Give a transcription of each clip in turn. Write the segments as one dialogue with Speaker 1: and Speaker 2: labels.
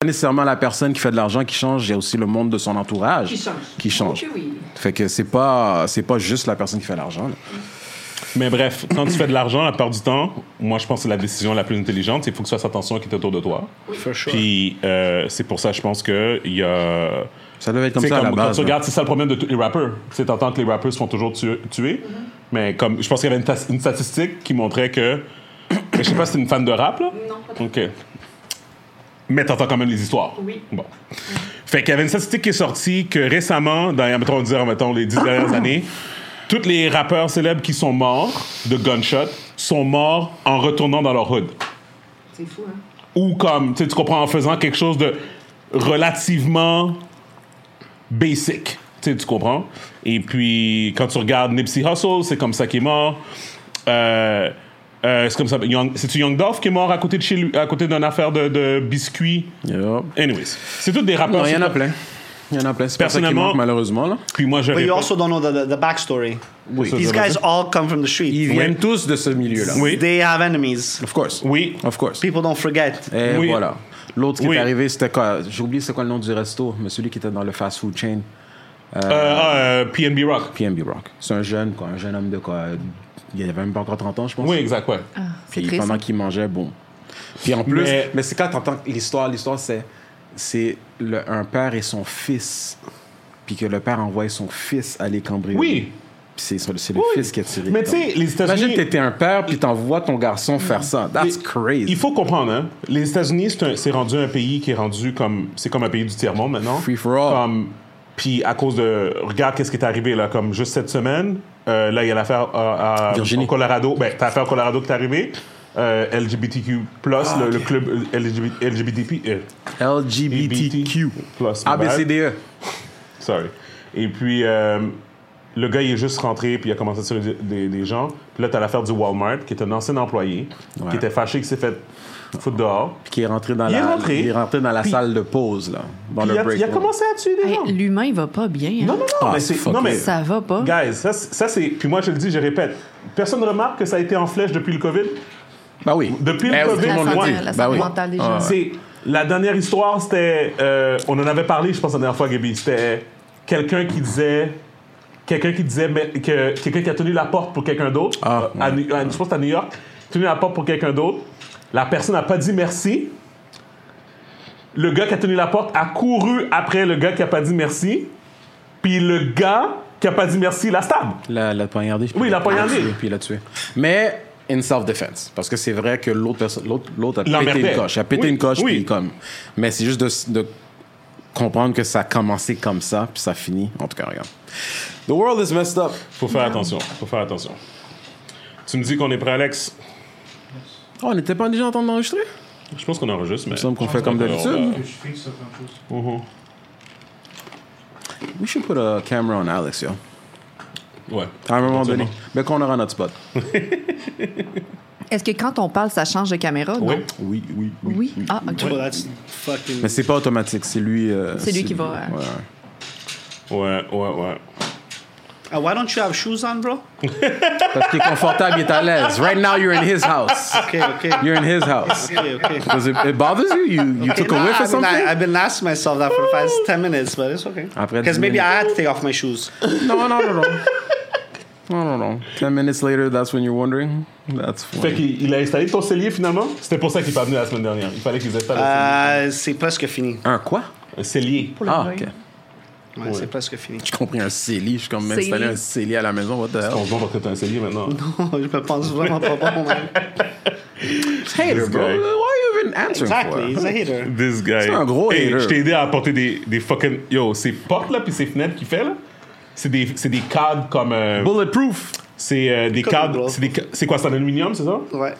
Speaker 1: Pas nécessairement la personne qui fait de l'argent qui change, il y a aussi le monde de son entourage
Speaker 2: Qui change.
Speaker 1: qui change.
Speaker 2: Ok, oui.
Speaker 1: Fait que c'est pas c'est pas juste la personne qui fait l'argent. là.
Speaker 3: Mais bref, quand tu fais de l'argent, la part du temps, moi, je pense que c'est la décision la plus intelligente. Il faut que tu fasses attention à qui est autour de toi.
Speaker 4: For sure.
Speaker 3: Puis euh, c'est pour ça, je pense que il y a.
Speaker 1: Ça devait être comme
Speaker 3: C'est
Speaker 1: ça à la
Speaker 3: comme quand
Speaker 1: base.
Speaker 3: tu
Speaker 1: là.
Speaker 3: regardes, c'est ça le problème de tous les rappers. Tu t'entends que les rappers se font toujours tuer. tuer, Mais comme, je pense qu'il y avait une, tas- une statistique qui montrait que. je sais pas si t'es une fan de rap, là.
Speaker 2: Non, pas
Speaker 3: OK. Mais t'entends quand même les histoires.
Speaker 2: Oui.
Speaker 3: Bon. Fait qu'il y avait une statistique qui est sortie que récemment, dans, mettons, on dirait, mettons, les dix dernières années, tous les rappeurs célèbres qui sont morts de gunshot sont morts en retournant dans leur hood.
Speaker 2: C'est fou, hein?
Speaker 3: Ou comme, tu sais, tu comprends, en faisant quelque chose de relativement basic. Tu sais, tu comprends? Et puis, quand tu regardes Nipsey Hussle, c'est comme ça qu'il est mort. Euh, euh, c'est comme ça. Young- C'est-tu Young Dolph qui est mort à côté de chez lui, à côté d'une affaire de, de biscuits?
Speaker 1: Yup.
Speaker 3: Anyways, c'est tous des rappeurs.
Speaker 1: Non, il y en a
Speaker 3: super-
Speaker 1: plein. Il y en a plein. C'est pas ça qui
Speaker 3: Personnellement-
Speaker 1: manque, malheureusement. Là.
Speaker 3: Puis moi, je
Speaker 4: But you
Speaker 3: réponds-
Speaker 4: also don't know the, the, the backstory.
Speaker 1: Oui.
Speaker 4: These guys all come from the street.
Speaker 1: Ils viennent tous de ce milieu-là.
Speaker 3: Oui.
Speaker 4: They have enemies.
Speaker 1: Of course.
Speaker 3: Oui.
Speaker 1: Of course.
Speaker 4: People don't forget.
Speaker 1: Et
Speaker 3: Oui.
Speaker 1: voilà. L'autre qui
Speaker 3: Oui.
Speaker 1: est arrivé, c'était quoi J'ai oublié c'est quoi le nom du resto, mais celui qui était dans le fast food chain.
Speaker 3: Euh, ah, euh, PNB Rock.
Speaker 1: PNB Rock. C'est un jeune, quoi, un jeune homme de quoi Il avait même pas encore 30 ans, je pense.
Speaker 3: Oui, exact, ouais.
Speaker 1: Puis
Speaker 5: triste.
Speaker 1: pendant qu'il mangeait, bon. Puis en plus,
Speaker 3: Mais-
Speaker 1: mais, c'est quand t'entends l'histoire, l'histoire c'est c'est le- un père et son fils, puis que le père envoie son fils aller cambrioler.
Speaker 3: Oui.
Speaker 1: Puis c'est c'est le
Speaker 3: Oui.
Speaker 1: fils qui a tiré.
Speaker 3: Mais tu sais, les États-Unis-
Speaker 1: Imagine t'étais un père puis t'envoies ton garçon faire ça. That's
Speaker 3: Mais
Speaker 1: crazy.
Speaker 3: Il faut comprendre, hein. Les États-Unis, c'est un- c'est rendu un pays qui est rendu comme. C'est comme un pays du tiers-monde maintenant.
Speaker 1: Free for all.
Speaker 3: Comme- Puis à cause de. Regarde qu'est-ce qui est arrivé, là. Comme juste cette semaine, euh, là, il y a l'affaire euh, à-
Speaker 1: Virginie.
Speaker 3: au Colorado. Ben, t'as l'affaire au Colorado qui est arrivée. euh, LGBTQ,
Speaker 1: Ah,
Speaker 3: le, le club euh, LGBT, LGBTQ.
Speaker 1: LGBTQ.
Speaker 3: Plus, my bad.
Speaker 1: ABCDE.
Speaker 3: Sorry. Et puis, euh, le gars, il est juste rentré, puis il a commencé à tirer des, des- des gens. Puis là, t'as l'affaire du Walmart, qui est un ancien employé,
Speaker 1: Ouais.
Speaker 3: qui était fâché, qui s'est fait foutre dehors.
Speaker 1: Puis qui est rentré dans
Speaker 3: Il
Speaker 1: la
Speaker 3: est rentré.
Speaker 1: il est rentré dans la
Speaker 3: Puis-
Speaker 1: salle de pause là, dans
Speaker 3: Puis
Speaker 1: le
Speaker 3: il a,
Speaker 1: break.
Speaker 3: il a
Speaker 1: room.
Speaker 3: commencé à tuer des gens.
Speaker 5: Hey, Eh, L'humain, il va pas bien. hein.
Speaker 3: Non, non, non,
Speaker 1: Ah,
Speaker 3: mais c'est.
Speaker 1: fuck
Speaker 3: Non, mais.
Speaker 1: it.
Speaker 5: Ça va pas.
Speaker 3: Guys, ça, c'est- ça, c'est. Puis moi, je le dis, je répète. Personne ne remarque que ça a été en flèche depuis le COVID.
Speaker 1: Bah oui.
Speaker 3: Depuis le
Speaker 1: Eh oui,
Speaker 3: COVID,
Speaker 1: tout
Speaker 5: la
Speaker 3: on
Speaker 1: monde
Speaker 3: le
Speaker 1: le
Speaker 3: voit.
Speaker 1: dit.
Speaker 5: santé, la
Speaker 1: Bah
Speaker 5: santé
Speaker 1: oui.
Speaker 5: mentale des gens.
Speaker 1: Ah,
Speaker 3: C'est la dernière histoire, c'était euh, on en avait parlé, je pense la dernière fois, Gaby. C'était quelqu'un qui disait quelqu'un qui disait mais, que quelqu'un qui a tenu la porte pour quelqu'un d'autre.
Speaker 1: Ah,
Speaker 3: euh, à New- à- je pense que c'était à New York, tenu la porte pour quelqu'un d'autre. La personne n'a pas dit merci. Le gars qui a tenu la porte a couru après le gars qui a pas dit merci. Puis le gars qui a pas dit merci la stab.
Speaker 1: La, la poignardé. puis
Speaker 3: Oui,
Speaker 1: il
Speaker 3: la
Speaker 1: a-
Speaker 3: poignardé.
Speaker 1: il a tué, Puis il l'a tué. Mais in self-defense. Parce que c'est vrai que l'autre personne, l'autre, l'autre a pété
Speaker 3: L'emmerdait.
Speaker 1: une coche. Il a pété
Speaker 3: Oui,
Speaker 1: une coche,
Speaker 3: oui.
Speaker 1: puis comme. Mais c'est juste de, de comprendre que ça a commencé comme ça, puis ça finit. En tout cas, regarde. The world is messed up.
Speaker 3: Faut faire attention, faut faire attention. Tu me dis qu'on est prêt, Alex.
Speaker 1: Oh, on n'était pas déjà en train d'enregistrer?
Speaker 3: Je pense qu'on enregistre, mais. Mhm.
Speaker 1: Il me semble qu'on fait comme d'habitude.
Speaker 6: Que je fixe ça comme chose.
Speaker 1: We should put a camera on Alex, yo.
Speaker 3: Ouais.
Speaker 1: À un moment
Speaker 3: Éventuellement.
Speaker 1: donné. Mais qu'on aura notre spot.
Speaker 5: Est-ce que quand on parle, ça change de caméra? Non.
Speaker 3: Oui.
Speaker 1: Oui, oui, oui.
Speaker 5: Oui. Ah, OK.
Speaker 4: Well, that's fucking.
Speaker 1: Mais c'est pas automatique, c'est lui. euh,
Speaker 5: C'est lui qui va, euh,
Speaker 1: ouais, ouais.
Speaker 3: Ouais, ouais, ouais.
Speaker 4: Uh, why don't you have shoes on, bro?
Speaker 1: Parce qu'il est confortable, il est à l'aise. Right now, you're in his house.
Speaker 4: Okay, okay.
Speaker 1: You're in his house.
Speaker 4: okay, okay.
Speaker 1: Does it, it bothers you? You, you took a
Speaker 4: Nah,
Speaker 1: whiff or
Speaker 4: I've been,
Speaker 1: something?
Speaker 4: I've been asking myself that for the past 10 minutes, but it's okay.
Speaker 1: Après
Speaker 4: Because
Speaker 1: 10
Speaker 4: maybe
Speaker 1: minutes.
Speaker 4: I had to take off my shoes.
Speaker 1: no, no, no, no. No, no, no. Ten minutes later, that's when you're wondering. That's
Speaker 3: Fait
Speaker 1: funny.
Speaker 3: qu'il il a installé ton cellier finalement. C'était pour ça qu'il n'est pas venu la semaine dernière. Il fallait qu'ils installent
Speaker 4: Euh, c'est presque fini.
Speaker 1: Un Ah, quoi?
Speaker 3: un cellier.
Speaker 1: Ah, ok.
Speaker 4: Ouais, C'est presque fini.
Speaker 1: J'ai compris un CELI. Je suis comme
Speaker 5: Cellier.
Speaker 1: installé un CELI à la maison. What the
Speaker 3: On
Speaker 1: hell?
Speaker 3: se demande que t'as un cellier maintenant.
Speaker 4: Je me pense vraiment pas bon, man.
Speaker 1: Hey, bro.
Speaker 3: guy.
Speaker 1: Why are you even answering
Speaker 4: Exactly, he's
Speaker 1: for
Speaker 4: a
Speaker 1: it?
Speaker 4: hater.
Speaker 3: This guy.
Speaker 1: C'est un gros
Speaker 3: Hey,
Speaker 1: hater.
Speaker 3: Je t'ai aidé à apporter des, des fucking. Yo, ces portes là puis ces fenêtres qu'il fait là, c'est des, c'est des cadres comme. euh,
Speaker 1: Bulletproof.
Speaker 3: c'est euh, des
Speaker 4: Comme
Speaker 3: cadres.
Speaker 4: bro.
Speaker 3: C'est, des ca- c'est quoi, c'est en aluminium, c'est ça?
Speaker 4: Ouais.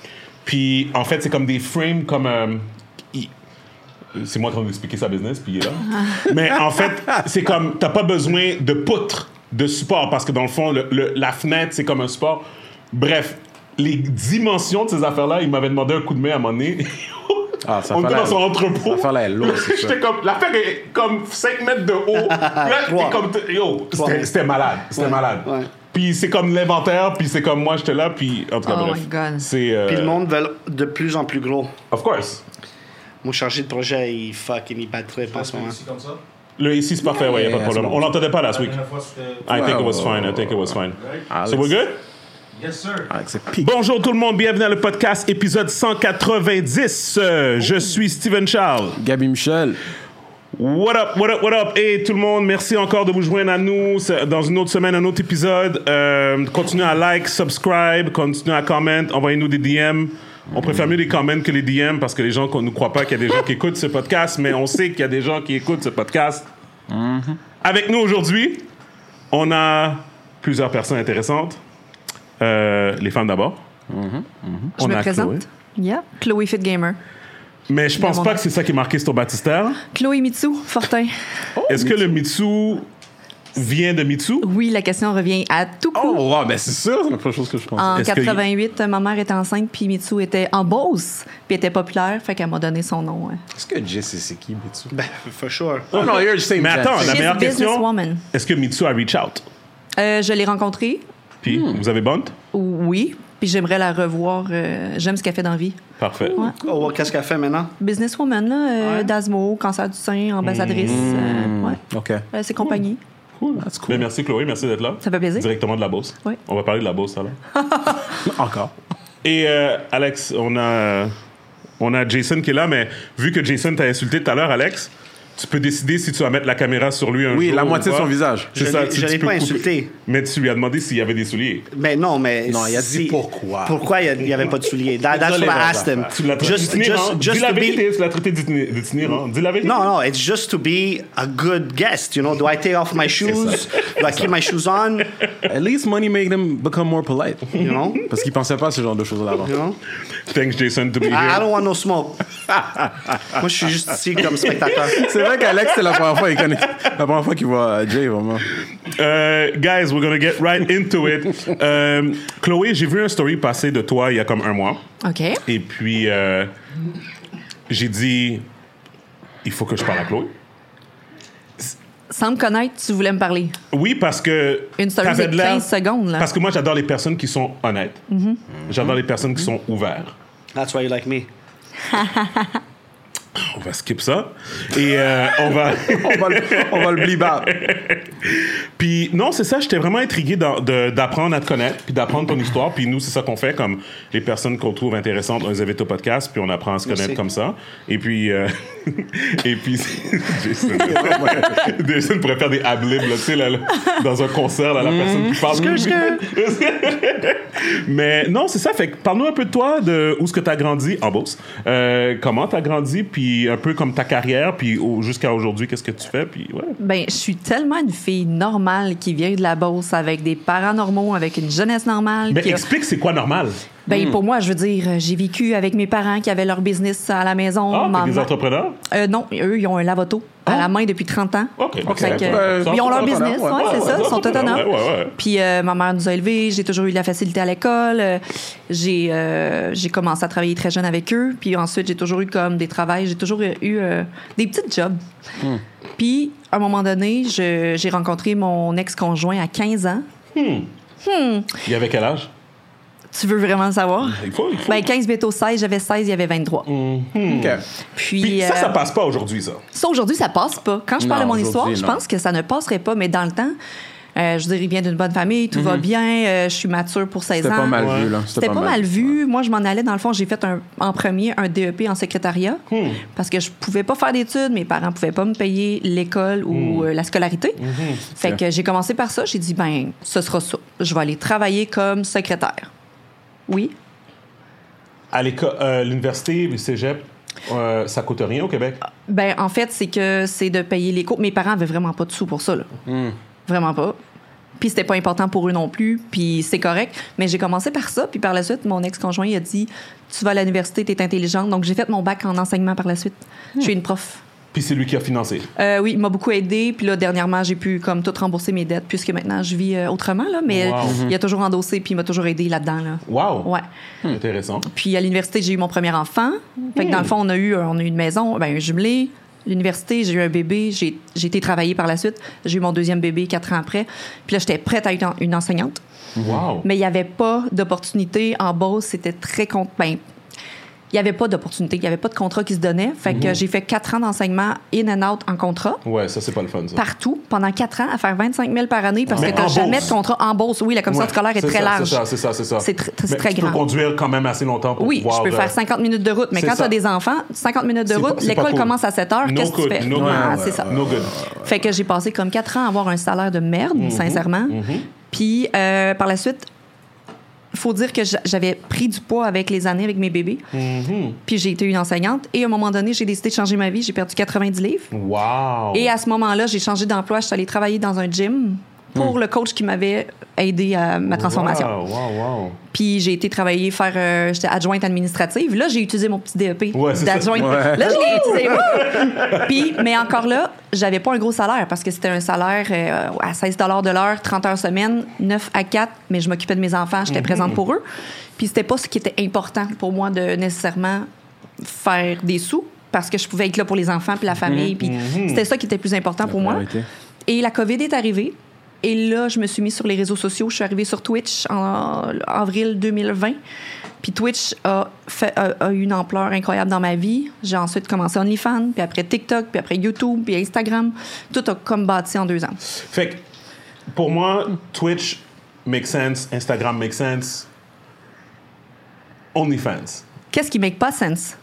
Speaker 3: Puis en fait, c'est comme des frames comme. euh, il- c'est moi qui ai expliqué sa business, puis il est là.
Speaker 5: Ah.
Speaker 3: Mais en fait, c'est comme. T'as pas besoin de poutre, de support, parce que dans le fond, le- le- la fenêtre, c'est comme un support. Bref, les dimensions de ces affaires-là, il m'avait demandé un coup de main à un moment donné.
Speaker 1: Ah, ça
Speaker 3: On était
Speaker 1: fallait-
Speaker 3: dans son entrepôt.
Speaker 1: ça fallait lourd, c'est ça.
Speaker 3: J'étais comme. L'affaire est comme 5 mètres de haut. Puis là, t'es
Speaker 4: Trois.
Speaker 3: comme. Yo, c'était- c'était malade. C'était
Speaker 4: Ouais,
Speaker 3: malade.
Speaker 4: ouais.
Speaker 3: Puis c'est comme l'inventaire, puis c'est comme moi, j'étais là, puis en tout cas,
Speaker 5: Oh
Speaker 3: bref.
Speaker 5: my God.
Speaker 3: C'est. euh,
Speaker 4: Puis le monde veut de plus en plus gros.
Speaker 3: Of course.
Speaker 4: Mon chargé de projet, il fucking, il bat trip en ce moment.
Speaker 6: Ici, comme ça.
Speaker 3: Le ici, c'est parfait, ouais, y a pas de
Speaker 1: Yeah,
Speaker 3: problème.
Speaker 1: c'est bon.
Speaker 3: On l'entendait pas last
Speaker 6: La
Speaker 3: week.
Speaker 6: dernière fois, c'était-
Speaker 3: I think it was
Speaker 1: Ouais,
Speaker 3: fine, I think it was fine.
Speaker 1: Alex,
Speaker 3: So we're good?
Speaker 6: Yes, sir.
Speaker 1: Alex, c'est pique.
Speaker 3: Bonjour tout le monde, bienvenue dans le podcast épisode 190. Euh, Je suis Steven Charles.
Speaker 1: Gabi Michel.
Speaker 3: What up, what up, what up? Hey tout le monde, merci encore de vous joindre à nous C'est dans une autre semaine, un autre épisode. Euh, continuez à like, subscribe, continuez à comment, envoyez-nous des DM. On préfère mieux les comments que les DM parce que les gens qu'on ne croit pas qu'il y a des gens qui écoutent ce podcast, mais on sait qu'il y a des gens qui écoutent ce podcast. Avec nous aujourd'hui, on a plusieurs personnes intéressantes. Euh, les femmes d'abord.
Speaker 5: Je
Speaker 3: On
Speaker 5: me
Speaker 3: a
Speaker 5: présente.
Speaker 3: Chloé.
Speaker 5: Yeah. Chloé Fit Gamer.
Speaker 3: Mais je pense
Speaker 5: Demande.
Speaker 3: pas que c'est ça qui est marqué sur ton baptistère.
Speaker 5: Chloé Mitsu, Fortin.
Speaker 3: Est-ce que le Mitsu vient de Mitsu?
Speaker 5: Oui, la question revient à tout coup.
Speaker 1: Oh, wow, ben c'est ça, c'est la première chose que je pense.
Speaker 5: En
Speaker 3: Est-ce que-
Speaker 5: 88, ma mère était enceinte, puis Mitsu était en Beauce, puis était populaire, fait qu'elle m'a donné son nom. hein.
Speaker 1: Est-ce que Jess, c'est qui, Mitsu?
Speaker 4: Ben, for sure.
Speaker 1: Oh non, you're just saying
Speaker 3: Mais
Speaker 1: Jess.
Speaker 3: attends, Ah, la
Speaker 5: She's
Speaker 3: meilleure
Speaker 5: a
Speaker 3: question.
Speaker 5: businesswoman.
Speaker 3: Est-ce que Mitsu a reach out?
Speaker 5: Euh, je l'ai rencontrée,
Speaker 3: Puis,
Speaker 1: Hmm.
Speaker 3: vous avez bonne?
Speaker 5: oui, puis j'aimerais la revoir. euh, J'aime ce qu'elle fait dans la vie.
Speaker 3: Parfait.
Speaker 5: Ouais.
Speaker 4: Oh, ouais, qu'est-ce qu'elle fait maintenant?
Speaker 5: Businesswoman, là, euh, d'asthmo, cancer du sein, ambassadrice.
Speaker 3: Mm.
Speaker 5: euh, ouais.
Speaker 1: OK.
Speaker 5: Euh, c'est compagnie.
Speaker 3: Cool. Ben, merci Chloé, merci d'être là.
Speaker 5: Ça fait plaisir.
Speaker 3: Directement de la Beauce.
Speaker 5: Oui.
Speaker 3: On va parler de la Beauce, alors.
Speaker 1: Encore.
Speaker 3: Et euh, Alex, on a, on a Jason qui est là, mais vu que Jason t'a insulté tout à l'heure, Alex, tu peux décider si tu vas mettre la caméra sur lui un
Speaker 1: Oui,
Speaker 3: jour
Speaker 1: la
Speaker 3: ou
Speaker 1: moitié de
Speaker 3: pas.
Speaker 1: son visage.
Speaker 3: C'est
Speaker 4: Je
Speaker 3: ça,
Speaker 4: l'ai-
Speaker 3: tu-
Speaker 4: je
Speaker 3: tu
Speaker 4: l'ai
Speaker 3: peux
Speaker 4: pas
Speaker 3: couper.
Speaker 4: insulté.
Speaker 3: Mais tu lui as demandé s'il y avait des souliers.
Speaker 4: Mais Ben, non, mais.
Speaker 1: Non, il a dit
Speaker 4: si-
Speaker 1: pourquoi.
Speaker 4: Pourquoi il n'y avait pas de souliers? That- that's
Speaker 1: Désolé,
Speaker 4: what I
Speaker 1: Barbara.
Speaker 4: asked him.
Speaker 3: Tu l'as traité
Speaker 4: Just,
Speaker 3: d'itinérant.
Speaker 4: just,
Speaker 3: Dis
Speaker 4: just
Speaker 3: la
Speaker 4: to
Speaker 3: vérité,
Speaker 4: be.
Speaker 3: tu l'as traité d'itiné- d'itinérant. hein? Dis la vérité.
Speaker 4: No, no, it's just to be a good guest. You know, do I take off my shoes? Do I keep my shoes on?
Speaker 1: At least money made them become more polite.
Speaker 4: You know?
Speaker 1: Parce qu'ils pensaient pas à ce genre de choses-là avant.
Speaker 4: You know?
Speaker 3: Thanks Jason to be
Speaker 4: I, I
Speaker 3: here.
Speaker 4: don't want no smoke. Moi, je suis juste ici comme spectateur.
Speaker 1: C'est vrai qu'Alex, c'est la première fois qu'il connaît- la première fois qu'il voit euh, Jay, vraiment.
Speaker 3: Euh, guys, we're gonna get right into it. Euh, Chloé, j'ai vu un story passer de toi il y a comme un mois.
Speaker 5: OK.
Speaker 3: Et puis, euh, j'ai dit, il faut que je parle à Chloé.
Speaker 5: Sans me connaître, tu voulais me parler.
Speaker 3: Oui, parce que.
Speaker 5: Une story,
Speaker 3: t'avais
Speaker 5: c'est
Speaker 3: de l'air-
Speaker 5: 15 secondes, là. Mm-hmm.
Speaker 3: Parce que moi, j'adore les personnes qui sont honnêtes. J'adore les personnes qui sont ouvertes.
Speaker 4: That's why you like me.
Speaker 3: On va skip ça. Et euh, on va.
Speaker 1: On va le, on va le blibar.
Speaker 3: Puis non, c'est ça, j'étais vraiment intrigué d'en- de- d'apprendre à te connaître, puis d'apprendre ton histoire. Puis nous, c'est ça qu'on fait, comme les personnes qu'on trouve intéressantes, on les invite au podcast, puis on apprend à se connaître
Speaker 4: Merci.
Speaker 3: comme ça. Et puis, euh, et puis, Jason, Jason pourrait faire des ablibs, là, tu sais, là, là, dans un concert, là, la personne qui parle. Mais non, c'est ça, fait que parle-nous un peu de toi, de où est-ce que tu as grandi en Beauce, euh, comment tu as grandi, puis un peu comme ta carrière, puis au- jusqu'à aujourd'hui, qu'est-ce que tu fais, puis ouais.
Speaker 5: Ben, je suis tellement une fille normale qui vient de la Beauce avec des parents normaux, avec une jeunesse normale.
Speaker 3: Mais
Speaker 5: qui a-
Speaker 3: explique, c'est quoi normal? Mm.
Speaker 5: Ben, pour moi, je veux dire, euh, j'ai vécu avec mes parents qui avaient leur business à la maison.
Speaker 3: Ah,
Speaker 5: Ma
Speaker 3: t'es des
Speaker 5: mère-
Speaker 3: entrepreneurs?
Speaker 5: Euh, non, eux, ils ont un lavoto à la main depuis 30 ans.
Speaker 3: Ah. OK. OK. Ben,
Speaker 5: Fait que,
Speaker 1: Ouais,
Speaker 5: euh,
Speaker 1: ouais.
Speaker 5: ils ont leur business,
Speaker 1: Ouais,
Speaker 5: ouais,
Speaker 1: ouais,
Speaker 5: c'est ça,
Speaker 3: ouais,
Speaker 5: ils sont
Speaker 3: ouais,
Speaker 5: autonomes.
Speaker 3: Ah, ouais, ouais.
Speaker 5: Puis euh, ma mère nous a élevés, j'ai toujours eu de la facilité à l'école. euh, J'ai euh, j'ai commencé à travailler très jeune avec eux. Puis ensuite, j'ai toujours eu comme des travails, j'ai toujours eu euh, des petites jobs.
Speaker 1: Hmm.
Speaker 5: Puis, à un moment donné, je- j'ai rencontré mon ex-conjoint à 15 ans.
Speaker 3: Il y avait quel âge?
Speaker 5: Tu veux vraiment le savoir?
Speaker 3: Il faut, il faut.
Speaker 5: Ben, 15 bientôt 16, j'avais 16, il y avait 23.
Speaker 1: Hmm. OK.
Speaker 5: Puis,
Speaker 3: Puis ça,
Speaker 5: euh,
Speaker 3: ça passe pas aujourd'hui, ça.
Speaker 5: Ça, aujourd'hui, ça passe pas. Quand je parle
Speaker 1: Non,
Speaker 5: de mon histoire,
Speaker 1: aujourd'hui,
Speaker 5: je
Speaker 1: non.
Speaker 5: pense que ça ne passerait pas, mais dans le temps, euh, je dirais, il vient d'une bonne famille, tout va bien, euh, je suis mature pour 16 ans.
Speaker 1: Hmm. C'était pas mal vu, là.
Speaker 5: C'était pas, mal vu. Moi, je m'en allais, dans le fond, j'ai fait un- en premier un DEP en secrétariat parce que je pouvais pas faire d'études, mes parents pouvaient pas me payer l'école ou euh, la scolarité. Fait que j'ai commencé par ça, j'ai dit, ben, ce sera ça. Je vais aller travailler comme secrétaire. Oui?
Speaker 3: À l'école, euh, l'université, le cégep, euh, ça coûte rien au Québec.
Speaker 5: Ben, en fait, c'est que c'est de payer les cours. Mes parents avaient vraiment pas de sous pour ça, là.
Speaker 3: Hmm.
Speaker 5: Vraiment pas. Puis c'était pas important pour eux non plus, puis c'est correct. Mais j'ai commencé par ça, puis par la suite, mon ex-conjoint, il a dit Tu vas à l'université, t'es intelligente. Donc j'ai fait mon bac en enseignement par la suite. Je suis une prof.
Speaker 3: Puis c'est lui qui a financé.
Speaker 5: Euh, oui, il m'a beaucoup aidé. Puis là, dernièrement, j'ai pu comme tout rembourser mes dettes, puisque maintenant je vis euh, autrement, là. Mais
Speaker 3: Wow.
Speaker 5: il a toujours endossé, puis il m'a toujours aidé là-dedans, là.
Speaker 3: Wow.
Speaker 5: Ouais.
Speaker 3: Intéressant.
Speaker 5: Puis à l'université, j'ai eu mon premier enfant. Fait que dans le fond, on a eu, on a eu une maison, ben, un jumelé. L'université, j'ai eu un bébé, j'ai j'ai été travailler par la suite. J'ai eu mon deuxième bébé quatre ans après. Puis là, j'étais prête à être en- une enseignante.
Speaker 3: Wow.
Speaker 5: Mais il n'y avait pas d'opportunité en Beauce. C'était très... con- Ben, il n'y avait pas d'opportunité, il n'y avait pas de contrat qui se donnait. Fait
Speaker 3: Mhm.
Speaker 5: que j'ai fait quatre ans d'enseignement in and out en contrat.
Speaker 3: Ouais, ça, c'est pas le fun, ça.
Speaker 5: Partout, pendant quatre ans, à faire 25 000 par année parce
Speaker 3: Mais
Speaker 5: que tu
Speaker 3: en
Speaker 5: jamais
Speaker 3: bourse.
Speaker 5: de contrat en bourse. Oui, la commission
Speaker 3: Ouais,
Speaker 5: scolaire est,
Speaker 3: c'est
Speaker 5: très
Speaker 3: ça,
Speaker 5: large.
Speaker 3: C'est ça, c'est ça, c'est ça.
Speaker 5: C'est tr- c'est
Speaker 3: Mais
Speaker 5: très
Speaker 3: Tu
Speaker 5: grand.
Speaker 3: peux conduire quand même assez longtemps pour
Speaker 5: Oui,
Speaker 3: pouvoir.
Speaker 5: je peux
Speaker 3: euh,
Speaker 5: faire 50 minutes de route, mais
Speaker 3: c'est
Speaker 5: quand tu
Speaker 3: ça.
Speaker 5: as des enfants, 50 minutes de
Speaker 3: C'est pas-
Speaker 5: route,
Speaker 3: c'est pas
Speaker 5: l'école
Speaker 3: cool.
Speaker 5: commence à 7 heures,
Speaker 3: No
Speaker 5: qu'est-ce que tu
Speaker 3: good,
Speaker 5: fais?
Speaker 3: no
Speaker 5: Ah,
Speaker 1: good.
Speaker 5: c'est ça.
Speaker 3: No good.
Speaker 5: Fait que j'ai passé comme 4 ans à avoir un salaire de merde,
Speaker 3: Mhm,
Speaker 5: sincèrement. Puis euh, par la suite, faut dire que j'a- j'avais pris du poids avec les années, avec mes bébés.
Speaker 3: Mhm.
Speaker 5: Puis j'ai été une enseignante. Et à un moment donné, j'ai décidé de changer ma vie. J'ai perdu 90 livres.
Speaker 3: Wow.
Speaker 5: Et à ce moment-là, j'ai changé d'emploi. Je suis allée travailler dans un gym pour le coach qui m'avait aidé à ma transformation.
Speaker 3: Hmm. Wow, wow,
Speaker 5: Puis j'ai été travailler faire. euh, J'étais adjointe administrative. Là, j'ai utilisé mon petit DEP
Speaker 3: Ouais, c'est ça.
Speaker 5: d'adjointe.
Speaker 1: Ouais.
Speaker 5: Là, je l'ai utilisé. Wouh! Puis, mais encore là, j'avais pas un gros salaire parce que c'était un salaire euh, à 16 de l'heure, 30 heures semaine, 9 à 4, mais je m'occupais de mes enfants,
Speaker 3: Mhm.
Speaker 5: j'étais présente pour eux. Puis c'était pas ce qui était important pour moi de nécessairement faire des sous parce que je pouvais être là pour les enfants puis la famille. Puis c'était ça qui était plus important pour moi.
Speaker 1: priorité.
Speaker 5: Et la COVID est arrivée. Et là, je me suis mis sur les réseaux sociaux. Je suis arrivée sur Twitch en avril 2020. Puis Twitch a, fait, a, a eu une ampleur incroyable dans ma vie. J'ai ensuite commencé OnlyFans, puis après TikTok, puis après YouTube, puis Instagram. Tout a comme bâti en deux ans.
Speaker 3: wow. Fait que, pour moi, Twitch makes sense, Instagram makes sense, OnlyFans.
Speaker 5: Qu'est-ce qui make pas sense?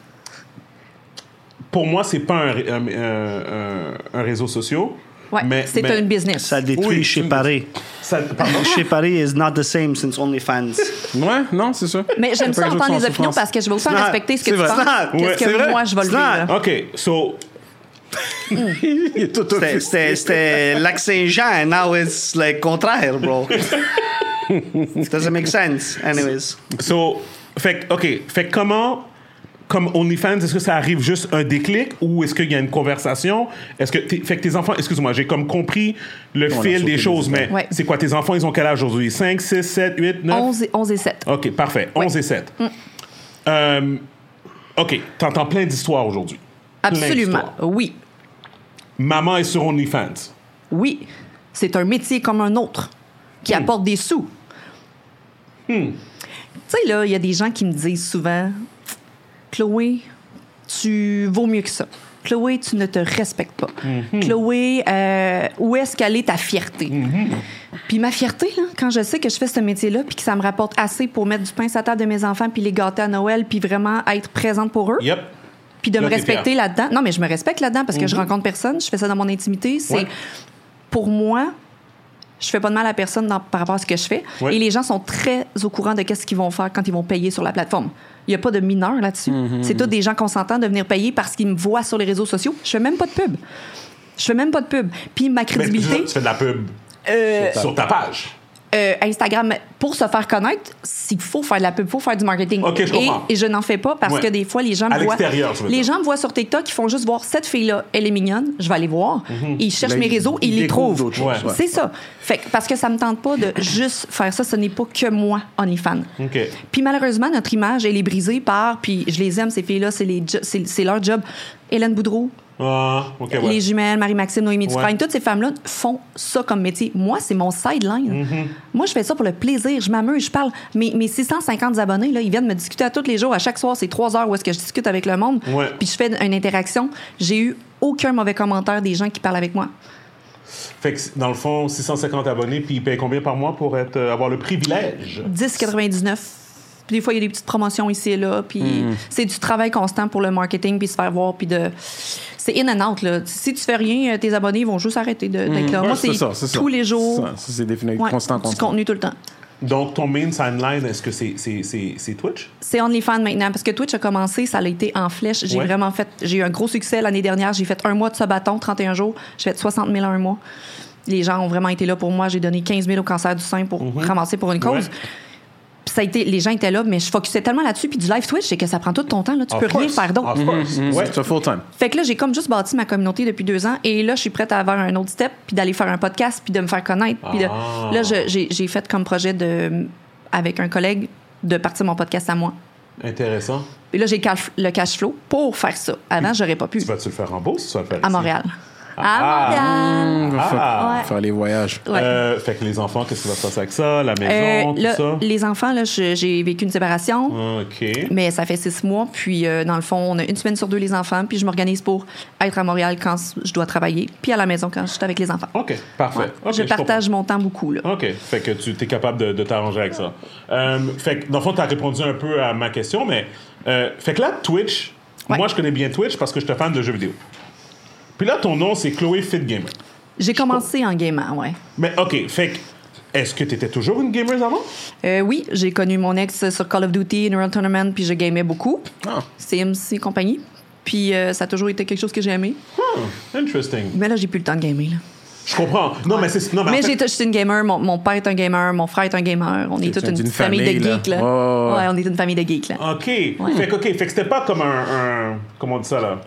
Speaker 3: Pour moi, c'est pas un, ré- un- un- un- un réseau social.
Speaker 5: Ouais,
Speaker 3: mais-
Speaker 5: c'est
Speaker 3: mais-
Speaker 5: un business.
Speaker 4: Ça détruit
Speaker 3: Oui,
Speaker 4: chez
Speaker 3: tu-
Speaker 4: Paris.
Speaker 3: ça- pardon.
Speaker 4: chez Paris is not the same since OnlyFans.
Speaker 1: Ouais, non, c'est ça.
Speaker 5: Mais j'aime
Speaker 1: C'est pas
Speaker 5: ça
Speaker 1: quelque chose
Speaker 5: entendre
Speaker 1: qui
Speaker 5: les
Speaker 1: est en
Speaker 5: opinions
Speaker 1: souffrance.
Speaker 5: parce que je vais autant
Speaker 4: Snap,
Speaker 5: respecter ce que
Speaker 4: c'est
Speaker 5: tu
Speaker 4: vrai.
Speaker 5: penses
Speaker 4: Snap,
Speaker 3: ouais,
Speaker 5: qu'est-ce
Speaker 3: c'est
Speaker 5: que
Speaker 3: vrai.
Speaker 5: moi, je vais le
Speaker 4: Snap.
Speaker 5: vivre.
Speaker 3: OK, so,
Speaker 1: Il est tout
Speaker 4: C'était-
Speaker 1: offusqué.
Speaker 4: C'était c'était Lac Saint-Jean, and now it's like contraire, bro. Doesn't make sense, anyways.
Speaker 3: so, fait que, OK, fait que comment, comme OnlyFans, est-ce que ça arrive juste un déclic ou est-ce qu'il y a une conversation? Est-ce que, t'es- fait que tes enfants, excuse-moi, j'ai comme compris le
Speaker 1: a
Speaker 3: fil
Speaker 1: sauté
Speaker 3: des
Speaker 1: des
Speaker 3: choses, mais
Speaker 5: Ouais.
Speaker 3: c'est quoi, tes enfants, ils ont quel âge aujourd'hui? 5, 6, 7, 8, 9?
Speaker 5: 11 et, 11 et 7.
Speaker 3: OK, parfait. 11 et 7.
Speaker 5: Mm.
Speaker 3: Euh, OK, t'entends plein d'histoires aujourd'hui. Plein
Speaker 5: Absolument.
Speaker 3: d'histoires.
Speaker 5: Oui.
Speaker 3: Maman est sur OnlyFans.
Speaker 5: Oui, c'est un métier comme un autre qui apporte des sous. Tu sais, là, il y a des gens qui me disent souvent Chloé, tu vaux mieux que ça. Chloé, tu ne te respectes pas. Chloé, euh, où est-ce qu'elle est ta fierté? Puis ma fierté, là, quand je sais que je fais ce métier-là, puis que ça me rapporte assez pour mettre du pain sur la table de mes enfants, puis les gâter à Noël, puis vraiment être présente pour eux
Speaker 3: Yep.
Speaker 5: puis de
Speaker 3: Là,
Speaker 5: me
Speaker 3: t'es
Speaker 5: respecter
Speaker 3: fière. Mhm.
Speaker 5: là-dedans. Non, mais je me respecte là-dedans parce que je rencontre personne, je fais ça dans mon intimité. C'est
Speaker 3: Ouais.
Speaker 5: pour moi, je fais pas de mal à personne dans- par rapport à ce que je fais.
Speaker 3: Ouais.
Speaker 5: Et les gens sont très au courant de qu'est-ce qu'ils vont faire quand ils vont payer sur la plateforme. Il n'y a pas de mineurs là-dessus.
Speaker 3: Mhm.
Speaker 5: C'est tous des gens consentants de venir payer parce qu'ils me voient sur les réseaux sociaux. Je fais même pas de pub. Je fais même pas de pub. Puis ma
Speaker 3: Mais tu,
Speaker 5: crédibilité,
Speaker 3: tu fais de la pub sur ta page.
Speaker 5: euh, Instagram, pour se faire connaître, s'il faut faire de la pub, il faut faire du marketing.
Speaker 3: Ok, je
Speaker 5: et,
Speaker 3: comprends.
Speaker 5: et je n'en fais pas parce
Speaker 3: Ouais.
Speaker 5: que des fois, les gens
Speaker 3: À
Speaker 5: me voient.
Speaker 3: l'extérieur, je veux
Speaker 5: les
Speaker 3: dire.
Speaker 5: gens me voient sur TikTok, ils font juste voir cette fille-là, elle est mignonne, je vais aller voir.
Speaker 3: Mhm.
Speaker 5: Et Ils cherchent
Speaker 1: Là,
Speaker 5: mes
Speaker 1: ils-
Speaker 5: réseaux,
Speaker 1: ils
Speaker 5: ils les
Speaker 1: découvrent
Speaker 5: trouvent.
Speaker 1: d'autres choses, ouais.
Speaker 5: C'est ça. Fait que- parce que ça me tente pas de juste faire ça, ce n'est pas que moi, OnlyFans.
Speaker 3: OK.
Speaker 5: Puis malheureusement, notre image, elle est brisée par, puis je les aime, ces filles-là, c'est les jo- c'est c'est leur job. Hélène Boudreau,
Speaker 3: Ah, OK, ouais.
Speaker 5: les jumelles, Marie-Maxime, Noémie Dufresne,
Speaker 3: Ouais.
Speaker 5: toutes ces femmes-là font ça comme métier. Moi, c'est mon sideline.
Speaker 1: Mm-hmm.
Speaker 5: Moi, je fais ça pour le plaisir. Je m'amuse, je parle. Mes, mes 650 abonnés, là, ils viennent me discuter à tous les jours. À chaque soir, c'est trois heures où est-ce que je discute avec le monde.
Speaker 3: Ouais.
Speaker 5: Puis je fais une interaction. J'ai eu aucun mauvais commentaire des gens qui parlent avec moi.
Speaker 3: Fait que, dans le fond, 650 abonnés, puis ils payent combien par mois pour être, euh, avoir le privilège?
Speaker 5: 10,99. Puis des fois, il y a des petites promotions ici et là. Puis
Speaker 1: Mm.
Speaker 5: c'est du travail constant pour le marketing, puis se faire voir, puis de... C'est in and out, là. Si tu fais rien, euh, tes abonnés ils vont juste arrêter de- d'être là.
Speaker 1: Mm. Ouais,
Speaker 5: Moi,
Speaker 1: c'est
Speaker 5: c'est
Speaker 1: ça, c'est ça.
Speaker 5: tous les jours.
Speaker 1: Ça, ça, c'est défini
Speaker 5: Ouais,
Speaker 1: constant,
Speaker 5: du
Speaker 1: constant.
Speaker 5: contenu tout le temps.
Speaker 3: Donc, ton main timeline, est-ce que c'est c'est- c'est- c'est Twitch?
Speaker 5: C'est OnlyFans maintenant parce que Twitch a commencé, ça a été en flèche. J'ai
Speaker 3: Ouais.
Speaker 5: vraiment fait, j'ai eu un gros succès l'année dernière. J'ai fait un mois de ce bâton, 31 jours. J'ai fait 60 000 en un mois. Les gens ont vraiment été là pour moi. J'ai donné 15 000 au cancer du sein pour ramasser pour une cause.
Speaker 3: Mhm. Ouais.
Speaker 5: Puis ça a été, les gens étaient là, mais je focusais tellement là-dessus. Puis du live Twitch, c'est que ça prend tout ton temps. Là. Tu
Speaker 3: Of
Speaker 5: peux rien
Speaker 3: course.
Speaker 5: faire d'autre.
Speaker 3: Of course.
Speaker 1: Mhm,
Speaker 3: Ouais.
Speaker 1: C'est full time.
Speaker 5: Fait que là, j'ai comme juste bâti ma communauté depuis deux ans. Et là, je suis prête à avoir un autre step, puis d'aller faire un podcast, puis de me faire connaître. Puis de-
Speaker 3: Ah.
Speaker 5: là, je- j'ai j'ai fait comme projet de, avec un collègue de partir mon podcast à moi.
Speaker 3: Intéressant.
Speaker 5: Puis là, j'ai le cash- le cash flow pour faire ça. Avant, j'aurais pas pu.
Speaker 3: Tu vas-tu le faire en bourse? ou Tu vas le faire
Speaker 5: À
Speaker 3: ici? Ah!
Speaker 5: Montréal. à Montréal.
Speaker 1: Faire-
Speaker 5: Ouais.
Speaker 1: Faire les voyages.
Speaker 5: Ouais.
Speaker 3: Euh, fait que les enfants, qu'est-ce qui va se passer avec ça? La maison,
Speaker 5: Euh,
Speaker 3: tout
Speaker 5: là,
Speaker 3: ça? Ah,
Speaker 5: Les enfants, là, je- j'ai vécu une séparation.
Speaker 3: OK.
Speaker 5: Mais ça fait six mois, puis euh, dans le fond, on a une semaine sur deux les enfants, puis je m'organise pour être à Montréal quand s- je dois travailler, puis à la maison quand je suis avec les enfants.
Speaker 3: OK, Ah, parfait.
Speaker 5: Ouais.
Speaker 3: OK,
Speaker 5: je partage mon temps beaucoup, là.
Speaker 3: comprends. OK, fait que tu es capable de, de t'arranger avec ça. Euh, fait que, dans le fond, tu as répondu un peu à ma question, mais... euh, fait que là, Twitch,
Speaker 5: Ouais.
Speaker 3: moi, je connais bien Twitch parce que je suis fan de jeux vidéo. Puis là, ton nom, c'est Chloé Fitgamer.
Speaker 5: J'ai commencé en gamant, ouais.
Speaker 3: Mais OK, fait que... Est-ce que tu étais toujours une gamer avant?
Speaker 5: Euh, oui, j'ai connu mon ex sur Call of Duty, Neural Tournament, puis je gamais beaucoup.
Speaker 1: Ah.
Speaker 5: CMC et compagnie. Puis euh, ça a toujours été quelque chose que j'ai aimé.
Speaker 3: Hmm, interesting.
Speaker 5: Mais là, j'ai plus le temps de gamer, là.
Speaker 3: Je comprends. Non, mais c'est... Non, mais en
Speaker 5: Mais
Speaker 3: fait-
Speaker 5: j'ai je suis une gamer, mon, mon père est un gamer, mon frère est un gamer. On est toute
Speaker 1: t'as
Speaker 5: une
Speaker 1: dit une
Speaker 5: petite famille, de
Speaker 1: famille, là.
Speaker 5: geeks, là.
Speaker 1: Ouais, ouais, ouais.
Speaker 5: Ouais, on est une famille de geeks, là.
Speaker 3: OK. Fait que, OK, fait que c'était pas comme un, un- Comment on dit ça, là?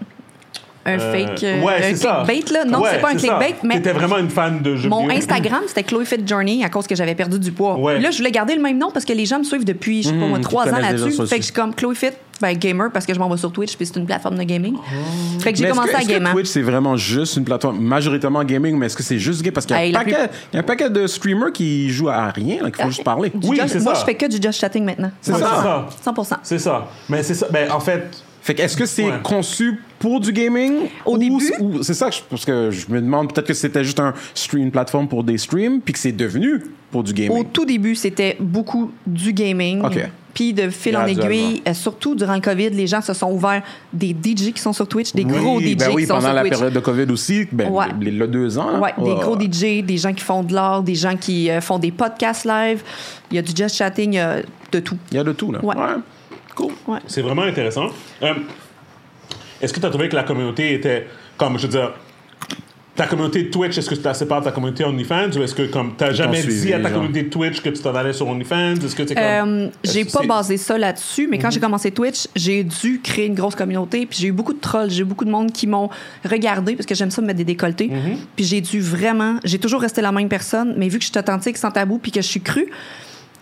Speaker 5: Un
Speaker 3: Euh,
Speaker 5: fake, euh,
Speaker 3: ouais,
Speaker 5: un
Speaker 3: c'est ça.
Speaker 5: clickbait, là. Non,
Speaker 3: Ouais,
Speaker 5: c'est pas un
Speaker 3: ça.
Speaker 5: clickbait, mais
Speaker 3: T'étais vraiment une fan de jeux
Speaker 5: Mon
Speaker 3: vidéo.
Speaker 5: Instagram, c'était Chloé Fit Journey à cause que j'avais perdu du poids.
Speaker 3: Ouais.
Speaker 5: Puis Là, je voulais garder le même nom parce que les gens me suivent depuis, je sais pas moi,
Speaker 1: Mhm,
Speaker 5: trois
Speaker 1: tu
Speaker 5: ans
Speaker 1: connais déjà
Speaker 5: là-dessus.
Speaker 1: ça aussi.
Speaker 5: Fait que je suis comme Chloé Fit, ben gamer parce que je m'en vais sur Twitch puis c'est une plateforme de gaming. Fait que j'ai
Speaker 1: Oh. Mais est-ce
Speaker 5: commencé
Speaker 1: que-
Speaker 5: à
Speaker 1: est-ce que
Speaker 5: gamer.
Speaker 1: Twitch, c'est vraiment juste une plateforme majoritairement gaming, mais est-ce que c'est juste gay? Parce qu'il y, a
Speaker 5: Hey,
Speaker 1: un
Speaker 5: la Ah.
Speaker 1: paquet- il y a un paquet de streamers qui jouent à rien, là, qu'il faut juste parler.
Speaker 5: Euh, Du
Speaker 3: Oui,
Speaker 5: Josh-
Speaker 3: c'est
Speaker 5: moi,
Speaker 3: ça.
Speaker 5: je fais que du Josh Chatting maintenant.
Speaker 1: C'est ça.
Speaker 5: 100%. 100%.
Speaker 3: C'est ça. Mais c'est ça. Ben, en fait,
Speaker 1: Fait que est-ce que c'est
Speaker 3: Ouais.
Speaker 1: conçu pour du gaming
Speaker 5: Au
Speaker 1: ou-
Speaker 5: début?
Speaker 1: ou- c'est ça que je, parce que je me demande peut-être que c'était juste un stream une plateforme pour des streams puis que c'est devenu pour du
Speaker 5: Au
Speaker 1: gaming.
Speaker 5: tout début, c'était beaucoup du gaming.
Speaker 1: OK.
Speaker 5: Puis de fil en
Speaker 1: Graduellement.
Speaker 5: aiguille, euh, surtout durant le COVID, les gens se sont ouverts des DJ qui sont sur Twitch, des gros
Speaker 1: oui,
Speaker 5: DJ
Speaker 1: ben oui,
Speaker 5: qui sont
Speaker 1: pendant
Speaker 5: sur
Speaker 1: la
Speaker 5: Twitch.
Speaker 1: période de Covid aussi, ben
Speaker 5: Ouais.
Speaker 1: les, les- le deux
Speaker 3: Hein?
Speaker 1: ans. là.
Speaker 5: Ouais,
Speaker 1: Ouais,
Speaker 5: des gros
Speaker 1: ouais.
Speaker 5: DJ, des gens qui font de l'art, des gens qui euh, font des podcasts live. Il y a du just chatting, il y a de tout.
Speaker 1: Il y a de tout là.
Speaker 5: Ouais.
Speaker 1: Cool.
Speaker 5: Ouais.
Speaker 3: c'est vraiment intéressant. Euh, est-ce que tu as trouvé que la communauté était. Comme, je veux dire. Ta communauté Twitch, est-ce que tu la sépares de ta communauté OnlyFans ou est-ce que comme t'as jamais
Speaker 1: suivi,
Speaker 3: dit à ta
Speaker 1: genre.
Speaker 3: communauté Twitch que tu t'en allais sur OnlyFans? Est-ce que c'est comme.
Speaker 5: Euh, j'ai
Speaker 3: est-ce
Speaker 5: pas
Speaker 3: que c'est- Mhm.
Speaker 5: basé ça là-dessus, mais quand j'ai commencé Twitch, j'ai dû créer une grosse communauté, puis j'ai eu beaucoup de trolls, j'ai eu beaucoup de monde qui m'ont regardé parce que j'aime ça me mettre des décolletés,
Speaker 3: Mhm.
Speaker 5: puis j'ai dû vraiment, j'ai toujours resté la même personne, mais vu que je suis authentique, sans tabou, puis que je suis crue,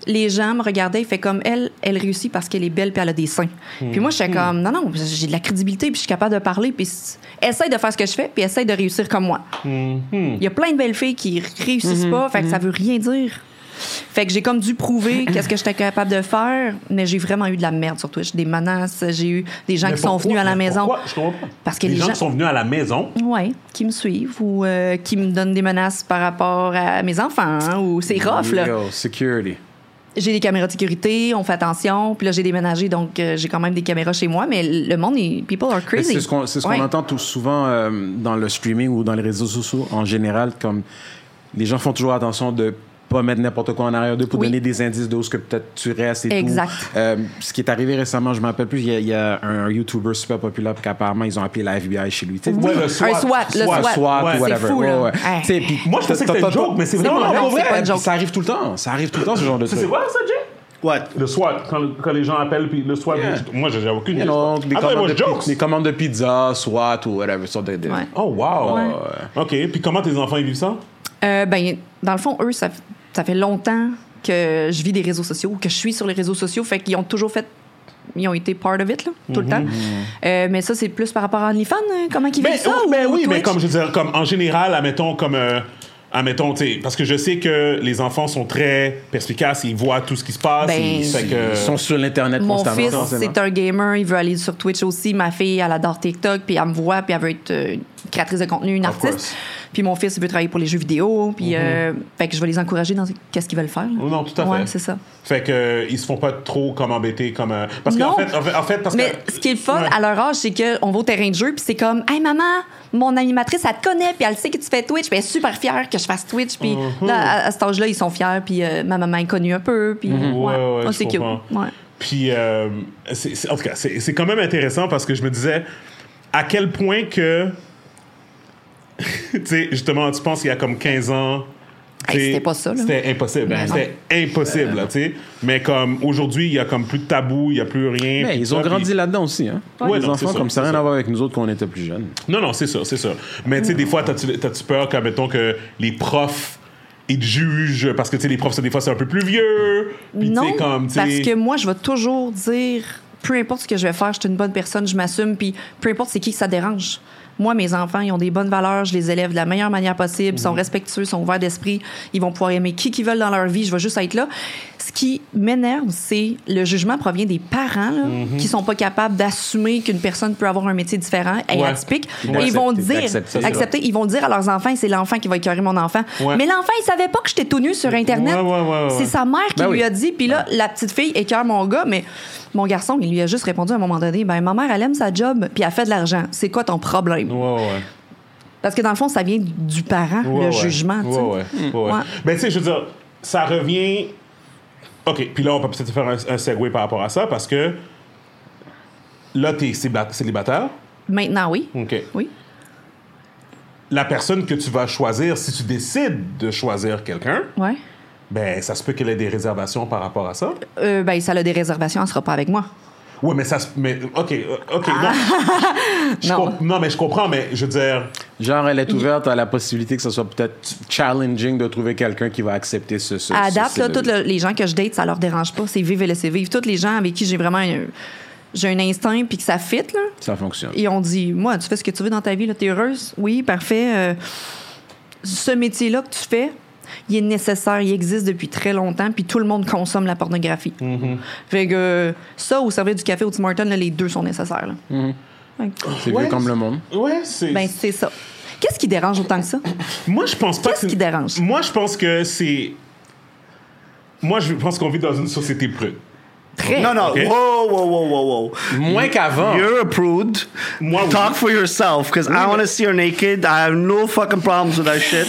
Speaker 5: les gens me regardaient, fait comme elle, elle réussit parce qu'elle est belle puis elle a des seins.
Speaker 3: Hmm.
Speaker 5: Puis moi, j'étais comme non non, j'ai de la crédibilité puis je suis capable de parler puis c- essaye de faire ce que je fais puis essaye de réussir comme moi. Il
Speaker 3: Hmm.
Speaker 5: y a plein de belles filles qui réussissent pas, fait que ça veut rien dire. Fait que j'ai comme dû prouver qu'est-ce que j'étais capable de faire, mais j'ai vraiment eu de la merde sur Twitch, des menaces, j'ai eu des gens
Speaker 3: Mais
Speaker 5: qui sont
Speaker 3: pourquoi?
Speaker 5: venus à la
Speaker 3: Mais
Speaker 5: maison.
Speaker 3: pourquoi? Je comprends pas.
Speaker 5: Parce que
Speaker 3: les,
Speaker 5: les
Speaker 3: gens
Speaker 5: gens-
Speaker 3: qui sont venus à la maison.
Speaker 5: Ouais, qui me suivent ou euh, qui me donnent des menaces par rapport à mes enfants hein, ou c'est rough là
Speaker 1: Yo, security.
Speaker 5: j'ai des caméras de sécurité, on fait attention. Puis là, j'ai déménagé, donc euh, j'ai quand même des caméras chez moi, mais le monde, est, people are
Speaker 1: Mais
Speaker 5: crazy.
Speaker 1: Ben, C'est ce qu'on c'est ce qu'on
Speaker 5: Ouais.
Speaker 1: entend tout souvent euh, dans le streaming ou dans les réseaux sociaux en général, comme les gens font toujours attention de pas mettre n'importe quoi en arrière d'eux pour
Speaker 5: Oui.
Speaker 1: donner des indices de où ce que peut-être tu restes et
Speaker 5: Exact.
Speaker 1: tout. Euh, ce qui est arrivé récemment, je me rappelle plus, il y a, il y a un YouTuber super populaire qu'apparemment ils ont appelé la FBI chez lui. Tu sais,
Speaker 3: Ouais, le
Speaker 5: un
Speaker 3: SWAT,
Speaker 5: SWAT, le
Speaker 1: Ouais,
Speaker 5: SWAT.
Speaker 1: SWAT
Speaker 3: Ouais.
Speaker 1: ou whatever.
Speaker 5: C'est fou,
Speaker 1: Ouais,
Speaker 5: là.
Speaker 1: ouais.
Speaker 5: Hey.
Speaker 1: Tu sais, puis
Speaker 3: Moi, je pensais que c'était
Speaker 1: t'as-
Speaker 3: une joke, mais c'est vraiment
Speaker 5: pas
Speaker 3: non,
Speaker 5: vrai,
Speaker 3: pour vrai.
Speaker 5: c'est pas une joke.
Speaker 1: Ça arrive tout le temps. Ça arrive tout le temps, ce genre de
Speaker 3: Ça,
Speaker 1: truc.
Speaker 3: c'est vrai, ça, Jay?
Speaker 4: What?
Speaker 3: Le SWAT, quand, quand les gens appellent, puis le SWAT.
Speaker 1: Yeah.
Speaker 3: Moi, j'ai j'ai aucune
Speaker 1: You
Speaker 3: idée.
Speaker 1: know, des,
Speaker 3: Ah, ouais, moi,
Speaker 1: commandes
Speaker 3: je
Speaker 1: de,
Speaker 3: jokes.
Speaker 1: pi- des commandes de pizza, SWAT ou whatever. sort de- de-
Speaker 5: Ouais.
Speaker 3: Oh, wow!
Speaker 5: Ouais.
Speaker 1: Euh,
Speaker 3: OK, puis comment tes enfants ils vivent ça?
Speaker 5: Euh, ben, dans le fond, eux, ça, f- ça fait longtemps que je vis des réseaux sociaux ou que je suis sur les réseaux sociaux, fait qu'ils ont toujours fait. Ils ont été part of it, là, tout
Speaker 3: Mm-hmm.
Speaker 5: le temps. Euh, mais ça, c'est plus par rapport à OnlyFans, hein, comment ils
Speaker 3: Ben,
Speaker 5: vivent ça?
Speaker 3: oh,
Speaker 5: ou
Speaker 3: ben oui, mais
Speaker 5: Twitch?
Speaker 3: comme je veux dire, comme en général, admettons, comme. euh, admettons, tu sais, parce que je sais que les enfants sont très perspicaces, ils voient tout ce qui se passe.
Speaker 5: Ben,
Speaker 3: ils, fait que-
Speaker 1: Ils sont sur l'Internet
Speaker 5: Mon
Speaker 1: constamment.
Speaker 5: fils,
Speaker 1: forcément.
Speaker 5: c'est un gamer, il veut aller sur Twitch aussi. Ma fille, elle adore TikTok, puis elle me voit, puis elle veut être euh, une créatrice de contenu, une
Speaker 1: course.
Speaker 5: artiste. Puis mon fils, il veut travailler pour les jeux vidéo, puis euh, fait que je vais les encourager dans qu'est-ce qu'ils veulent faire. là.
Speaker 3: Mm-hmm. Oh Non, tout à fait.
Speaker 5: Ouais, c'est ça.
Speaker 3: Fait que, euh, ils se font pas trop comme embêter, comme. euh, parce qu'en
Speaker 5: Non.
Speaker 3: fait, en fait, en fait, parce
Speaker 5: Mais
Speaker 3: que.
Speaker 5: ce qui est le fun
Speaker 3: Ouais.
Speaker 5: à leur âge, c'est qu'on va au terrain de jeu, puis c'est comme, hey maman, mon animatrice, elle te connaît, puis elle sait que tu fais Twitch, puis elle est super fière que je fasse Twitch, puis
Speaker 3: Mm-hmm.
Speaker 5: là, à, à cet âge-là, ils sont fiers, puis euh, ma maman est connue un peu, puis
Speaker 3: Mm-hmm. Ouais, ouais,
Speaker 5: Oh,
Speaker 3: je
Speaker 5: c'est cute.
Speaker 3: comprends.
Speaker 5: Ouais.
Speaker 3: Puis, euh, c'est- c'est- en tout cas, c'est c'est quand même intéressant parce que je me disais à quel point que. tu sais, justement, tu penses qu'il y a comme 15 ans. tu
Speaker 5: Hey,
Speaker 3: sais,
Speaker 5: c'était pas ça, là.
Speaker 3: C'était impossible. hein,
Speaker 5: Ben non.
Speaker 3: c'était impossible, là, tu sais. Mais comme aujourd'hui, il y a comme plus de tabou, il n'y a plus rien.
Speaker 1: Mais
Speaker 3: puis
Speaker 1: ils
Speaker 3: tout
Speaker 1: ont
Speaker 3: ça,
Speaker 1: grandi
Speaker 3: puis-
Speaker 1: là-dedans aussi. Hein?
Speaker 3: Ouais,
Speaker 1: les
Speaker 3: non, c'est
Speaker 1: enfants,
Speaker 3: ça,
Speaker 1: comme ça,
Speaker 3: c'est
Speaker 1: rien
Speaker 3: ça.
Speaker 1: à voir avec nous autres quand on était plus jeunes.
Speaker 3: Non, non, c'est ça, c'est ça. Mais tu sais, des fois, t'as-tu t'as-tu peur que, mettons, que les profs, ils te jugent parce que, tu sais, les profs, ça, des fois, c'est un peu plus vieux. Puis, tu sais,
Speaker 5: non,
Speaker 3: comme, tu sais-
Speaker 5: parce que moi, je vais toujours dire, peu importe ce que je vais faire, je suis une bonne personne, je m'assume, puis peu importe c'est qui que ça dérange. moi, mes enfants, ils ont des bonnes valeurs, je les élève de la meilleure manière possible, ils
Speaker 3: Mhm.
Speaker 5: sont respectueux, sont ouverts d'esprit, ils vont pouvoir aimer qui qu'ils veulent dans leur vie, je vais juste être là. Ce qui m'énerve, c'est le jugement provient des parents là,
Speaker 3: Mhm.
Speaker 5: qui sont pas capables d'assumer qu'une personne peut avoir un métier différent et
Speaker 3: Ouais.
Speaker 5: atypique.
Speaker 1: Ouais.
Speaker 5: Et ils vont
Speaker 1: D'accepter,
Speaker 5: dire,
Speaker 1: d'accepter,
Speaker 5: accepter, ils vont dire à leurs enfants, c'est l'enfant qui va écœurer mon enfant.
Speaker 3: Ouais.
Speaker 5: Mais l'enfant, il savait pas que j'étais tout nu sur Internet.
Speaker 3: Ouais, ouais, ouais, ouais.
Speaker 5: C'est sa mère qui
Speaker 1: Ben
Speaker 5: lui
Speaker 1: oui.
Speaker 5: a dit, puis là, la petite fille écœure mon gars, mais mon garçon, il lui a juste répondu à un moment donné, ben ma mère, elle aime sa job, puis elle fait de l'argent. C'est quoi ton problème?
Speaker 3: Ouais, ouais.
Speaker 5: Parce que dans le fond, ça vient du parent,
Speaker 3: Ouais,
Speaker 5: le
Speaker 3: ouais.
Speaker 5: jugement. tu sais. Hmm.
Speaker 3: Ouais, ouais. Ouais, ouais.
Speaker 5: Ouais.
Speaker 3: Ben, tu sais, je veux dire, ça revient. OK, puis là, on peut peut-être faire un, un segue par rapport à ça parce que là, t'es céba- célibataire.
Speaker 5: Maintenant, oui.
Speaker 3: OK.
Speaker 5: Oui.
Speaker 3: La personne que tu vas choisir, si tu décides de choisir quelqu'un,
Speaker 5: Ouais.
Speaker 3: ben, ça se peut qu'elle ait des réservations par rapport à ça.
Speaker 5: Euh, ben, ça a des réservations, elle sera pas avec moi.
Speaker 3: Oui, mais ça se. Mais, OK, euh, OK, non. Je
Speaker 5: Non.
Speaker 3: comp- non, mais je comprends, mais je veux dire.
Speaker 1: Genre, elle est ouverte à la possibilité que ce soit peut-être challenging de trouver quelqu'un qui va accepter ce. ce
Speaker 5: À
Speaker 1: ce
Speaker 5: date, là,
Speaker 1: style de
Speaker 5: tous le- les gens que je date, ça leur dérange pas. C'est vivre et laisser vivre. Tous les gens avec qui j'ai vraiment un, j'ai un instinct puis que ça fit, là,
Speaker 1: vie. Ça fonctionne.
Speaker 5: ils ont dit Moi, tu fais ce que tu veux dans ta vie, là, t'es heureuse. Oui, parfait. Euh, ce métier-là que tu fais, il est nécessaire, il existe depuis très longtemps, puis tout le monde consomme la pornographie.
Speaker 3: Mm-hmm.
Speaker 5: Fait que euh, ça, ou servir du café au Tim Hortons, là, les deux sont nécessaires. là.
Speaker 3: Mm-hmm.
Speaker 5: Fait que-
Speaker 1: C'est
Speaker 3: Ouais,
Speaker 1: vieux comme le monde.
Speaker 3: Ouais, c'est.
Speaker 5: Ben, c'est ça. Qu'est-ce qui dérange autant que ça?
Speaker 3: Moi, je pense pas
Speaker 5: Qu'est-ce
Speaker 3: que c'est-
Speaker 5: qui dérange?
Speaker 3: Moi, je pense que c'est. Moi, je pense qu'on vit dans une société prude.
Speaker 5: Très.
Speaker 4: Non, non.
Speaker 3: Ok.
Speaker 4: Whoa, whoa, whoa, whoa, whoa.
Speaker 1: Moins qu'avant.
Speaker 4: You're a prude.
Speaker 3: Moi, oui.
Speaker 4: Talk for yourself, because I want to see her naked. I have no fucking problems with that shit.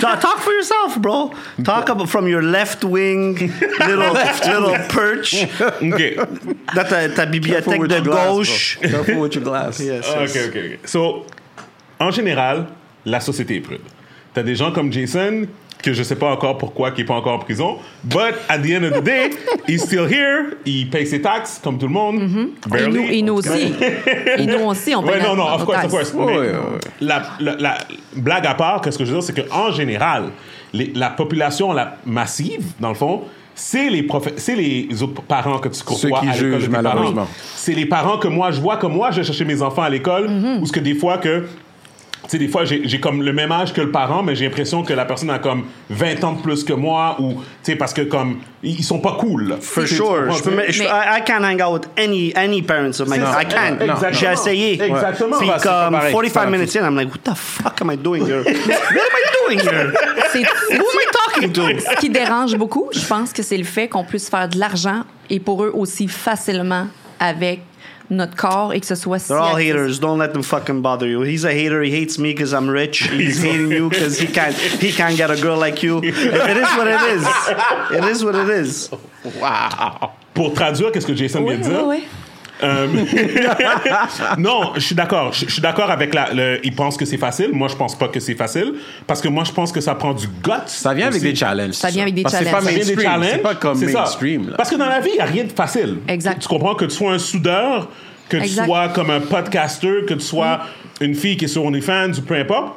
Speaker 4: Ta- talk for yourself, bro. Talk about from your left wing little little perch.
Speaker 3: OK.
Speaker 4: Dans ta, ta bibliothèque de gauche.
Speaker 1: Careful with your glass.
Speaker 4: Yes,
Speaker 3: Ah,
Speaker 4: yes.
Speaker 3: OK, OK, OK. So, en général, la société est prude. T'as des gens comme Jason, que je sais pas encore pourquoi, qui est pas encore en prison, but at the end of the day, he's still here, il paye ses taxes, comme tout le monde.
Speaker 5: Et
Speaker 3: Barely.
Speaker 5: nous, et nous aussi. et nous aussi, on peut.
Speaker 3: Ouais, non, non, of course, of course. Mais
Speaker 1: Ouais, ouais.
Speaker 3: La, la- la- blague à part, que ce que je veux dire, c'est qu'en général, les- la population la, massive, dans le fond, c'est les, prof- c'est les autres parents que tu côtoies
Speaker 1: qui
Speaker 3: à l'école de
Speaker 1: jugent,
Speaker 3: tes parents.
Speaker 1: malheureusement.
Speaker 3: C'est les parents que moi, je vois, que moi, je vais chercher mes enfants à l'école, ou ce que des fois que... Tu sais, des fois, j'ai j'ai comme le même âge que le parent, mais j'ai l'impression que la personne a comme 20 ans de plus que moi, ou, tu sais, parce que comme, ils ils sont pas cool. là.
Speaker 4: For
Speaker 3: Tu sais, tu
Speaker 4: sure.
Speaker 3: comprends,
Speaker 4: Je peux me- je-
Speaker 5: Mais-
Speaker 4: I, I can't hang out with any, any parents of my
Speaker 3: C'est
Speaker 4: kids.
Speaker 3: ça.
Speaker 4: I can't.
Speaker 1: Non, non.
Speaker 4: J'ai essayé.
Speaker 3: Exactement.
Speaker 4: Puis
Speaker 1: Ouais, c'est pas
Speaker 4: comme
Speaker 1: pareil.
Speaker 4: 45
Speaker 1: C'est
Speaker 4: minutes in, I'm like, what the fuck am I doing here? what am I doing here?
Speaker 5: C'est
Speaker 4: Who am I talking to?
Speaker 5: ce qui dérange beaucoup. Je pense que c'est le fait qu'on puisse faire de l'argent et pour eux aussi facilement avec notre corps et que ce soit si.
Speaker 4: They're all
Speaker 5: accessible.
Speaker 4: haters. Don't let them fucking bother you. He's a hater. He hates me because I'm rich. He's hating you because he can't. He can't get a girl like you. It is what it is. It is what it is.
Speaker 3: Pour traduire, qu'est-ce que Jason
Speaker 5: Oui,
Speaker 3: vient de
Speaker 5: oui,
Speaker 3: dire?
Speaker 5: oui.
Speaker 3: Non, je suis d'accord. Je je suis d'accord avec la. Le, ils pensent que c'est facile. Moi, je pense pas que c'est facile parce que moi, je pense que ça prend du guts.
Speaker 1: Ça vient avec
Speaker 3: aussi.
Speaker 1: des challenges.
Speaker 5: Ça vient avec des
Speaker 1: Parce que C'est
Speaker 5: challenges.
Speaker 3: Ça
Speaker 1: pas
Speaker 3: vient des
Speaker 1: mainstream.
Speaker 3: challenges.
Speaker 1: C'est pas comme
Speaker 3: C'est ça.
Speaker 1: mainstream. là.
Speaker 3: Parce que dans la vie, il y a rien de facile.
Speaker 5: Exact.
Speaker 3: Tu, tu comprends que tu sois un soudeur, que tu
Speaker 5: Exact. Mm.
Speaker 3: sois comme un podcaster, que tu sois une fille qui est sur OnlyFans ou peu importe.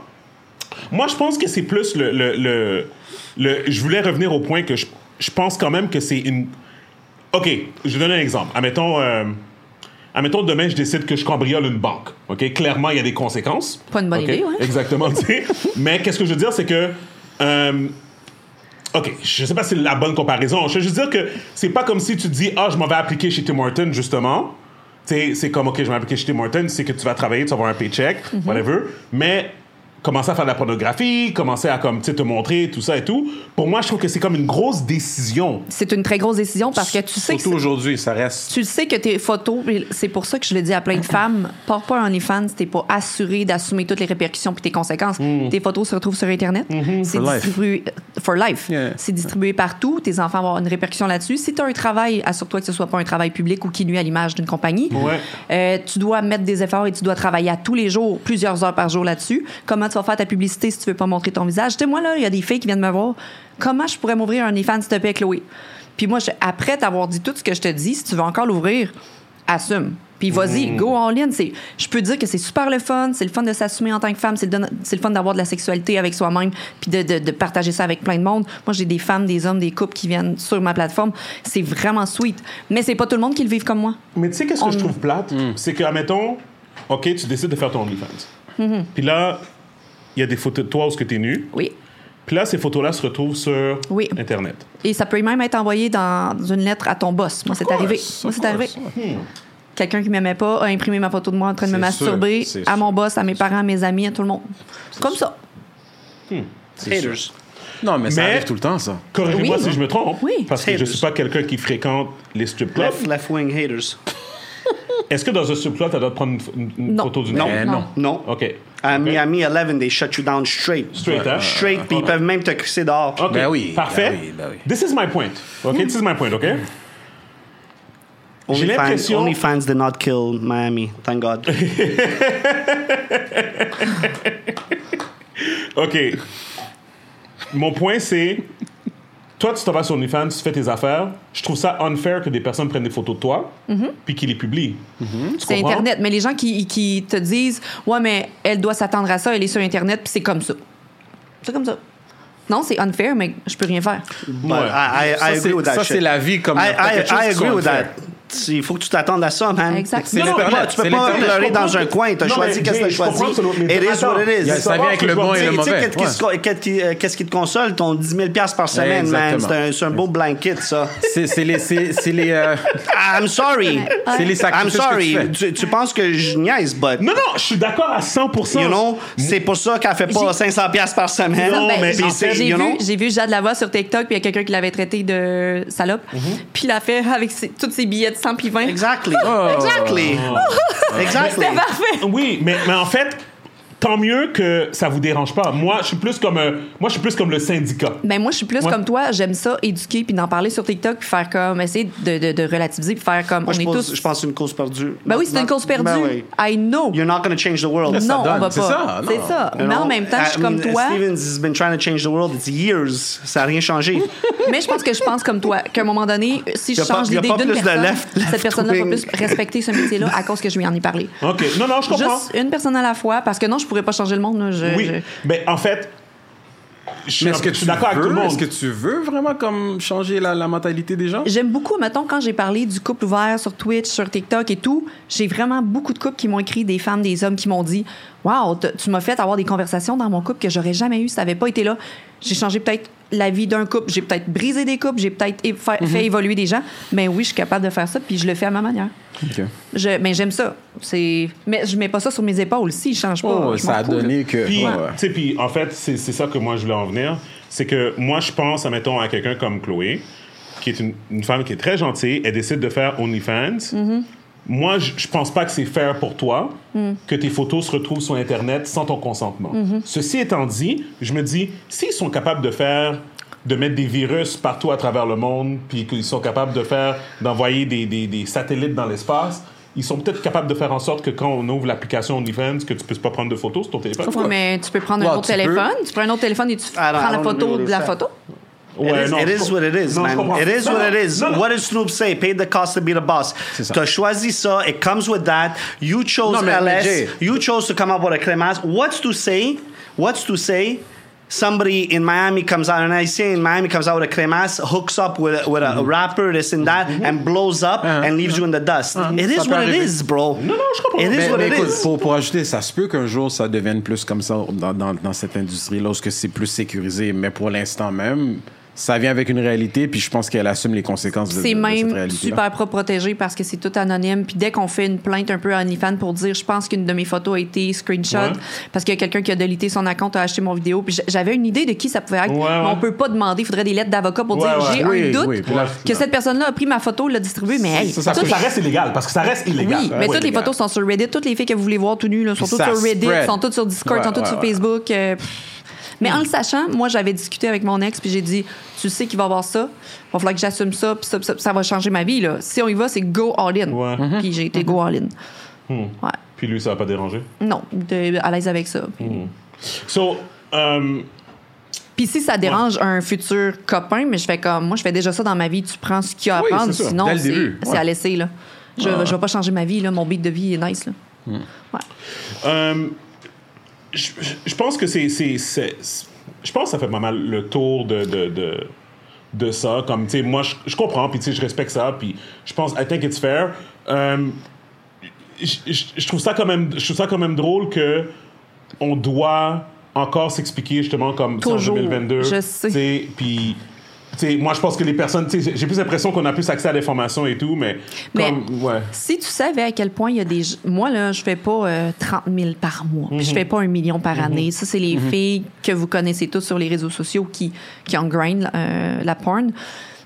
Speaker 3: Moi, je pense que c'est plus le, le, le, le- Je voulais revenir au point que je, je pense quand même que c'est une. OK, je vais donner un exemple. Admettons, euh, admettons demain, je décide que je cambriole une banque. OK, clairement, il y a des conséquences.
Speaker 5: Pas une bonne
Speaker 3: OK?
Speaker 5: idée, ouais.
Speaker 3: Exactement. tu sais. Mais qu'est-ce que je veux dire, c'est que. euh, OK, je sais pas si c'est la bonne comparaison. Je veux juste dire que c'est pas comme si tu dis Ah, je m'en vais appliquer chez Tim Hortons, justement. Tu sais, c'est comme OK, je vais m'appliquer chez Tim Hortons, c'est que tu vas travailler, tu vas avoir un paycheck,
Speaker 5: Mhm.
Speaker 3: whatever. Mais commencer à faire de la pornographie, commencer à comme, tu sais, te montrer, tout ça et tout. Pour moi, je trouve que c'est comme une grosse décision.
Speaker 5: C'est une très grosse décision parce que tu sais que
Speaker 1: Surtout aujourd'hui, ça reste.
Speaker 5: tu le sais que tes photos, et c'est pour ça que je le dis à plein de femmes, porte pas un OnlyFans si t'es pas assuré d'assumer toutes les répercussions puis tes conséquences.
Speaker 4: Mm.
Speaker 5: Tes photos se retrouvent sur Internet.
Speaker 4: Mm-hmm.
Speaker 5: C'est
Speaker 1: For life.
Speaker 5: distribué for life.
Speaker 1: Yeah.
Speaker 5: C'est distribué partout. Tes enfants vont avoir une répercussion là-dessus. Si tu as un travail, assure-toi que ce soit pas un travail public ou qui nuit à l'image d'une compagnie.
Speaker 3: Ouais.
Speaker 5: Euh, tu dois mettre des efforts et tu dois travailler à tous les jours, plusieurs heures par jour là-dessus. Comment tu vas faire ta publicité si tu veux pas montrer ton visage? Tu sais, moi, là, il y a des filles qui viennent me voir. Comment je pourrais m'ouvrir un OnlyFans, s'il te plaît, Chloé? Puis moi, je- après t'avoir dit tout ce que je te dis, si tu veux encore l'ouvrir, assume. Puis vas-y, go en ligne. C'est, je peux dire que c'est super le fun, c'est le fun de s'assumer en tant que femme, c'est le, don- c'est le fun d'avoir de la sexualité avec soi-même, puis de, de- de partager ça avec plein de monde. Moi, j'ai des femmes, des hommes, des couples qui viennent sur ma plateforme. C'est vraiment sweet. Mais c'est pas tout le monde qui le vive comme moi. Mm.
Speaker 1: Mm.
Speaker 3: Mais tu sais, qu'est-ce que je trouve plate? C'est que, admettons, OK, tu décides de faire ton OnlyFans.
Speaker 5: Mm-hmm.
Speaker 3: Puis là, il y a des photos de toi où tu es nu.
Speaker 5: Oui.
Speaker 3: Puis là, ces photos-là se retrouvent sur
Speaker 5: Oui.
Speaker 3: Internet.
Speaker 5: Et ça peut même être envoyé dans une lettre à ton boss. Moi, c'est
Speaker 1: course,
Speaker 5: arrivé.
Speaker 1: of
Speaker 5: Moi, c'est arrivé.
Speaker 1: course, Hmm.
Speaker 5: Quelqu'un qui m'aimait pas a imprimé ma photo de moi en train de me
Speaker 1: C'est sûr,
Speaker 5: masturber
Speaker 1: c'est
Speaker 5: à
Speaker 1: sûr.
Speaker 5: mon boss, à mes parents, à mes amis, à tout le monde. Comme ça.
Speaker 1: c'est sûr. Non, mais, ça
Speaker 3: Mais-
Speaker 1: arrive tout le temps, ça.
Speaker 3: Corrigez-moi
Speaker 5: Oui.
Speaker 3: si je me trompe.
Speaker 5: Oui.
Speaker 3: Parce que je ne
Speaker 4: Haters.
Speaker 3: suis pas quelqu'un qui fréquente les strip clubs.
Speaker 4: Left, left wing haters.
Speaker 3: Est-ce que dans un strip club, tu dois prendre une, une
Speaker 5: Non.
Speaker 3: photo d'une
Speaker 4: Non.
Speaker 1: Eh, non.
Speaker 4: Non.
Speaker 3: OK.
Speaker 4: À Miami 11, they shut you down straight.
Speaker 3: Straight, hein?
Speaker 4: Straight, puis ils peuvent même te crisser dehors.
Speaker 3: OK.
Speaker 1: Ben oui, ben
Speaker 3: Parfait.
Speaker 1: oui, ben oui.
Speaker 3: This is my point. OK?
Speaker 5: Mm.
Speaker 3: This is my point, OK? J'ai
Speaker 4: OnlyFans
Speaker 3: l'impression-
Speaker 4: OnlyFans did not kill Miami, thank God.
Speaker 3: OK. Mon point, c'est... Toi, tu te vas sur OnlyFans, tu fais tes affaires. Je trouve ça unfair que des personnes prennent des photos de toi puis qu'ils les publient. Tu
Speaker 5: Mm-hmm. C'est
Speaker 3: comprends?
Speaker 5: Internet. Mais les gens qui, qui te disent Ouais, mais elle doit s'attendre à ça, elle est sur Internet, puis c'est comme ça. C'est comme ça. Non, c'est unfair, mais je peux rien faire.
Speaker 4: But I, I,
Speaker 1: Ça,
Speaker 4: I
Speaker 1: c'est-
Speaker 4: agree with that
Speaker 1: ça,
Speaker 4: shit.
Speaker 1: c'est la vie comme
Speaker 4: I,
Speaker 1: n'importe
Speaker 4: I,
Speaker 1: quelle chose
Speaker 4: I
Speaker 1: qu'ils
Speaker 4: agree
Speaker 1: sont
Speaker 4: with
Speaker 1: faits.
Speaker 4: that. Il faut que tu t'attendes à ça, man.
Speaker 5: Exact.
Speaker 1: Hmm. C'est
Speaker 5: Non,
Speaker 4: Tu
Speaker 5: non,
Speaker 4: peux
Speaker 1: l'Internet.
Speaker 4: pas, tu peux
Speaker 1: c'est
Speaker 4: pas
Speaker 1: l'Internet.
Speaker 4: pleurer
Speaker 3: Je comprends
Speaker 4: dans un
Speaker 3: que-
Speaker 4: coin. T'as
Speaker 3: Non,
Speaker 4: choisi
Speaker 3: mais
Speaker 4: qu'est-ce que t'as
Speaker 3: je comprends
Speaker 4: choisi.
Speaker 3: que c'est l'autre, mais
Speaker 4: It is
Speaker 3: attends.
Speaker 4: what it is.
Speaker 3: Yeah,
Speaker 1: Ça, vient avec le bon
Speaker 4: Tu
Speaker 1: et
Speaker 4: sais,
Speaker 1: le
Speaker 4: tu sais,
Speaker 1: mauvais.
Speaker 4: qu'est-ce qui se- qu'est-ce qui, euh, qu'est-ce qui te console? Ton 10 000 par semaine, man.
Speaker 1: Exactement.
Speaker 4: C'est un, c'est un beau blanket, ça.
Speaker 1: C'est c'est les, c'est c'est les, euh,
Speaker 4: I'm sorry.
Speaker 1: c'est les
Speaker 4: I'm
Speaker 1: sacrifices que
Speaker 4: sorry.
Speaker 1: tu fais.
Speaker 4: Tu, tu penses que je niaise, but...
Speaker 3: Non, non, je suis d'accord à 100%.
Speaker 4: You know, c'est pour ça qu'elle fait pas
Speaker 5: J'ai-
Speaker 4: 500 par semaine.
Speaker 3: Non,
Speaker 5: Ben,
Speaker 3: mais
Speaker 5: j'ai-
Speaker 4: Puis c'est-
Speaker 5: j'ai
Speaker 4: you
Speaker 5: vu,
Speaker 4: know?
Speaker 5: j'ai vu Jade Lavoie sur TikTok, puis il y a quelqu'un qui l'avait traité de salope.
Speaker 1: Mm-hmm.
Speaker 5: Puis il a fait avec ses- tous ses billets de 100 puis 20.
Speaker 4: Exactly.
Speaker 1: Oh.
Speaker 4: Exactly. Exactly.
Speaker 5: C'était parfait.
Speaker 3: Oui, mais, mais en fait, tant mieux que ça vous dérange pas. Moi, je suis plus comme, euh, moi, je suis plus comme le syndicat.
Speaker 5: Ben moi, je suis plus
Speaker 3: Moi-
Speaker 5: comme toi. J'aime ça, éduquer, puis d'en parler sur TikTok, puis faire comme, essayer de, de, de relativiser, puis faire comme,
Speaker 4: Moi,
Speaker 5: on
Speaker 4: je
Speaker 5: est
Speaker 4: pense,
Speaker 5: tous...
Speaker 4: je pense que c'est une cause perdue.
Speaker 5: Ben oui, c'est
Speaker 4: Not-
Speaker 5: une cause perdue.
Speaker 4: Ben oui.
Speaker 5: I know.
Speaker 4: You're not going to change the world.
Speaker 5: non,
Speaker 1: donne.
Speaker 5: on va pas.
Speaker 1: C'est ça, non.
Speaker 5: C'est ça. Mais en même temps, je suis comme toi.
Speaker 4: Stevens has been trying to change the world. It's years. Ça n'a rien changé.
Speaker 5: Mais je pense que je pense comme toi, qu'à un moment donné, si je
Speaker 4: Y a pas-
Speaker 5: change
Speaker 4: y a
Speaker 5: l'idée
Speaker 4: pas
Speaker 5: d'une
Speaker 4: plus de
Speaker 5: personne,
Speaker 4: left- left
Speaker 5: cette personne-là va
Speaker 4: wing.
Speaker 5: plus respecter ce métier-là à cause que je lui en ai parlé.
Speaker 3: OK. Non, non, je comprends.
Speaker 5: Juste une personne à la fois, parce que non, je pourrais pas changer le monde. là. Je,
Speaker 3: oui.
Speaker 5: je-
Speaker 3: Mais en fait, je suis,
Speaker 1: Mais
Speaker 3: un-
Speaker 1: est-ce que
Speaker 3: je
Speaker 1: tu
Speaker 3: suis d'accord avec tout le
Speaker 1: veux,
Speaker 3: monde.
Speaker 1: est-ce que tu veux vraiment comme changer la, la mentalité des gens?
Speaker 5: J'aime beaucoup, mettons, quand j'ai parlé du couple ouvert sur Twitch, sur TikTok et tout, j'ai vraiment beaucoup de couples qui m'ont écrit, des femmes, des hommes qui m'ont dit Wow, t- tu m'as fait avoir des conversations dans mon couple que j'aurais jamais eu si ça n'avait pas été là. J'ai changé peut-être la vie d'un couple, j'ai peut-être brisé des couples, j'ai peut-être é- fa- fait évoluer des gens. Mais oui, je suis capable de faire ça, puis je le fais à ma manière.
Speaker 1: Ok.
Speaker 5: Je, mais j'aime ça. C'est, mais je mets pas ça sur mes épaules. Si je change pas,
Speaker 1: Oh,
Speaker 5: je m'en
Speaker 1: ça a
Speaker 5: fous, là.
Speaker 1: donné que.
Speaker 3: Puis,
Speaker 1: Ouais, ouais.
Speaker 3: tu sais, puis en fait, c'est c'est ça que moi, je voulais en venir. C'est que moi, je pense, admettons, à quelqu'un comme Chloé, qui est une, une femme qui est très gentille. Elle décide de faire OnlyFans.
Speaker 1: Mm-hmm.
Speaker 3: Moi, je je pense pas que c'est fair pour toi
Speaker 1: Mm.
Speaker 3: que tes photos se retrouvent sur Internet sans ton consentement.
Speaker 1: Mm-hmm.
Speaker 3: Ceci étant dit, je me dis, s'ils sont capables de faire de mettre des virus partout à travers le monde, puis qu'ils sont capables de faire, d'envoyer des, des- des satellites dans l'espace, ils sont peut-être capables de faire en sorte que quand on ouvre l'application OnlyFans, que tu puisses pas prendre de photos sur ton téléphone.
Speaker 5: Ouais, mais tu peux prendre
Speaker 1: Ouais,
Speaker 5: un autre
Speaker 1: tu peux.
Speaker 5: téléphone. Tu prends un autre téléphone et tu
Speaker 4: Ah, non,
Speaker 5: prends la
Speaker 4: on
Speaker 5: photo
Speaker 4: oublie
Speaker 5: de la
Speaker 4: ça.
Speaker 5: photo.
Speaker 3: Ouais,
Speaker 4: it is,
Speaker 3: non,
Speaker 4: it
Speaker 3: je
Speaker 4: is
Speaker 3: comprends.
Speaker 4: what it is,
Speaker 3: Non, je
Speaker 4: man.
Speaker 3: comprends.
Speaker 4: It is
Speaker 3: Non,
Speaker 4: what it
Speaker 3: non,
Speaker 4: is.
Speaker 3: non, non.
Speaker 4: What did Snoop say? Pay the cost to be the boss.
Speaker 1: C'est ça.
Speaker 4: T'as choisi ça. It comes with that. You chose
Speaker 1: Non, mais- mais
Speaker 4: LS.
Speaker 1: Jay-
Speaker 4: you chose to come up with a Clemence. What's to say? What's to say? Somebody in Miami comes out, an Haitian in Miami comes out with a cremas, hooks up with a, with a rapper, this and that, and blows up
Speaker 1: Mm-hmm. Uh-huh.
Speaker 4: and leaves you in the dust. It
Speaker 1: Ça
Speaker 4: is
Speaker 1: peut
Speaker 4: what it
Speaker 1: arriver.
Speaker 4: is, bro.
Speaker 3: Non, non, je comprends.
Speaker 4: It is
Speaker 1: Mais,
Speaker 4: what
Speaker 1: mais
Speaker 4: it
Speaker 1: écoute,
Speaker 4: is.
Speaker 1: pour, pour ajouter, ça se peut qu'un jour ça devienne plus comme ça dans, dans, dans cette industrie, lorsque c'est plus sécurisé. Mais pour l'instant même, ça vient avec une réalité, puis je pense qu'elle assume les conséquences de,
Speaker 5: C'est
Speaker 1: de cette
Speaker 5: même
Speaker 1: réalité.
Speaker 5: super propre protégé parce que c'est tout anonyme. Puis dès qu'on fait une plainte un peu à OnlyFans pour dire je pense qu'une de mes photos a été screenshot
Speaker 3: Ouais.
Speaker 5: parce qu'il y a quelqu'un qui a délité son compte a acheté mon vidéo. Puis j- j'avais une idée de qui ça pouvait être.
Speaker 3: Ouais, ouais.
Speaker 5: Mais on peut pas demander. Il faudrait des lettres d'avocat pour
Speaker 3: Ouais,
Speaker 5: dire
Speaker 3: ouais.
Speaker 5: j'ai
Speaker 1: Oui,
Speaker 5: un doute
Speaker 1: oui, puis là,
Speaker 5: que
Speaker 1: là.
Speaker 5: cette personne-là a pris ma photo, l'a distribuée. Mais hey,
Speaker 1: Ça, ça
Speaker 5: toutes-
Speaker 1: peut-
Speaker 3: Ça reste illégal, parce que ça reste illégal.
Speaker 5: Oui, mais
Speaker 3: Ouais,
Speaker 5: toutes les
Speaker 3: illégal.
Speaker 5: photos sont sur Reddit. Toutes les filles que vous voulez voir tout nues là, sont
Speaker 1: Puis
Speaker 5: toutes
Speaker 1: ça
Speaker 5: sur Reddit,
Speaker 1: spread.
Speaker 5: sont toutes sur Discord,
Speaker 1: Ouais,
Speaker 5: sont toutes
Speaker 1: ouais,
Speaker 5: sur
Speaker 1: ouais.
Speaker 5: Facebook. euh, pff. mais en le sachant, moi, j'avais discuté avec mon ex, puis j'ai dit Tu sais qu'il va y avoir ça, il va falloir que j'assume ça, puis ça, puis ça, puis ça va changer ma vie. Là. Si on y va, c'est go all-in.
Speaker 3: Ouais.
Speaker 5: Puis j'ai
Speaker 1: Mm-hmm.
Speaker 5: été go all-in.
Speaker 1: Hmm.
Speaker 5: Ouais.
Speaker 3: Puis lui, ça va pas déranger.
Speaker 5: Non, de- à l'aise avec ça.
Speaker 1: Hmm.
Speaker 5: Puis-
Speaker 3: So, euh,
Speaker 5: Puis si ça dérange un futur copain, mais je fais comme moi, je fais déjà ça dans ma vie, tu prends ce qu'il y a à
Speaker 3: Oui,
Speaker 5: prendre,
Speaker 3: c'est ça,
Speaker 5: sinon
Speaker 1: dès le
Speaker 5: c'est
Speaker 1: début,
Speaker 5: c'est
Speaker 1: ouais.
Speaker 5: à laisser. Là. Je ne vais pas changer ma vie, là. mon beat de vie est nice. Là. Ouais.
Speaker 3: euh, je je pense que c'est. c'est- c'est- c'est- Je pense que ça fait pas mal le tour de, de, de, de ça. Comme, tu sais, moi, je, je comprends, puis tu sais, je respecte ça, puis je pense, I think it's fair. Euh, je, je- je trouve ça quand même, je trouve ça quand même drôle que on doit encore s'expliquer justement comme ça
Speaker 5: Toujours.
Speaker 3: en 2022.
Speaker 5: Je sais.
Speaker 3: tu sais, Puis, tu sais, moi je pense que les personnes, tu sais, j'ai plus l'impression qu'on a plus accès à l'information et tout, mais,
Speaker 5: Mais-
Speaker 3: comme, ouais.
Speaker 5: Si tu savais à quel point il y a des. g- Moi, là, je fais pas euh, 30 000 par mois. puis Je fais pas un million par année. Ça, c'est les filles que vous connaissez toutes sur les réseaux sociaux qui, qui ont grind euh, la porn.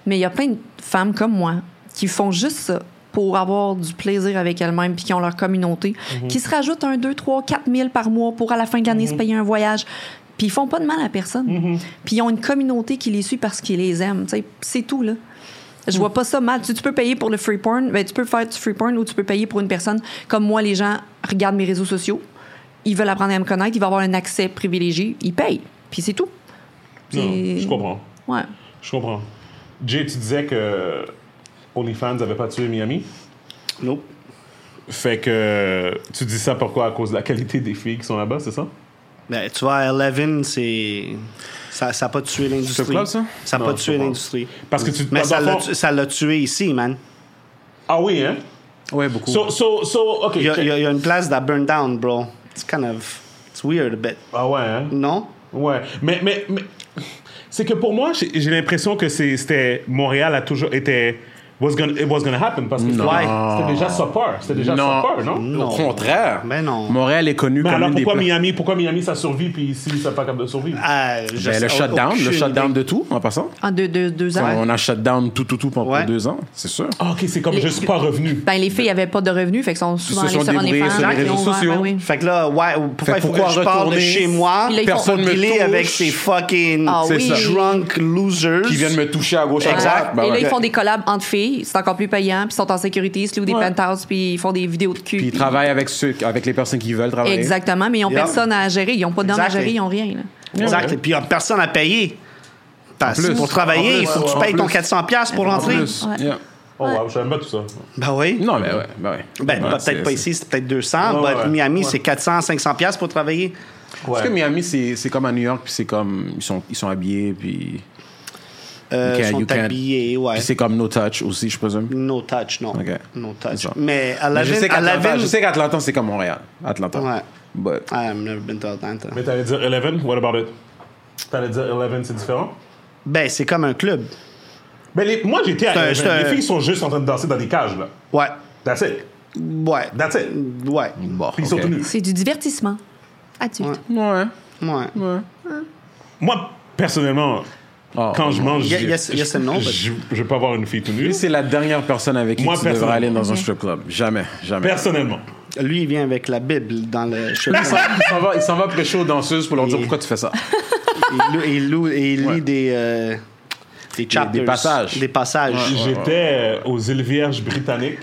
Speaker 5: Mais il y a plein de femmes comme moi qui font juste ça pour avoir du plaisir avec elles-mêmes puis qui ont leur communauté, qui se rajoutent un, deux, trois, quatre mille par mois pour à la fin de l'année se payer un voyage. Puis ils font pas de mal à personne. Puis ils ont une communauté qui les suit parce qu'ils les aiment. tu sais. C'est tout, là. Je vois pas ça mal. Tu, tu peux payer pour le free porn, ben, tu peux faire du free porn ou tu peux payer pour une personne. Comme moi, les gens regardent mes réseaux sociaux, ils veulent apprendre à me connaître, ils vont avoir un accès privilégié, ils payent. Puis c'est tout.
Speaker 3: Non,
Speaker 5: C'est-
Speaker 3: je comprends.
Speaker 5: Ouais.
Speaker 3: Je comprends. Jay, tu disais que OnlyFans n'avait pas tué Miami.
Speaker 4: Nope.
Speaker 3: Fait que tu dis ça pourquoi? À cause de la qualité des filles qui sont là-bas, c'est ça?
Speaker 4: Ben, tu vois, Eleven, c'est. Ça n'a pas tué l'industrie.
Speaker 1: C'est club, ça?
Speaker 4: Ça n'a
Speaker 3: Non,
Speaker 4: pas
Speaker 3: je
Speaker 4: tué
Speaker 3: comprends.
Speaker 4: l'industrie.
Speaker 3: Parce que tu-
Speaker 4: Mais
Speaker 3: dans
Speaker 4: ça
Speaker 3: le
Speaker 4: l'a
Speaker 3: fond-
Speaker 4: tu- ça l'a tué ici, man.
Speaker 3: Ah oui, hein?
Speaker 1: Ouais, beaucoup.
Speaker 3: So, so, so, OK.
Speaker 4: Il y, a-
Speaker 3: check.
Speaker 4: il y a il y a une place that burned down, bro. It's kind of. It's weird a bit.
Speaker 3: Ah ouais, hein?
Speaker 4: Non?
Speaker 3: Ouais, mais, mais, mais- c'est que pour moi, j'ai j'ai l'impression que c'est- c'était Montréal a toujours été was gonna, it was gonna happen parce que c'était
Speaker 4: Ouais.
Speaker 3: c'était déjà sa peur, c'était déjà
Speaker 1: Non.
Speaker 3: sa peur, non?
Speaker 1: Au contraire.
Speaker 4: Ben non.
Speaker 1: Montréal est connu
Speaker 3: Mais
Speaker 1: comme
Speaker 3: alors
Speaker 1: une des
Speaker 3: pourquoi
Speaker 1: pla-
Speaker 3: Miami, pourquoi Miami ça survit puis ici ça pas capable de survivre?
Speaker 4: Ah, je
Speaker 1: Ben,
Speaker 4: sais-
Speaker 1: le shutdown,
Speaker 4: aucune
Speaker 1: le
Speaker 4: idée.
Speaker 1: shutdown de tout, en passant.
Speaker 5: En deux, deux, deux ans.
Speaker 1: On a shutdown tout, tout, tout pendant
Speaker 4: Ouais.
Speaker 1: deux ans, c'est sûr.
Speaker 3: Ah, ok, c'est comme je suis pas revenu.
Speaker 5: Ben, les filles n'avaient pas de revenus, fait qu'ils sont souvent
Speaker 1: se
Speaker 5: allées
Speaker 1: sont
Speaker 5: sur
Speaker 1: débrouillées
Speaker 5: OnlyFans.
Speaker 1: sur les
Speaker 5: puis
Speaker 1: réseaux
Speaker 5: on va-
Speaker 1: sociaux.
Speaker 5: ben oui.
Speaker 4: Fait que là, ouais,
Speaker 1: Fait
Speaker 4: pourquoi il faut
Speaker 1: pourquoi
Speaker 4: que je parte de
Speaker 1: retourner?
Speaker 4: chez moi?
Speaker 5: Puis là, ils
Speaker 1: Personne
Speaker 5: font-
Speaker 1: me
Speaker 4: dealer
Speaker 1: touche.
Speaker 4: avec ces fucking
Speaker 5: Ah
Speaker 1: C'est
Speaker 5: oui.
Speaker 1: ça.
Speaker 4: drunk losers.
Speaker 1: Qui viennent me toucher à gauche, à
Speaker 4: Exact.
Speaker 1: droite. Ben
Speaker 5: Et là,
Speaker 1: ouais.
Speaker 5: ils font des collabs entre filles, c'est encore plus payant, puis ils sont en sécurité, ils se louent des
Speaker 1: Ouais.
Speaker 5: penthouses, puis ils font des vidéos de
Speaker 1: Puis
Speaker 5: cul.
Speaker 1: ils
Speaker 5: puis-
Speaker 1: travaillent avec, ceux, avec les personnes qui veulent travailler.
Speaker 5: Exactement, mais ils n'ont
Speaker 4: Yeah.
Speaker 5: personne à gérer, ils n'ont pas d'hommes à
Speaker 4: Exactly.
Speaker 5: gérer, ils n'ont rien. là.
Speaker 4: Exact.
Speaker 1: Ouais.
Speaker 4: Et puis, il n'y a personne à payer. Parce
Speaker 1: En
Speaker 4: que
Speaker 1: plus.
Speaker 4: pour travailler,
Speaker 1: En
Speaker 4: il faut
Speaker 1: plus.
Speaker 4: que tu
Speaker 1: En
Speaker 4: payes ton
Speaker 1: plus.
Speaker 4: 400$ pour
Speaker 5: En
Speaker 1: En
Speaker 4: rentrer.
Speaker 1: plus.
Speaker 5: Ouais.
Speaker 1: yeah.
Speaker 3: Oh wow, je savais pas tout ça.
Speaker 4: Ben oui.
Speaker 1: Non, mais ouais. Ben, ouais.
Speaker 4: Ben,
Speaker 1: Ouais,
Speaker 4: pas-
Speaker 1: c'est-
Speaker 4: peut-être pas
Speaker 1: c'est-
Speaker 4: ici, c'est peut-être 200,
Speaker 3: Ouais,
Speaker 4: mais
Speaker 3: ouais.
Speaker 4: Miami,
Speaker 3: Ouais.
Speaker 4: c'est 400, 500$ piastres pour travailler.
Speaker 3: Ouais.
Speaker 1: Est-ce que Miami, c'est c'est comme à New York, puis c'est comme. Ils sont, ils sont habillés, puis.
Speaker 4: Euh,
Speaker 1: You can't- you
Speaker 4: sont
Speaker 1: can't-
Speaker 4: habillés, ouais.
Speaker 1: puis c'est comme no touch aussi, je présume.
Speaker 4: No touch, non.
Speaker 1: Ok.
Speaker 4: No
Speaker 1: C'est
Speaker 4: touch.
Speaker 1: ça.
Speaker 4: Mais à
Speaker 1: Mais
Speaker 4: la
Speaker 1: je sais
Speaker 4: ville- à la
Speaker 1: qu'Atlanta, je
Speaker 4: ville-
Speaker 1: sais qu'Atlanta, c'est comme Montréal. Atlanta.
Speaker 4: Ouais. Ah,
Speaker 1: But-
Speaker 4: I've never been to Atlanta.
Speaker 3: Mais t'allais dire 11, what about it? T'allais dire 11, c'est différent?
Speaker 4: Ben, c'est comme un club.
Speaker 3: Ben les- moi j'étais
Speaker 4: C'est un-
Speaker 3: à 11.
Speaker 4: c'est un-
Speaker 3: Les filles sont juste en train de danser dans des cages là.
Speaker 4: Ouais.
Speaker 3: That's it.
Speaker 4: Ouais.
Speaker 3: That's it.
Speaker 4: Ouais.
Speaker 1: Bon,
Speaker 3: Puis ils sont
Speaker 1: ok.
Speaker 3: tout nus.
Speaker 5: C'est du divertissement adulte.
Speaker 4: Ouais.
Speaker 1: Ouais.
Speaker 4: Ouais.
Speaker 3: Moi, personnellement,
Speaker 1: Oh,
Speaker 3: quand je mange,
Speaker 4: Yeah,
Speaker 3: je-
Speaker 4: yes- yes and no, but-
Speaker 3: je, je veux pas avoir une fille tout nue.
Speaker 1: Lui, c'est la dernière personne avec qui
Speaker 3: Moi,
Speaker 1: tu devrais
Speaker 3: personne.
Speaker 1: aller dans un strip club. Jamais, jamais.
Speaker 3: Personnellement.
Speaker 4: Lui, il vient avec la Bible dans le chemin.
Speaker 1: Il s'en- il s'en va, il s'en va prêcher aux danseuses pour leur dire pourquoi tu fais ça.
Speaker 4: il, lou- il, lou- il lit
Speaker 1: Ouais.
Speaker 4: des, euh, des chapters.
Speaker 1: des passages.
Speaker 4: Des passages.
Speaker 1: Ouais.
Speaker 3: J'étais euh, aux îles Vierges britanniques,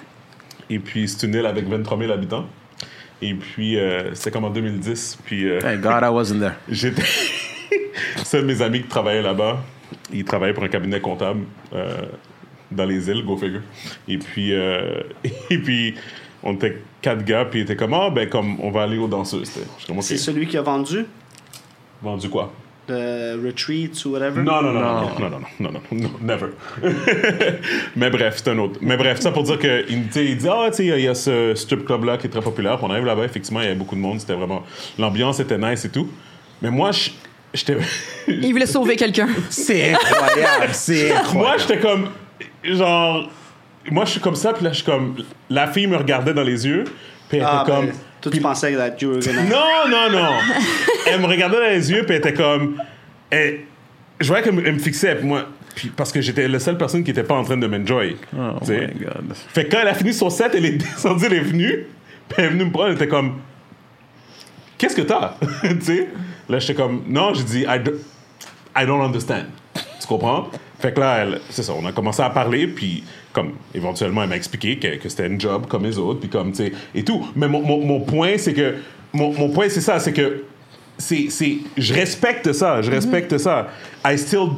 Speaker 3: et puis c'est une île avec 23 000 habitants. Et puis, euh, c'était comme en 2010. Puis, euh,
Speaker 1: Thank God I wasn't there.
Speaker 3: j'étais. C'est un de mes amis qui travaillait là-bas. Il travaillait pour un cabinet comptable euh, dans les îles, go figure. Et puis, euh, et puis on était quatre gars, puis il était comme, ah, ben, comme, on va aller aux danseuses. Je suis comme,
Speaker 4: C'est
Speaker 3: OK.
Speaker 4: celui qui a vendu
Speaker 3: Vendu quoi?
Speaker 4: le Retreat ou whatever.
Speaker 3: Non, non, non, non, non, non, non, non, non, never. Mais bref, c'est un autre. Mais bref, ça pour dire que il, tu sais, il dit Ah, tu sais, il y a ce strip club-là qui est très populaire. Puis on arrive là-bas, effectivement, il y avait beaucoup de monde. C'était vraiment. L'ambiance était nice et tout. Mais moi, je- j'étais.
Speaker 5: Ils voulaient sauver quelqu'un.
Speaker 1: C'est incroyable, c'est
Speaker 3: moi,
Speaker 1: incroyable.
Speaker 3: j'étais comme. Genre. Moi, je suis comme ça, puis là, je suis comme. La fille me regardait dans les yeux, puis elle
Speaker 4: Ah,
Speaker 3: était comme.
Speaker 4: ben, toi, tu
Speaker 3: puis-
Speaker 4: pensais que you were gonna...
Speaker 3: Non, non, non. elle me regardait dans les yeux, puis elle était comme. elle- je voyais qu'elle me- elle me fixait, puis moi. Puis parce que j'étais la seule personne qui n'était pas en train de m'enjoy.
Speaker 1: Oh
Speaker 3: tu sais.
Speaker 1: my God.
Speaker 3: fait que quand elle a fini son set, elle est descendue, elle est venue, puis elle est venue me prendre, elle était comme. Qu'est-ce que t'as? tu sais? Là, j'étais comme. Non, j'ai dit, I, do- I don't understand. Tu comprends? Fait que là, elle- c'est ça, on a commencé à parler, puis comme, éventuellement, elle m'a expliqué que, que c'était une job comme les autres, puis comme, tu sais, et tout. Mais mon, mon- mon point, c'est que, mon, mon point, c'est ça, c'est que, c'est, c'est, je respecte ça, je respecte ça. I still,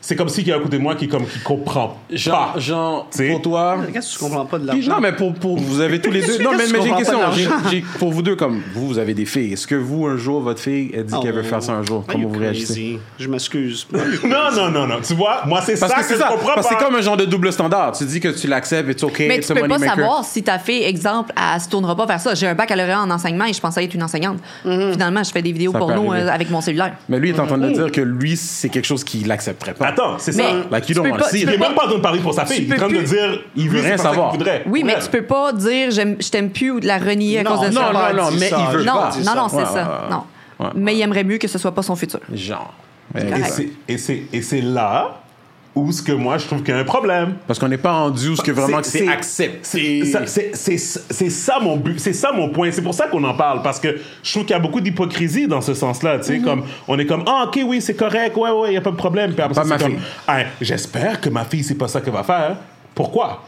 Speaker 3: c'est comme s'il y a un côté de moi qui, comme, qui comprend
Speaker 1: Jean,
Speaker 3: pas.
Speaker 1: Jean
Speaker 3: T'sais.
Speaker 1: pour toi.
Speaker 4: Qu'est-ce que tu comprends pas de
Speaker 1: Puis,
Speaker 4: l'argent?
Speaker 1: Bah, non, mais pour, pour vous avez tous les deux. Non, mais,
Speaker 4: Qu'est-ce
Speaker 1: mais
Speaker 4: qu'on
Speaker 1: j'ai une
Speaker 4: parle
Speaker 1: question.
Speaker 4: pas d'argent?
Speaker 1: J'ai- j'ai- pour vous deux, comme vous, vous avez des filles. Est-ce que vous, un jour, votre fille, elle dit qu'elle veut faire ça un jour?
Speaker 4: Are
Speaker 1: Comment
Speaker 4: you
Speaker 1: vous réagissez?
Speaker 4: crazy? Je m'excuse.
Speaker 3: Non, non, non, non. Tu vois, moi, c'est ça
Speaker 1: Parce
Speaker 3: que,
Speaker 1: que c'est
Speaker 3: je
Speaker 1: ça.
Speaker 3: comprends
Speaker 1: Parce que
Speaker 3: pas.
Speaker 1: c'est comme un genre de double standard. Tu dis que tu l'acceptes et tu OK,
Speaker 5: Mais
Speaker 1: it's
Speaker 5: tu
Speaker 1: a
Speaker 5: peux pas
Speaker 1: moneymaker.
Speaker 5: savoir si ta fille, exemple, elle se tournera pas vers ça. J'ai un baccalauréat en enseignement et je pensais être une enseignante. Finalement, je fais des vidéos
Speaker 1: Ça
Speaker 5: pour
Speaker 1: peut
Speaker 5: nous
Speaker 1: arriver.
Speaker 5: euh, avec mon cellulaire.
Speaker 1: Mais lui est en train
Speaker 4: Oh.
Speaker 1: de dire que lui, c'est quelque chose qu'il n'accepterait pas.
Speaker 3: Attends, c'est ça.
Speaker 5: Mais-
Speaker 1: Like, you
Speaker 5: Tu
Speaker 1: don't
Speaker 5: peux
Speaker 1: wanna
Speaker 5: pas-
Speaker 1: see
Speaker 5: tu
Speaker 3: Il
Speaker 1: it.
Speaker 3: est même pas en train de parler pour sa fille. Il est en
Speaker 5: peux
Speaker 3: train de
Speaker 5: plus-
Speaker 3: dire, il
Speaker 1: veut rien savoir.
Speaker 5: Oui, mais tu peux pas dire j'aime- je t'aime plus ou de la renier à
Speaker 4: Non,
Speaker 5: cause de
Speaker 1: Non,
Speaker 5: ça.
Speaker 1: non,
Speaker 4: pas
Speaker 1: non,
Speaker 4: dit
Speaker 1: mais
Speaker 4: ça,
Speaker 1: il veut
Speaker 4: j'ai
Speaker 5: non,
Speaker 1: pas.
Speaker 5: non, non, c'est
Speaker 1: Ouais,
Speaker 5: ça.
Speaker 1: ouais,
Speaker 5: non.
Speaker 1: ouais, ouais.
Speaker 5: mais il aimerait mieux que ce soit pas son futur.
Speaker 1: Genre.
Speaker 3: Et
Speaker 5: Correct.
Speaker 3: c'est- Et c'est et c'est là où ce que moi je trouve qu'il y a un problème.
Speaker 1: Parce qu'on n'est pas rendu où ce que vraiment que c'est
Speaker 3: C'est
Speaker 1: accepté.
Speaker 3: ça, c'est- c'est- c'est ça mon but, c'est ça mon point. C'est pour ça qu'on en parle parce que je trouve qu'il y a beaucoup d'hypocrisie dans ce sens-là. Tu
Speaker 1: Mhm.
Speaker 3: sais, comme on est comme ah ok oui c'est correct, ouais ouais y a pas de problème. Puis après ça,
Speaker 1: Pas ma
Speaker 3: c'est comme
Speaker 1: fille.
Speaker 3: Ah, j'espère que ma fille c'est pas ça qu'elle va faire. Pourquoi,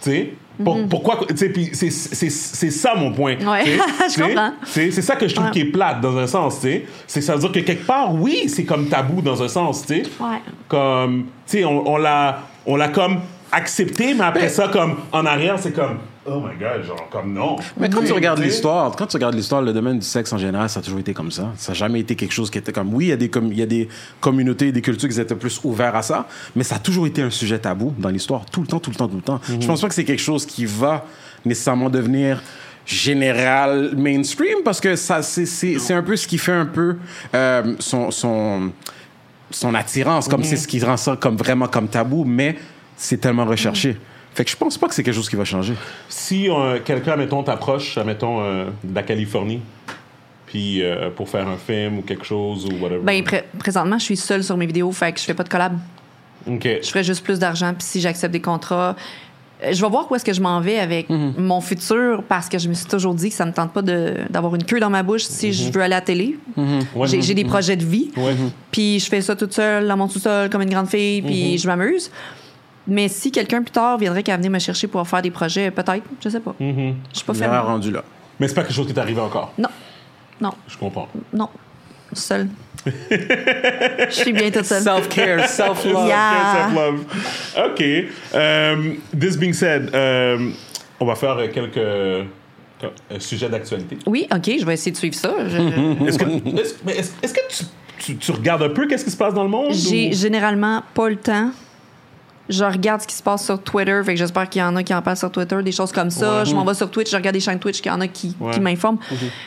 Speaker 3: tu sais? Pour-
Speaker 1: Mhm.
Speaker 3: Pourquoi, tu sais, puis c'est- c'est c'est ça mon point.
Speaker 5: Ouais,
Speaker 3: tu sais,
Speaker 5: je
Speaker 3: tu sais,
Speaker 5: comprends.
Speaker 3: tu sais, C'est ça que je trouve
Speaker 5: Ouais.
Speaker 3: qui est plate dans un sens, tu sais. C'est ça veut dire que quelque part, oui, c'est comme tabou dans un sens, tu sais.
Speaker 5: Ouais.
Speaker 3: Comme, tu sais, on, on l'a, on l'a comme accepté, mais après ça, comme en arrière, c'est comme, oh my god, genre comme non.
Speaker 1: Mais quand tu regardes
Speaker 3: sais.
Speaker 1: l'histoire, quand tu regardes l'histoire, le domaine du sexe en général, ça a toujours été comme ça. Ça n'a jamais été quelque chose qui était comme oui, il y a des com- il y a des communautés, et des cultures qui étaient plus ouvertes à ça, mais ça a toujours été un sujet tabou dans l'histoire, tout le temps, tout le temps, tout le temps. Je pense pas que c'est quelque chose qui va nécessairement devenir général mainstream parce que ça c'est c'est- c'est un peu ce qui fait un peu euh, son son son attirance, comme c'est ce qui rend ça comme vraiment comme tabou, mais c'est tellement recherché. Fait que je pense pas que c'est quelque chose qui va changer.
Speaker 3: Si euh, quelqu'un, mettons, t'approche, mettons, euh, de la Californie, puis euh, pour faire un film ou quelque chose ou whatever.
Speaker 5: Ben, pré- présentement, je suis seule sur mes vidéos, fait que je fais pas de collab.
Speaker 3: ok.
Speaker 5: Je ferais juste plus d'argent, puis si j'accepte des contrats, euh, je vais voir où est-ce que je m'en vais avec
Speaker 3: Mhm.
Speaker 5: mon futur, parce que je me suis toujours dit que ça me tente pas de- d'avoir une queue dans ma bouche si je veux aller à la télé.
Speaker 3: Mhm. Ouais. mhm.
Speaker 5: J'ai j'ai des projets de vie.
Speaker 3: Ouais. mhm.
Speaker 5: Puis je fais ça toute seule, dans mon sous-sol, comme une grande fille,
Speaker 3: Mhm.
Speaker 5: puis je m'amuse. Mais si quelqu'un plus tard viendrait qu'à venir me chercher pour faire des projets, peut-être, je sais pas.
Speaker 3: Mhm.
Speaker 5: Je suis pas
Speaker 1: On est
Speaker 5: fermée.
Speaker 1: rendu là.
Speaker 3: Mais c'est pas quelque chose qui est arrivé encore.
Speaker 5: Non, non,
Speaker 3: Je comprends.
Speaker 5: non. Seule. Je suis bien toute seule.
Speaker 1: Self-care, self-love.
Speaker 5: Yeah.
Speaker 3: Self-love. OK. Um, this being said, um, on va faire euh, quelques euh, sujets d'actualité.
Speaker 5: Oui, OK, je vais essayer de suivre ça. Je-
Speaker 3: Est-ce que, est-ce- mais est-ce- est-ce que tu, tu- tu regardes un peu qu'est-ce qui se passe dans le monde?
Speaker 5: J'ai
Speaker 3: ou-
Speaker 5: généralement pas le temps. Je regarde ce qui se passe sur Twitter, fait que j'espère qu'il y en a qui en parlent sur Twitter, des choses comme ça. Je m'en vais sur Twitch, je regarde des chaînes Twitch, qu'il y en a qui,
Speaker 3: Ouais.
Speaker 5: qui m'informent.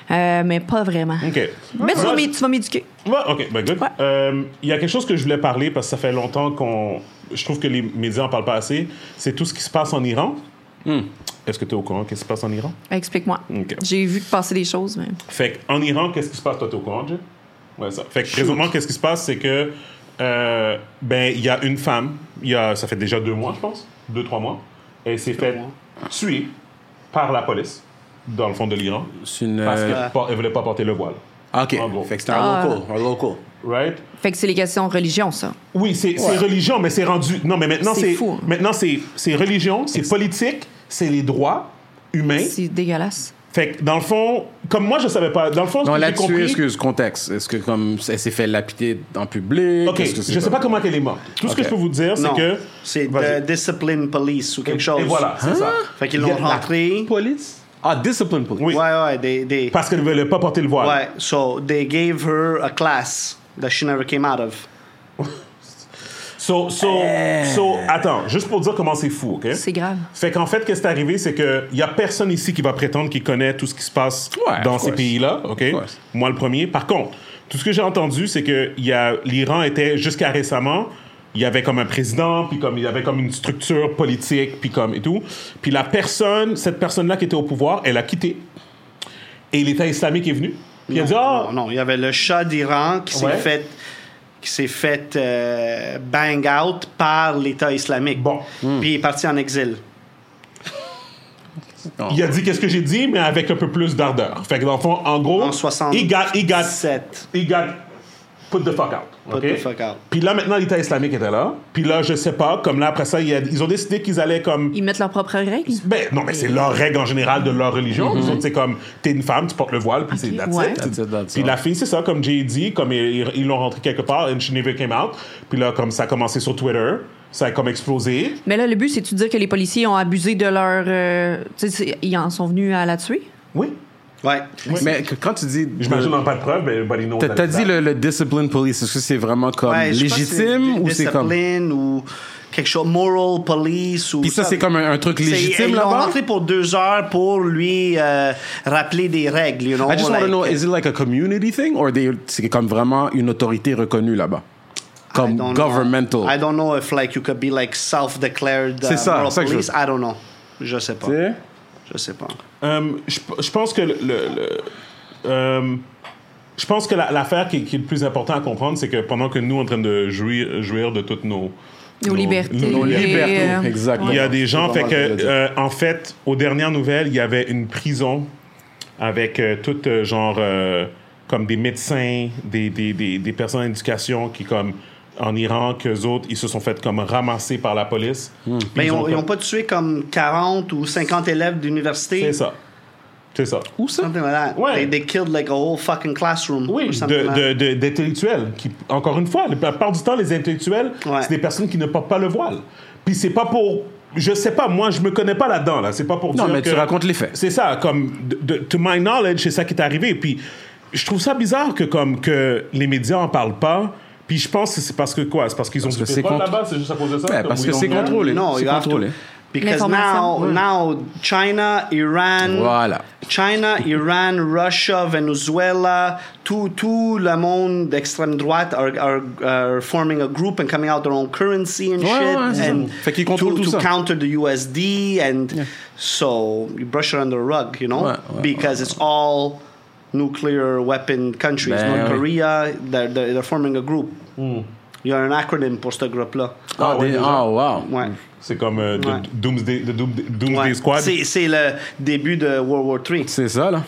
Speaker 5: Euh, mais pas vraiment.
Speaker 3: OK.
Speaker 5: Mais tu vas
Speaker 3: Moi,
Speaker 5: m'é- tu vas m'éduquer.
Speaker 3: Ouais, ok, ben good.
Speaker 5: Ouais.
Speaker 3: Euh, Il y a quelque chose que je voulais parler parce que ça fait longtemps qu'on. Je trouve que les médias en parlent pas assez. C'est tout ce qui se passe en Iran. Est-ce que tu es au courant qu'est-ce qui se passe en Iran?
Speaker 5: Explique-moi.
Speaker 3: OK.
Speaker 5: J'ai vu passer des choses, mais.
Speaker 3: Fait qu'en Iran, qu'est-ce qui se passe? Toi, t'es au courant, Jay? Ouais, ça. Fait que présentement, qu'est-ce qui se passe? C'est que, euh, ben, il y a une femme, il y a, ça fait déjà deux mois, je pense, deux, trois mois, elle s'est faite tuer par la police, dans le fond de l'Iran,
Speaker 1: C'est une.
Speaker 3: parce
Speaker 1: euh,
Speaker 3: qu'elle por- elle voulait pas porter le voile.
Speaker 1: ah, ok.
Speaker 3: en gros.
Speaker 1: Fait que c'était un
Speaker 5: Ah.
Speaker 1: local. Un local.
Speaker 3: Right?
Speaker 5: Fait que c'est les questions religion, ça.
Speaker 3: Oui, c'est c'est religion, mais c'est rendu. Non, mais maintenant,
Speaker 5: C'est
Speaker 3: c'est.
Speaker 5: fou. hein.
Speaker 3: Maintenant, c'est c'est religion, c'est politique, c'est les droits humains.
Speaker 5: C'est dégueulasse.
Speaker 3: Fait que, dans le fond, comme moi, je savais pas. Dans le fond, ce
Speaker 1: Non,
Speaker 3: que j'ai
Speaker 1: là-dessus,
Speaker 3: compris.
Speaker 1: excuse, contexte. Est-ce que comme elle s'est fait lapider en public?
Speaker 3: Ok,
Speaker 1: Est-ce que c'est
Speaker 3: je sais pas
Speaker 1: comme-
Speaker 3: comment elle est morte. Tout ce que
Speaker 1: Ok.
Speaker 3: je peux vous dire, c'est
Speaker 4: Non.
Speaker 3: que.
Speaker 4: C'est
Speaker 3: Vas-y.
Speaker 4: de Discipline Police ou quelque chose. Hein?
Speaker 3: Et voilà, c'est ça.
Speaker 4: Fait qu'ils l'ont rentré.
Speaker 1: Police? Ah, discipline police.
Speaker 3: Oui.
Speaker 4: Ouais, ouais, des. des
Speaker 3: Parce qu'elle ne voulait pas porter le voile.
Speaker 4: ouais, so they gave her a class that she never came out of.
Speaker 3: So, so, so, attends, juste pour dire comment c'est fou, OK?
Speaker 5: C'est grave.
Speaker 3: Fait qu'en fait, qu'est-ce qui est arrivé, c'est qu'il n'y a personne ici qui va prétendre qu'il connaît tout ce qui se passe
Speaker 1: Ouais,
Speaker 3: dans
Speaker 1: of
Speaker 3: ces
Speaker 1: course.
Speaker 3: pays-là, OK?
Speaker 1: Of course.
Speaker 3: Moi, le premier. Par contre, tout ce que j'ai entendu, c'est que il y a- l'Iran était, jusqu'à récemment, il y avait comme un président, puis comme il y avait comme une structure politique, puis comme et tout. Puis la personne, cette personne-là qui était au pouvoir, elle a quitté. Et l'État islamique est venu. Puis il a dit, ah,
Speaker 4: Non, non, il y avait le chat d'Iran qui s'est
Speaker 3: Ouais.
Speaker 4: fait qui s'est fait euh, bang out par l'État islamique. Hmm.
Speaker 3: Bon.
Speaker 4: Puis il est parti en exil.
Speaker 3: Il a dit qu'est-ce que j'ai dit, mais avec un peu plus d'ardeur. Fait que dans le fond, en gros,
Speaker 4: En 67.
Speaker 3: il got, he got, he got put the fuck out.
Speaker 4: Put
Speaker 3: OK?
Speaker 4: the fuck out.
Speaker 3: Puis là, maintenant, l'État islamique était là. Puis là, je sais pas, comme là, après ça, il y a- ils ont décidé qu'ils allaient comme.
Speaker 5: Ils mettent leurs propres règles.
Speaker 3: Ben, non, mais c'est leur règle en général de leur
Speaker 4: Mhm.
Speaker 3: religion. Ils ont, c'est comme, t'es une femme, tu portes le voile, puis c'est that's
Speaker 5: ouais.
Speaker 3: it.
Speaker 1: That's it, that's
Speaker 3: Puis
Speaker 1: all.
Speaker 3: la fille, c'est ça, comme j'ai dit, comme ils ils l'ont rentrée quelque part, and she never came out. Puis là, comme ça a commencé sur Twitter, ça a comme explosé.
Speaker 5: Mais là, le but, c'est-tu de dire que les policiers ont abusé de leur. euh, tu sais, c'est- ils en sont venus à la tuer?
Speaker 3: Oui.
Speaker 4: Ouais.
Speaker 1: Mais que- quand tu dis.
Speaker 3: J'imagine on n'a pas de preuve, mais everybody knows.
Speaker 1: T'as
Speaker 3: that
Speaker 1: t'as
Speaker 3: it's
Speaker 1: dit
Speaker 3: that.
Speaker 1: le, le discipline police, est-ce que c'est vraiment comme
Speaker 4: Ouais, je sais pas si
Speaker 1: légitime ou c'est comme.
Speaker 4: Discipline ou quelque chose. Moral police ou.
Speaker 1: Puis ça, c'est comme un, un truc
Speaker 4: C'est-
Speaker 1: légitime
Speaker 4: Ils l'ont
Speaker 1: là-bas?
Speaker 4: rentré pour deux heures pour lui euh, rappeler des règles, you know.
Speaker 1: I just want to
Speaker 4: like- euh,
Speaker 1: know, is it like a community thing or they- c'est comme vraiment une autorité reconnue là-bas?
Speaker 4: I
Speaker 1: Comme
Speaker 4: don't know. I
Speaker 1: governmental.
Speaker 4: don't know if like you could be like self-declared uh,
Speaker 1: C'est ça,
Speaker 4: moral
Speaker 1: ça que je
Speaker 4: police.
Speaker 1: veux.
Speaker 4: I don't know. Je sais pas.
Speaker 1: Tu sais?
Speaker 4: Je sais pas.
Speaker 3: Euh, je je pense que le, le- le- euh, je pense que la- l'affaire qui, qui est le plus important à comprendre, c'est que pendant que nous, on est en train de jouir, jouir de toutes nos,
Speaker 5: Nos libertés.
Speaker 1: Nos
Speaker 5: Et,
Speaker 1: libertés,
Speaker 5: euh,
Speaker 1: exactement.
Speaker 3: il y a des gens,
Speaker 1: C'est
Speaker 3: fait
Speaker 1: vraiment
Speaker 3: que,
Speaker 1: le cas de le dire.
Speaker 3: euh, en fait, aux dernières nouvelles, il y avait une prison avec euh, tout euh, genre, euh, comme des médecins, des, des, des, des personnes d'éducation qui, comme, en Iran, qu'eux autres, ils se sont fait comme ramasser par la police.
Speaker 1: Hmm.
Speaker 3: Puis
Speaker 4: Mais ils ont, ils
Speaker 3: comme-
Speaker 4: ont pas tué comme 40 ou 50 élèves d'université.
Speaker 3: C'est ça. C'est ça.
Speaker 1: Où ça?
Speaker 4: Something like that.
Speaker 3: Ouais.
Speaker 4: They, they killed like a whole fucking classroom.
Speaker 3: Oui,
Speaker 4: or
Speaker 3: de-
Speaker 4: something like
Speaker 3: de-
Speaker 4: that.
Speaker 3: de- d'intellectuels. qui, encore une fois, la plupart du temps, les intellectuels,
Speaker 4: Ouais.
Speaker 3: c'est des personnes qui ne portent pas le voile. Puis c'est pas pour. Je sais pas, moi, je me connais pas là-dedans. Là. C'est pas pour
Speaker 1: Non,
Speaker 3: dire
Speaker 1: mais tu
Speaker 3: que-
Speaker 1: racontes les faits.
Speaker 3: C'est ça, comme. De, de- to my knowledge, c'est ça qui est arrivé. Puis je trouve ça bizarre que, comme, que les médias en parlent pas. Puis je pense que c'est parce que quoi C'est parce qu'ils ont
Speaker 1: Parce
Speaker 3: du
Speaker 1: que c'est
Speaker 3: pétrole
Speaker 1: contre-
Speaker 3: là-bas, c'est juste à cause de ça
Speaker 1: Ouais,
Speaker 3: comme
Speaker 1: parce
Speaker 3: we
Speaker 1: que
Speaker 3: don't
Speaker 1: c'est
Speaker 3: know.
Speaker 1: contrôlé.
Speaker 4: No,
Speaker 1: C'est
Speaker 4: you have
Speaker 1: contrôlé.
Speaker 4: to. Because now,
Speaker 5: L'information.
Speaker 4: now China, Iran,
Speaker 1: Voilà.
Speaker 4: China, Iran, Russia, Venezuela, tout, tout le monde d'extrême droite are, are, are forming a group and coming out their own currency and
Speaker 1: Ouais,
Speaker 4: shit.
Speaker 1: ouais, c'est
Speaker 4: and
Speaker 1: ça. Fait qu'ils contrôlent
Speaker 4: to,
Speaker 1: tout
Speaker 4: to
Speaker 1: ça.
Speaker 4: counter the USD and so you brush it under the rug, you know,
Speaker 1: Ouais, ouais,
Speaker 4: because it's all nuclear weapon countries.
Speaker 1: Ben
Speaker 4: North
Speaker 1: oui. Mm.
Speaker 4: Korea, they're, they're, they're forming a group. Il y a un acronyme pour ce groupe-là.
Speaker 1: Ah,
Speaker 3: ouais,
Speaker 1: des-
Speaker 3: déjà.
Speaker 1: ah, wow.
Speaker 4: Ouais.
Speaker 3: C'est comme euh, de-
Speaker 4: Ouais.
Speaker 3: Doomsday, de Doom- Doomsday
Speaker 4: Ouais.
Speaker 3: Squad.
Speaker 4: C'est, c'est le début de World War III.
Speaker 1: C'est ça, là.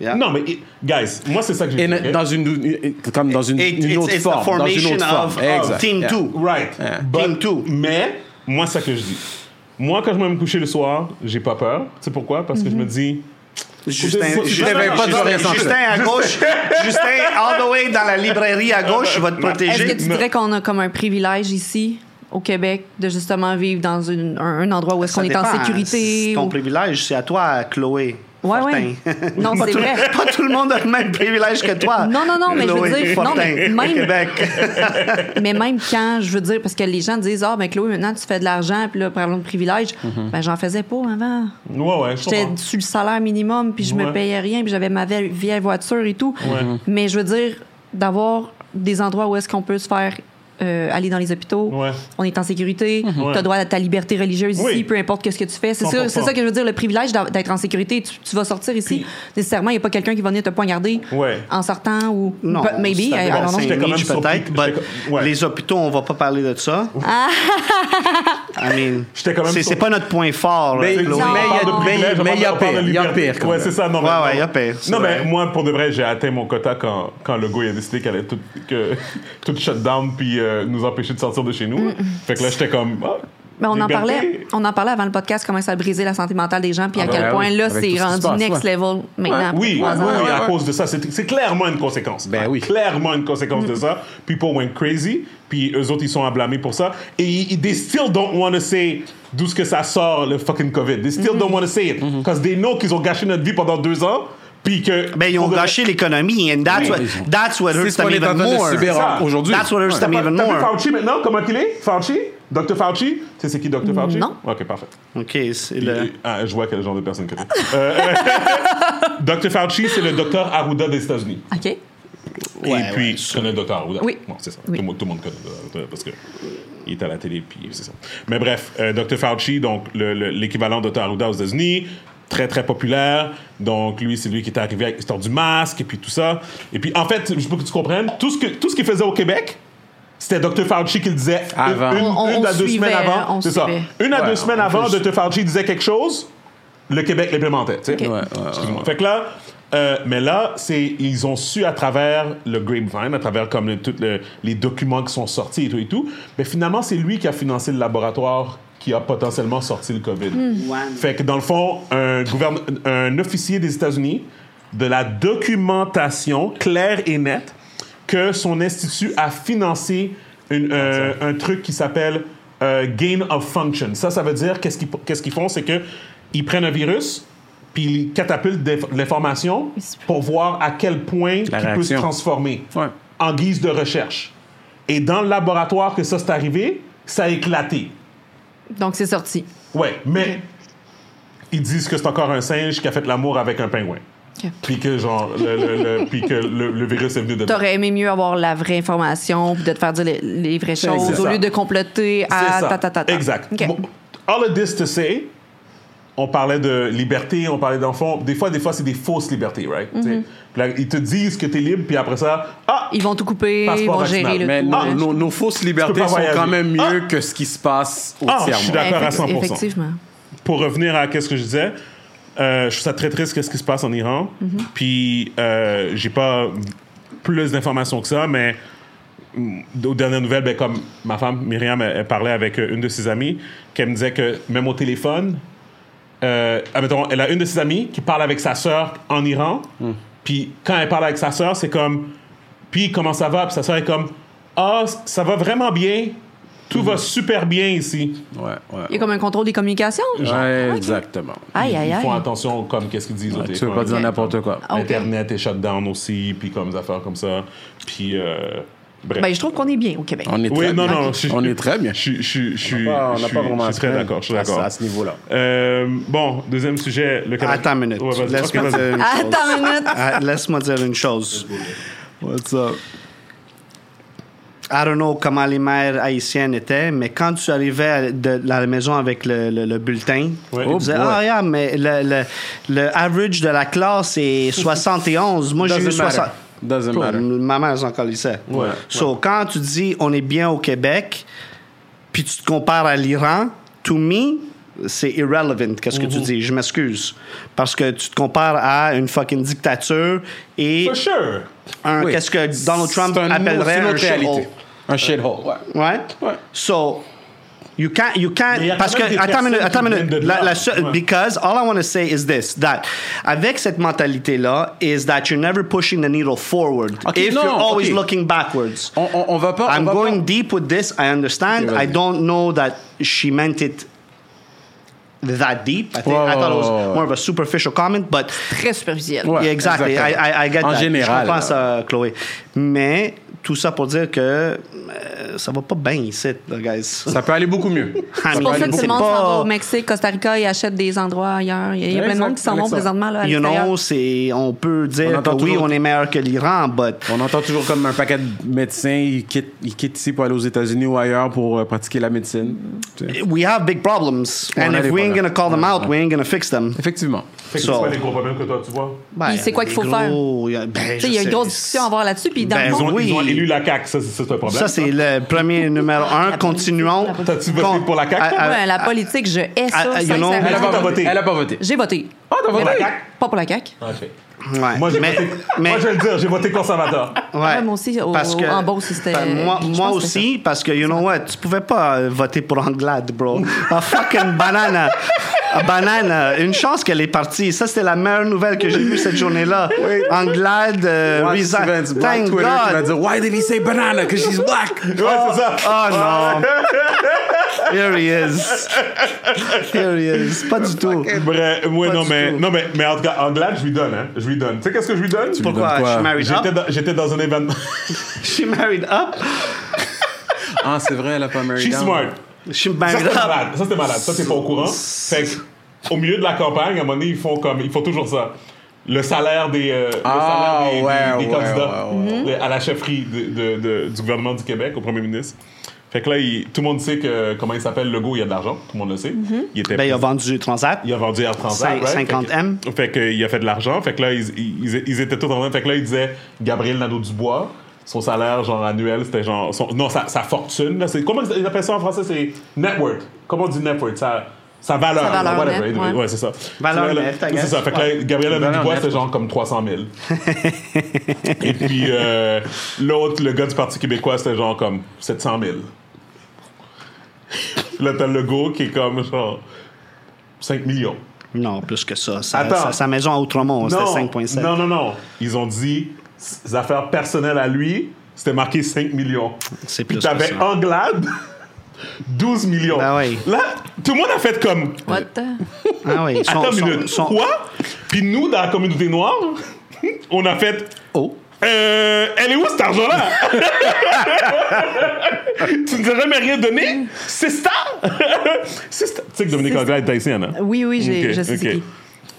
Speaker 4: Yeah.
Speaker 3: Non, mais, guys, moi, c'est ça que j'ai
Speaker 1: Et
Speaker 3: dit,
Speaker 1: ne-
Speaker 3: ok?
Speaker 1: dans une, une- comme dans une,
Speaker 4: It-
Speaker 1: une
Speaker 4: it's-
Speaker 1: autre
Speaker 4: it's the
Speaker 1: forme. Dans une
Speaker 4: formation
Speaker 1: autre forme.
Speaker 4: of- of
Speaker 1: Exact.
Speaker 4: Team
Speaker 1: Yeah.
Speaker 4: 2.
Speaker 3: Right.
Speaker 1: Yeah.
Speaker 3: But-
Speaker 4: Team two.
Speaker 3: Mais, moi, c'est ça que je dis. Moi, quand je vais me coucher le soir, j'ai pas peur. Tu sais pourquoi? Parce que je me
Speaker 1: Mhm.
Speaker 3: dis.
Speaker 4: Justin,
Speaker 3: Je
Speaker 4: Justin,
Speaker 1: t'avais pas dit rien sans
Speaker 4: Justin à gauche, Justin all the way dans la librairie à gauche, va te
Speaker 5: Est-ce que
Speaker 4: protéger.
Speaker 5: tu
Speaker 3: Non.
Speaker 5: dirais qu'on a comme un privilège ici, au Québec, de justement vivre dans une- un, un endroit où est-ce qu'on est en
Speaker 4: Ça dépend.
Speaker 5: sécurité?
Speaker 4: C'est Ton
Speaker 5: ou-
Speaker 4: privilège, c'est à toi, Chloé.
Speaker 5: Ouais,
Speaker 4: Fortin.
Speaker 5: ouais. Non, c'est vrai.
Speaker 4: Pas tout le monde a le même privilège que toi.
Speaker 5: Non, non, non, mais je veux
Speaker 4: Chloé
Speaker 5: dire,
Speaker 4: Fortin,
Speaker 5: non, mais même-
Speaker 4: au Québec.
Speaker 5: Mais même quand, je veux dire, parce que les gens disent, ah, ben Chloé, maintenant tu fais de l'argent, puis là, parlons de privilège.
Speaker 4: Mhm.
Speaker 5: Ben, j'en faisais pas avant.
Speaker 3: Ouais, ouais, je
Speaker 5: J'étais
Speaker 3: comprends.
Speaker 5: sur le salaire minimum, puis je me
Speaker 3: Ouais.
Speaker 5: payais rien, puis j'avais ma vieille vieille voiture et tout.
Speaker 1: Mm-hmm.
Speaker 5: Mais je veux dire, d'avoir des endroits où est-ce qu'on peut se faire euh, aller dans les hôpitaux,
Speaker 3: Ouais. Mm-hmm.
Speaker 5: on est en sécurité, tu as droit à ta liberté religieuse
Speaker 3: Oui.
Speaker 5: ici, peu importe que ce que tu fais. C'est ça,
Speaker 3: 100%.
Speaker 5: c'est ça que je veux dire, le privilège d'a- d'être en sécurité. Tu, tu vas sortir ici, nécessairement, il n'y a pas quelqu'un qui va venir te poignarder
Speaker 3: Ouais.
Speaker 5: en sortant ou...
Speaker 4: Non,
Speaker 5: But maybe, I- I
Speaker 4: c'est
Speaker 5: don't know.
Speaker 3: J'étais quand même surpris.
Speaker 4: peut-être, but
Speaker 3: J'étais comme- ouais.
Speaker 4: les hôpitaux, on va pas parler de ça.
Speaker 5: Ah.
Speaker 4: I mean,
Speaker 3: J'étais quand même
Speaker 4: c'est, c'est
Speaker 3: surpris.
Speaker 4: pas notre point fort,
Speaker 1: Mais-
Speaker 4: là, Chloé.
Speaker 1: Non.
Speaker 3: On
Speaker 1: Mais
Speaker 3: parle
Speaker 1: il y a-
Speaker 3: de
Speaker 1: mais-
Speaker 3: privilège,
Speaker 1: mais
Speaker 3: on
Speaker 1: il y a
Speaker 3: parle- on parle de
Speaker 1: pire, il y a
Speaker 3: liberté.
Speaker 1: pire, quand
Speaker 3: Ouais,
Speaker 1: même.
Speaker 3: c'est ça. Non, mais
Speaker 4: Ouais,
Speaker 3: non.
Speaker 4: ouais, il y a pire, c'est
Speaker 3: Non, mais
Speaker 4: vrai.
Speaker 3: moi, pour de vrai, j'ai atteint mon quota quand, quand le gars il a décidé qu'elle allait tout, que, tout shut down puis euh, nous empêcher de sortir de chez nous. Fait que là, j'étais comme. ah,
Speaker 5: Mais on en,
Speaker 3: liberté.
Speaker 5: parlait, on en parlait avant le podcast, comment ça a brisé la santé mentale des gens, puis à
Speaker 1: Ah,
Speaker 5: quel
Speaker 1: ben
Speaker 5: point
Speaker 1: oui,
Speaker 5: là,
Speaker 1: avec tout ce
Speaker 5: c'est
Speaker 1: qui se
Speaker 5: rendu
Speaker 1: passe,
Speaker 5: next
Speaker 1: ouais.
Speaker 5: level maintenant. après
Speaker 3: Oui,
Speaker 5: trois
Speaker 3: oui,
Speaker 5: ans.
Speaker 1: ouais,
Speaker 3: oui, à
Speaker 1: ouais.
Speaker 3: cause de ça. C'est c'est clairement une conséquence.
Speaker 1: Ben oui.
Speaker 3: Clairement une conséquence de ça. People went crazy, puis eux autres, ils sont à blâmer pour ça. Et ils, ils- they still don't want to say d'où ce que ça sort, le fucking COVID. They still don't want to
Speaker 4: Mm-hmm.
Speaker 3: say it. Because they know qu'ils ont gâché notre vie pendant deux ans, puis que...
Speaker 4: Ben, ils ont
Speaker 3: pour de-
Speaker 4: gâché l'économie, and that's,
Speaker 1: Oui.
Speaker 4: what, that's what
Speaker 1: C'est
Speaker 4: hurts
Speaker 1: ce qu'on
Speaker 4: them
Speaker 1: est en
Speaker 4: even
Speaker 1: train
Speaker 4: more.
Speaker 1: de subir
Speaker 3: Ça.
Speaker 1: aujourd'hui.
Speaker 4: That's what hurts them
Speaker 3: T'as
Speaker 4: even
Speaker 3: vu
Speaker 4: more.
Speaker 3: Fauci maintenant, comment qu'il est? Fauci? Dr. Fauci? Tu sais c'est qui Dr. Fauci?
Speaker 5: Non.
Speaker 3: OK, parfait.
Speaker 4: OK, c'est
Speaker 3: Il-
Speaker 4: le...
Speaker 3: il- ah, je vois quel genre de personne que t'es. Euh, Dr. Fauci, c'est le docteur Arruda des États-Unis.
Speaker 5: OK.
Speaker 4: Ouais,
Speaker 3: et puis,
Speaker 4: ouais.
Speaker 3: je connais le docteur Arruda.
Speaker 5: Oui.
Speaker 3: Bon, c'est ça.
Speaker 5: Oui.
Speaker 3: Tout, le monde- tout le monde connaît le docteur Arruda parce que il est à la télé, puis c'est ça. Mais bref, euh, Dr. Fauci, donc le- le- l'équivalent de Dr. Arruda aux États-Unis, très, très populaire. Donc, lui, c'est lui qui est arrivé avec l'histoire du masque et puis tout ça. Et puis, en fait, je veux que tu comprennes, tout ce que- tout ce qu'il faisait au Québec, c'était Dr. Fauci qui le disait une-
Speaker 1: Avant.
Speaker 3: une,
Speaker 5: On-
Speaker 3: une
Speaker 5: on
Speaker 3: à deux
Speaker 5: suivait,
Speaker 3: semaines
Speaker 5: là,
Speaker 3: avant.
Speaker 5: on
Speaker 3: C'est ça.
Speaker 5: suivait.
Speaker 3: Une à
Speaker 1: Ouais,
Speaker 3: deux semaines
Speaker 1: on
Speaker 3: avant,
Speaker 1: peut
Speaker 3: Dr. Fauci disait quelque chose, le Québec l'implémentait. tu sais.
Speaker 5: Ok.
Speaker 1: Ouais, ouais, ouais.
Speaker 3: Excuse-moi. Fait que là, Euh, mais là, c'est ils ont su à travers le grapevine, à travers comme le- tout le- les documents qui sont sortis et tout et tout. Mais finalement, c'est lui qui a financé le laboratoire qui a potentiellement sorti le COVID. Fait que dans le fond, un, gouverne- un officier des États-Unis, de la documentation claire et nette, que son institut a financé une, euh, un truc qui s'appelle euh, gain of function. Ça, ça veut dire qu'est-ce qu'ils qu'est-ce qu'ils font, c'est que ils prennent un virus puis ils catapultent des- l'information pour voir à quel point il
Speaker 1: La
Speaker 3: peut se
Speaker 1: réaction.
Speaker 3: transformer
Speaker 1: Ouais.
Speaker 3: en guise de recherche. Et dans le laboratoire que ça s'est arrivé, ça a éclaté.
Speaker 5: Donc, c'est sorti.
Speaker 3: Ouais, mais ils disent que c'est encore un singe qui a fait l'amour avec un pingouin.
Speaker 5: Ok.
Speaker 3: Puis que genre, le, le- le- puis que le, le virus est venu de
Speaker 5: T'aurais aimé mieux avoir la vraie information puis de te faire dire les, les vraies choses
Speaker 3: ça.
Speaker 5: au lieu de comploter à
Speaker 3: C'est ça.
Speaker 5: Ah, ta, ta, ta, ta.
Speaker 3: Exact.
Speaker 5: OK.
Speaker 3: Bon, all of this to say, on parlait de liberté, on parlait d'enfants. Des fois, des fois, c'est des fausses libertés, right?
Speaker 5: Mm-hmm.
Speaker 3: T'sais, puis là, ils te disent que t'es libre, puis après ça, ah,
Speaker 5: Ils vont tout couper,
Speaker 3: Passeport
Speaker 5: ils vont
Speaker 3: vaccinal.
Speaker 5: gérer le
Speaker 1: Mais
Speaker 5: coup.
Speaker 1: non,
Speaker 5: ouais.
Speaker 1: nos, nos fausses libertés
Speaker 3: pas
Speaker 1: sont
Speaker 3: voyager.
Speaker 1: quand même mieux que ce qui se passe au
Speaker 3: Ah, je
Speaker 1: tiers
Speaker 3: suis
Speaker 1: monde.
Speaker 3: d'accord à
Speaker 5: Effect-
Speaker 3: 100%.
Speaker 5: Effectivement.
Speaker 3: pour revenir à qu'est-ce que je disais, euh, je trouve ça très triste qu'est-ce qui se passe en Iran. Puis euh, j'ai pas plus d'informations que ça, mais mm, aux dernières nouvelles, ben, comme ma femme Myriam, elle, elle parlait avec euh, une de ses amies, qu'elle me disait que même au téléphone, euh, admettons, elle a une de ses amies qui parle avec sa sœur en Iran. Puis quand elle parle avec sa sœur, c'est comme, puis comment ça va? Puis sa sœur est comme, ah, ça va vraiment bien. Tout va super bien ici.
Speaker 1: Ouais, ouais.
Speaker 5: Il y a comme un contrôle des communications. genre. Ah,
Speaker 1: Ouais,
Speaker 5: Ok.
Speaker 1: exactement.
Speaker 5: Aïe, aïe,
Speaker 3: Ils
Speaker 5: aïe.
Speaker 3: font attention comme qu'est-ce qu'ils disent au
Speaker 1: Ouais, Ah, tu
Speaker 3: téléphone.
Speaker 1: veux pas dire
Speaker 5: Ok.
Speaker 1: n'importe quoi.
Speaker 5: Ah, ok.
Speaker 3: Internet est shut down aussi, puis comme des affaires comme ça. Puis, euh, bref.
Speaker 5: Ben, je trouve qu'on est bien au Québec.
Speaker 1: On est
Speaker 3: oui,
Speaker 1: très
Speaker 3: non,
Speaker 1: bien.
Speaker 3: non, je,
Speaker 1: On est très bien.
Speaker 3: je, suis- je, suis- je, suis-
Speaker 1: pas-
Speaker 3: je
Speaker 1: Ah, on n'a
Speaker 3: suis-
Speaker 1: pas vraiment
Speaker 3: je
Speaker 1: à
Speaker 3: suis
Speaker 1: se
Speaker 3: très
Speaker 1: plaindre
Speaker 3: d'accord, je suis
Speaker 1: à ce-
Speaker 3: d'accord.
Speaker 1: à ce niveau-là.
Speaker 3: Euh, bon, deuxième sujet, le Canada.
Speaker 4: Attends une minute.
Speaker 3: Ouais, vas-y. Ok,
Speaker 4: Laisse-moi
Speaker 3: vas-y.
Speaker 4: dire une chose.
Speaker 5: Attends une minute.
Speaker 4: Ah, Laisse-moi dire une chose. What's up? I don't know comment les mères haïtiennes étaient, mais quand tu arrivais à, de, à la maison avec le, le- le bulletin,
Speaker 3: Ouais.
Speaker 4: tu
Speaker 1: Oh
Speaker 4: disais,
Speaker 1: boy.
Speaker 4: ah, yeah, mais le, le, le average de la classe est 71. Moi, j'ai eu
Speaker 1: Doesn't
Speaker 4: 60.
Speaker 1: matter. Doesn't
Speaker 4: Toi,
Speaker 1: matter.
Speaker 4: Ma mère s'en calissait.
Speaker 1: Ouais.
Speaker 4: So, quand tu dis on est bien au Québec, puis tu te compares à l'Iran, to me, c'est irrelevant qu'est-ce
Speaker 1: Mm-hmm.
Speaker 4: que tu dis. Je m'excuse. Parce que tu te compares à une fucking dictature et
Speaker 3: For sure.
Speaker 4: un,
Speaker 1: Oui.
Speaker 4: qu'est-ce que Donald Trump
Speaker 1: C'est un-
Speaker 4: appellerait
Speaker 1: c'est
Speaker 4: un
Speaker 1: notre réalité.
Speaker 4: shithole.
Speaker 1: Un shithole, ouais.
Speaker 4: Ouais?
Speaker 1: Ouais.
Speaker 4: So, you can't, you can't,
Speaker 3: Mais il y a
Speaker 4: parce
Speaker 3: quand
Speaker 4: que,
Speaker 3: même des
Speaker 4: attends une minute,
Speaker 3: personnes qui
Speaker 4: attends une minute.
Speaker 3: viennent de
Speaker 4: La,
Speaker 3: là.
Speaker 4: la seule-
Speaker 3: Ouais.
Speaker 4: Because all I want to say is this, that, avec cette mentalité-là, is that you're never pushing the needle forward.
Speaker 1: Ok,
Speaker 4: if
Speaker 1: non,
Speaker 4: you're always
Speaker 1: ok.
Speaker 4: looking backwards.
Speaker 1: On, on, on va pas.
Speaker 4: I'm
Speaker 1: on va pas-
Speaker 4: going deep with this, I understand.
Speaker 1: Ok,
Speaker 4: I
Speaker 1: vas-y.
Speaker 4: don't know that she meant it that deep. I, think, I thought it
Speaker 1: Whoa.
Speaker 4: was more of a superficial comment, but
Speaker 5: Très superficiel.
Speaker 1: Ouais.
Speaker 4: Yeah, exactly.
Speaker 1: exactement.
Speaker 4: I, I, I get
Speaker 1: En
Speaker 4: that.
Speaker 1: général,
Speaker 4: Je comprends
Speaker 1: là.
Speaker 4: ça, Chloé. Mais tout ça pour dire que euh, ça va pas bien ici, là, guys.
Speaker 1: Ça peut aller beaucoup mieux.
Speaker 4: I
Speaker 5: C'est
Speaker 4: mean,
Speaker 5: pour ça que tout
Speaker 4: c'est
Speaker 5: le monde s'en va
Speaker 4: pas-
Speaker 5: au Mexique, Costa Rica, ils achètent des endroits ailleurs. Il y a, il y a plein de
Speaker 1: Exact,
Speaker 5: monde qui s'en vont
Speaker 1: Alexa.
Speaker 5: présentement. Là, à
Speaker 4: You
Speaker 5: l'extérieur.
Speaker 4: know, c'est, on peut
Speaker 1: On
Speaker 4: dire que
Speaker 1: entend
Speaker 4: oui,
Speaker 1: toujours-
Speaker 4: on est meilleur que l'Iran, but
Speaker 1: On entend toujours comme un paquet de médecins, ils quittent, ils quittent ici pour aller aux États-Unis ou ailleurs pour euh, pratiquer la médecine. Tu sais.
Speaker 4: we have big problems.
Speaker 1: On
Speaker 4: And
Speaker 1: a
Speaker 4: if
Speaker 1: des
Speaker 4: we
Speaker 1: problèmes.
Speaker 4: ain't gonna call them out, we ain't gonna fix them.
Speaker 1: Effectivement.
Speaker 3: Fait que
Speaker 4: So-
Speaker 3: c'est pas les gros problèmes que toi, tu vois.
Speaker 4: Ben,
Speaker 5: Puis c'est quoi qu'il faut
Speaker 4: des
Speaker 5: faire?
Speaker 4: gros- ben, je
Speaker 5: Tu sais, il y a une
Speaker 4: sais.
Speaker 5: grosse discussion à avoir là-dessus. Puis dans
Speaker 4: Ben,
Speaker 5: le
Speaker 3: Ils
Speaker 5: fond,
Speaker 1: Ah
Speaker 3: ont,
Speaker 4: Oui.
Speaker 3: ils ont élu la CAQ, ça, c'est ça, c'est un problème.
Speaker 4: Ça, c'est le premier numéro un. Continuons.
Speaker 3: T'as-tu voté
Speaker 4: Con- Ah,
Speaker 3: pour la CAQ,
Speaker 4: à-
Speaker 3: toi?
Speaker 4: à-
Speaker 5: ouais, la politique, je hais ça.
Speaker 4: Ah, ah, you know,
Speaker 5: sincèrement.
Speaker 3: Elle a pas voté.
Speaker 1: Elle a pas voté.
Speaker 5: J'ai voté.
Speaker 1: Ah, t'as voté?
Speaker 3: la CAQ?
Speaker 5: Pas pour la CAQ.
Speaker 3: Ok.
Speaker 4: ouais.
Speaker 3: Moi, j'ai
Speaker 4: Mais-
Speaker 3: voté-
Speaker 4: mais-
Speaker 3: moi, je vais le dire, j'ai voté conservateur.
Speaker 5: Ah ouais, moi aussi, au- au- en bas aussi, c'était- euh,
Speaker 4: Enfin, ben, Moi,
Speaker 5: je
Speaker 4: moi
Speaker 5: pense que c'était
Speaker 4: aussi, parce que, you know what, tu pouvais pas euh, voter pour Anglade, bro. A fucking banana. A banana. Une chance qu'elle est partie. Ça, c'était la meilleure nouvelle que j'ai vue cette journée-là. Anglade euh,
Speaker 1: Watch
Speaker 4: resign.
Speaker 1: Stevens, Black
Speaker 4: Thank
Speaker 1: Twitter, qui va
Speaker 4: God.
Speaker 1: dire Why did he say banana? Because she's black.
Speaker 3: ouais, c'est ça.
Speaker 1: Ah.
Speaker 4: Oh non. Here he is. Here he is. Pas du tout.
Speaker 3: Bref, ouais,
Speaker 4: Pas
Speaker 3: non,
Speaker 4: du
Speaker 3: mais,
Speaker 4: tout.
Speaker 3: non, mais, mais en tout cas, Anglade, je lui donne, hein. Je lui donne. Tu sais, qu'est-ce que je lui donne?
Speaker 1: lui
Speaker 4: Pourquoi?
Speaker 1: donnes quoi?
Speaker 4: Je suis married
Speaker 3: J'étais
Speaker 4: up.
Speaker 3: dans, j'étais dans un événement.
Speaker 4: Je suis married up.
Speaker 1: Ah, c'est vrai, elle a pas married
Speaker 3: She's
Speaker 1: down.
Speaker 3: smart.
Speaker 4: Je suis
Speaker 3: Ça,
Speaker 4: married
Speaker 3: c'était
Speaker 4: up.
Speaker 3: malade. Ça, c'était malade. Ça, t'es pas au courant. Fait que, au milieu de la campagne, à un moment donné, ils font comme. Ils font toujours ça. Le salaire des, euh, le
Speaker 1: Ah,
Speaker 3: salaire des-
Speaker 1: ouais,
Speaker 3: des- des
Speaker 1: ouais,
Speaker 3: candidats
Speaker 1: ouais,
Speaker 3: le- à la chefferie de- de- de- du gouvernement du Québec, au premier ministre. Fait que là, il- tout le monde sait que, comment il s'appelle, Legault, il y a de l'argent. Tout le monde le sait.
Speaker 1: Mm-hmm.
Speaker 3: Il était
Speaker 4: Ben, il a vendu Transat.
Speaker 3: il a vendu Air Transat.
Speaker 4: Cin-
Speaker 3: ouais.
Speaker 4: 50
Speaker 3: Fait que-
Speaker 4: M.
Speaker 3: Fait qu'il a fait de l'argent. Fait que là, ils, ils- ils étaient tous en train. Fait que là, ils disaient Gabriel Nadeau-Dubois, son salaire, genre annuel, c'était genre. son- non, sa, sa fortune. Là, c'est- comment ils appellent ça en français C'est network. Comment on dit network Sa, Sa valeur.
Speaker 5: Sa valeur
Speaker 3: whatever,
Speaker 5: nette,
Speaker 3: anyway,
Speaker 5: ouais.
Speaker 3: c'est ça.
Speaker 4: Valeur
Speaker 3: C'est vrai,
Speaker 4: nette, I
Speaker 3: C'est
Speaker 4: guess.
Speaker 3: ça. Fait que là, Gabriel
Speaker 1: Valeur
Speaker 3: Dubois,
Speaker 1: nette.
Speaker 3: c'était genre comme 300 000. Et puis, euh, l'autre, le gars du Parti québécois, c'était genre comme 700 000. Puis Là, t'as le go qui est comme genre 5 millions.
Speaker 4: Non, plus que ça. Sa,
Speaker 3: Attends.
Speaker 4: sa- sa maison à Outremont, c'était 5,7.
Speaker 3: non, non, non. Ils ont dit ses affaires personnelles à lui, c'était marqué 5 millions.
Speaker 4: C'est
Speaker 3: Puis
Speaker 4: plus que
Speaker 3: t'avais
Speaker 4: ça.
Speaker 3: Anglade, 12 millions.
Speaker 4: Ben oui.
Speaker 3: Là, tout le monde a fait comme.
Speaker 5: What the-
Speaker 4: Ah oui, son-
Speaker 3: Attends une
Speaker 4: son-
Speaker 3: minute.
Speaker 4: son-
Speaker 3: Quoi? Puis nous, dans la communauté noire, on a fait.
Speaker 4: Oh.
Speaker 3: Euh, elle est où cet argent-là? tu nous as jamais rien donné? C'est ça? C'est ça. Tu sais que Dominique
Speaker 5: C'est-
Speaker 3: Anglade est haïtienne, hein?
Speaker 5: Oui, oui, j'ai-
Speaker 3: Ok,
Speaker 5: je sais
Speaker 3: ok.
Speaker 5: c'est qui.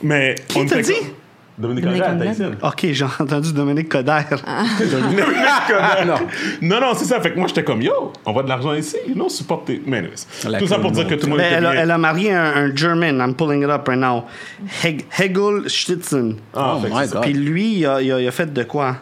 Speaker 3: Mais. on
Speaker 4: t'a
Speaker 3: était
Speaker 4: dit?
Speaker 3: comme- Dominique
Speaker 5: Dominique
Speaker 3: Anglade est
Speaker 5: Anglade.
Speaker 3: haïtienne.
Speaker 4: OK, j'ai entendu Dominique Coderre.
Speaker 3: Non, non, c'est ça. Fait que moi, j'étais comme, yo, on voit de l'argent ici. Non, supportez. Mais, anyways.
Speaker 1: La
Speaker 3: Tout ça pour dire que tout le monde
Speaker 4: Ben,
Speaker 3: était
Speaker 4: elle, a,
Speaker 3: bien.
Speaker 4: elle a marié un, un German, I'm pulling it up right now. Heg- Hegel Schlitzen.
Speaker 3: Ah,
Speaker 1: Oh
Speaker 3: fait que
Speaker 1: my
Speaker 3: c'est ça.
Speaker 1: God.
Speaker 4: Puis lui, il a, il a- il a fait de quoi?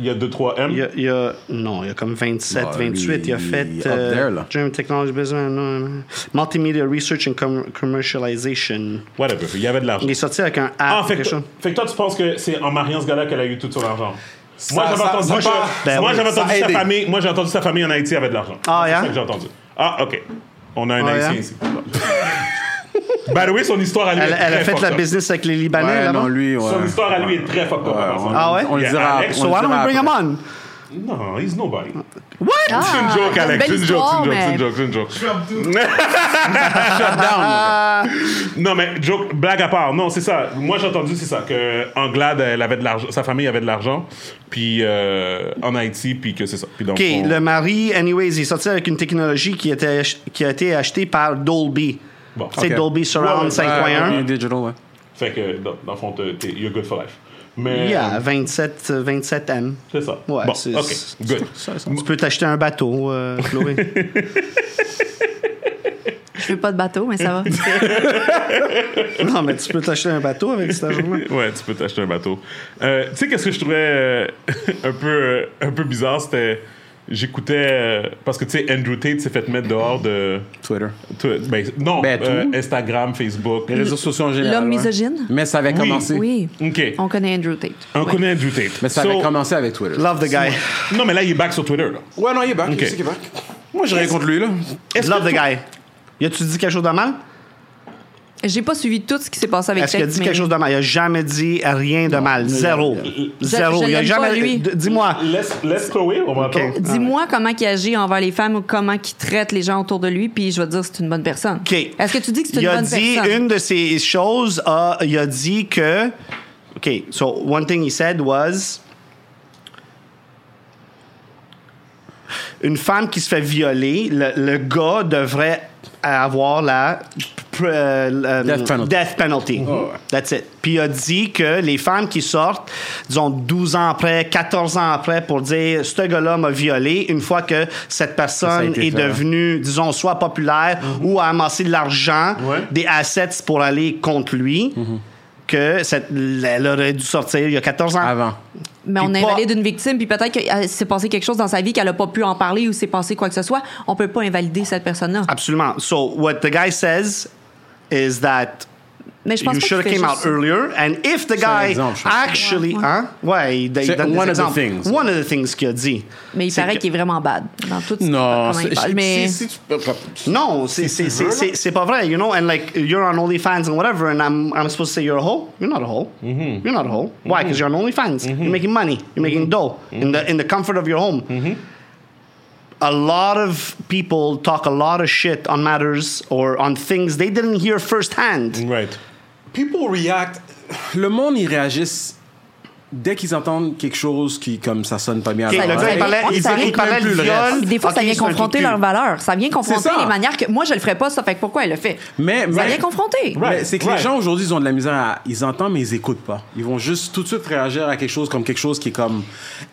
Speaker 3: Il y a 2-3
Speaker 4: Il
Speaker 3: M.
Speaker 4: a, il a- non, il a comme 27,
Speaker 1: Bah,
Speaker 4: 28. Il a
Speaker 1: lui,
Speaker 4: fait.
Speaker 1: up
Speaker 4: euh,
Speaker 1: there, là.
Speaker 4: German Technology Business. non, non. Multimedia Research and Com- Commercialization.
Speaker 3: Whatever. Il y avait de l'argent.
Speaker 4: Il est sorti avec un A.
Speaker 3: Ah, fait
Speaker 4: quelque
Speaker 3: que,
Speaker 4: chose.
Speaker 3: fait que toi, tu penses que c'est en mariant ce gars-là qu'elle a eu tout son argent? Moi,
Speaker 1: Ça-
Speaker 3: j'avais
Speaker 1: ça-
Speaker 3: entendu,
Speaker 1: ça
Speaker 3: que-
Speaker 1: part-
Speaker 4: Ben
Speaker 3: moi,
Speaker 4: oui,
Speaker 3: j'avais
Speaker 1: ça
Speaker 3: entendu
Speaker 1: a
Speaker 3: sa
Speaker 1: aidé.
Speaker 3: famille. Moi, j'ai entendu sa famille en Haïti avait de l'argent.
Speaker 4: Ah,
Speaker 3: c'est
Speaker 4: yeah?
Speaker 3: ça que j'ai entendu. Ah, ok. On a un
Speaker 4: Ah,
Speaker 3: Haïtien
Speaker 4: yeah?
Speaker 3: ici. By the way, son histoire à lui.
Speaker 4: Elle,
Speaker 3: est
Speaker 4: elle a
Speaker 3: très
Speaker 4: fait
Speaker 3: fucked
Speaker 4: la
Speaker 3: up.
Speaker 4: business avec les Libanais
Speaker 1: Ouais,
Speaker 4: là-bas.
Speaker 1: non, lui, ouais.
Speaker 3: Son histoire à lui est très fucked
Speaker 1: Ouais,
Speaker 3: up. en passant.
Speaker 1: on-
Speaker 4: Ah ouais?
Speaker 1: On le
Speaker 3: Yeah,
Speaker 1: dira.
Speaker 3: Alex,
Speaker 1: on
Speaker 4: So
Speaker 1: le
Speaker 4: why don't
Speaker 1: dira
Speaker 4: we bring him
Speaker 1: après.
Speaker 4: on?
Speaker 3: Non, he's nobody.
Speaker 4: What?
Speaker 3: C'est une joke,
Speaker 5: Ah,
Speaker 3: Alex.
Speaker 5: belle
Speaker 3: C'est une joke,
Speaker 5: histoire,
Speaker 3: c'est une
Speaker 5: mais-
Speaker 3: joke, c'est une joke, c'est une joke. Non, mais joke, blague à part. Non, c'est ça. Moi, j'ai entendu, c'est ça, que Anglade, elle avait de l'argent, sa famille avait de l'argent, puis euh, en Haïti, puis que c'est ça. Puis donc,
Speaker 4: OK,
Speaker 3: on-
Speaker 4: le mari, anyways, il est sorti avec une technologie qui, était ach- qui a été achetée par Dolby.
Speaker 3: Bon,
Speaker 4: C'est
Speaker 1: Ok.
Speaker 4: Dolby Surround
Speaker 3: Ouais,
Speaker 1: Ouais, ouais,
Speaker 4: 5.1.
Speaker 1: Digital, ouais.
Speaker 3: fait que dans, dans le fond, t'es- t'es- you're good for life. Mais
Speaker 4: Yeah,
Speaker 3: euh,
Speaker 4: 27, euh, 27 M.
Speaker 3: c'est ça.
Speaker 4: Ouais,
Speaker 3: bon,
Speaker 4: c'est-
Speaker 3: ok,
Speaker 4: c'est-
Speaker 3: good.
Speaker 4: Tu peux t'acheter un bateau, euh, Chloé.
Speaker 5: Je veux pas de bateau, mais ça va.
Speaker 4: non, mais tu peux t'acheter un bateau avec cet argent-là.
Speaker 3: Ouais, tu peux t'acheter un bateau. Euh, tu sais, qu'est-ce que je trouvais euh, un, peu, euh, un peu bizarre, c'était. J'écoutais. euh, parce que, tu sais, Andrew Tate s'est fait mettre dehors de.
Speaker 1: Twitter.
Speaker 3: Twi- ben, non,
Speaker 1: Ben, tout. Mm.
Speaker 3: euh, Instagram, Facebook.
Speaker 1: Les réseaux sociaux en général.
Speaker 5: L'homme
Speaker 1: ouais.
Speaker 5: misogyne?
Speaker 1: Mais ça avait commencé.
Speaker 5: Oui.
Speaker 3: OK.
Speaker 5: On connaît Andrew Tate.
Speaker 3: On
Speaker 5: Ouais.
Speaker 3: connaît Andrew Tate.
Speaker 1: Mais ça
Speaker 3: So-
Speaker 1: avait commencé avec Twitter.
Speaker 4: Love the guy.
Speaker 3: Non, mais là, il est back sur Twitter. là.
Speaker 1: Ouais, non, il est back.
Speaker 3: Ok.
Speaker 1: Je sais qu'il est back. Moi, j'ai rien contre lui, là.
Speaker 4: Love the guy. Y a-tu dit quelque chose de mal?
Speaker 5: J'ai pas suivi tout ce qui s'est passé avec
Speaker 4: Est-ce qu'il a
Speaker 5: Tate.
Speaker 4: dit
Speaker 5: mais-
Speaker 4: quelque chose de mal? Il a jamais dit rien de mal. Zéro. Zéro.
Speaker 5: je
Speaker 4: Il a
Speaker 5: l'aime
Speaker 4: jamais.
Speaker 5: pas, lui.
Speaker 4: D- Dis-moi.
Speaker 3: Laisse, laisse Chloé, on va
Speaker 4: Ok.
Speaker 3: attendre.
Speaker 5: Dis-moi comment il agit envers les femmes ou comment il traite les gens autour de lui, puis je vais te dire si c'est une bonne personne.
Speaker 4: OK.
Speaker 5: Est-ce que tu dis que c'est une
Speaker 4: Il a
Speaker 5: bonne
Speaker 4: dit
Speaker 5: personne?
Speaker 4: une de ces choses, ah, il a dit que. OK, so one thing he said was. Une femme qui se fait violer, le, le gars devrait avoir la. pr- euh, la-
Speaker 1: Death penalty. Oh,
Speaker 4: death penalty. That's it. Puis il a dit que les femmes qui sortent, disons 12 ans après, 14 ans après, pour dire ce gars-là m'a violé, une fois que cette personne
Speaker 1: été Mhm.
Speaker 4: est
Speaker 1: fait, hein.
Speaker 4: devenue devenu, disons, soit populaire ou a amassé de l'argent,
Speaker 3: Ouais.
Speaker 4: des assets pour aller contre lui,
Speaker 1: Mhm.
Speaker 4: que cette- elle aurait dû sortir il y a 14 ans.
Speaker 1: Avant.
Speaker 5: Mais on
Speaker 4: puis
Speaker 5: invalide
Speaker 4: pas-
Speaker 5: une victime, puis peut-être qu'il s'est passé quelque chose dans sa vie qu'elle a pas pu en parler ou s'est passé quoi que ce soit. On peut pas invalider cette personne-là.
Speaker 4: Absolument. So, what the guy says is that
Speaker 5: Mais je pense
Speaker 4: you
Speaker 5: pas
Speaker 4: should
Speaker 5: que
Speaker 4: have came out earlier, and if the
Speaker 1: un
Speaker 4: guy
Speaker 1: exemple, je pense.
Speaker 4: actually...
Speaker 5: Ouais, ouais.
Speaker 4: Hein? Ouais, il, il
Speaker 1: C'est
Speaker 4: donne des
Speaker 1: one of the
Speaker 4: exemples.
Speaker 1: things.
Speaker 4: One of the things qu'il a dit.
Speaker 5: Mais il
Speaker 4: C'est
Speaker 5: paraît
Speaker 4: que-
Speaker 5: qu'il est vraiment bad dans tout ce
Speaker 1: Non,
Speaker 5: comment il
Speaker 1: c'est-
Speaker 5: parle. Mais
Speaker 1: si- si tu peux-
Speaker 4: Non, c'est c'est- c'est- c'est- c'est pas vrai, you know, and like, you're on OnlyFans and whatever, and I'm, I'm supposed to say you're a hoe? You're not a hoe. You're not a hoe. Why? Because you're on OnlyFans. You're making money. You're making dough in, the, in the comfort of your home. A lot of people talk a lot of shit on matters or on things they didn't hear firsthand.
Speaker 3: Right.
Speaker 1: People react. Le monde, ils réagissent dès qu'ils entendent quelque chose qui, comme ça sonne pas bien. à
Speaker 4: Ok,
Speaker 1: leur
Speaker 4: le
Speaker 1: oreille.
Speaker 4: gars, il parlait,
Speaker 5: on
Speaker 4: il
Speaker 5: savait
Speaker 4: il
Speaker 5: que
Speaker 4: parlait de
Speaker 1: même plus le reste.
Speaker 4: viol.
Speaker 5: Des fois,
Speaker 4: Ah, Ok,
Speaker 5: ça vient
Speaker 4: c'est un
Speaker 5: confronter
Speaker 4: truc
Speaker 5: leurs valeurs. Ça vient confronter
Speaker 1: ça.
Speaker 5: les manières que. Moi, je le ferais pas, ça. Fait que pourquoi elle le fait?
Speaker 1: Mais,
Speaker 5: ça
Speaker 1: mais-
Speaker 5: vient confronter.
Speaker 1: Mais
Speaker 3: Right,
Speaker 1: c'est que
Speaker 3: right.
Speaker 1: les gens aujourd'hui, ils ont de la misère à. Ils entendent, mais ils écoutent pas. Ils vont juste tout de suite réagir à quelque chose comme quelque chose qui est comme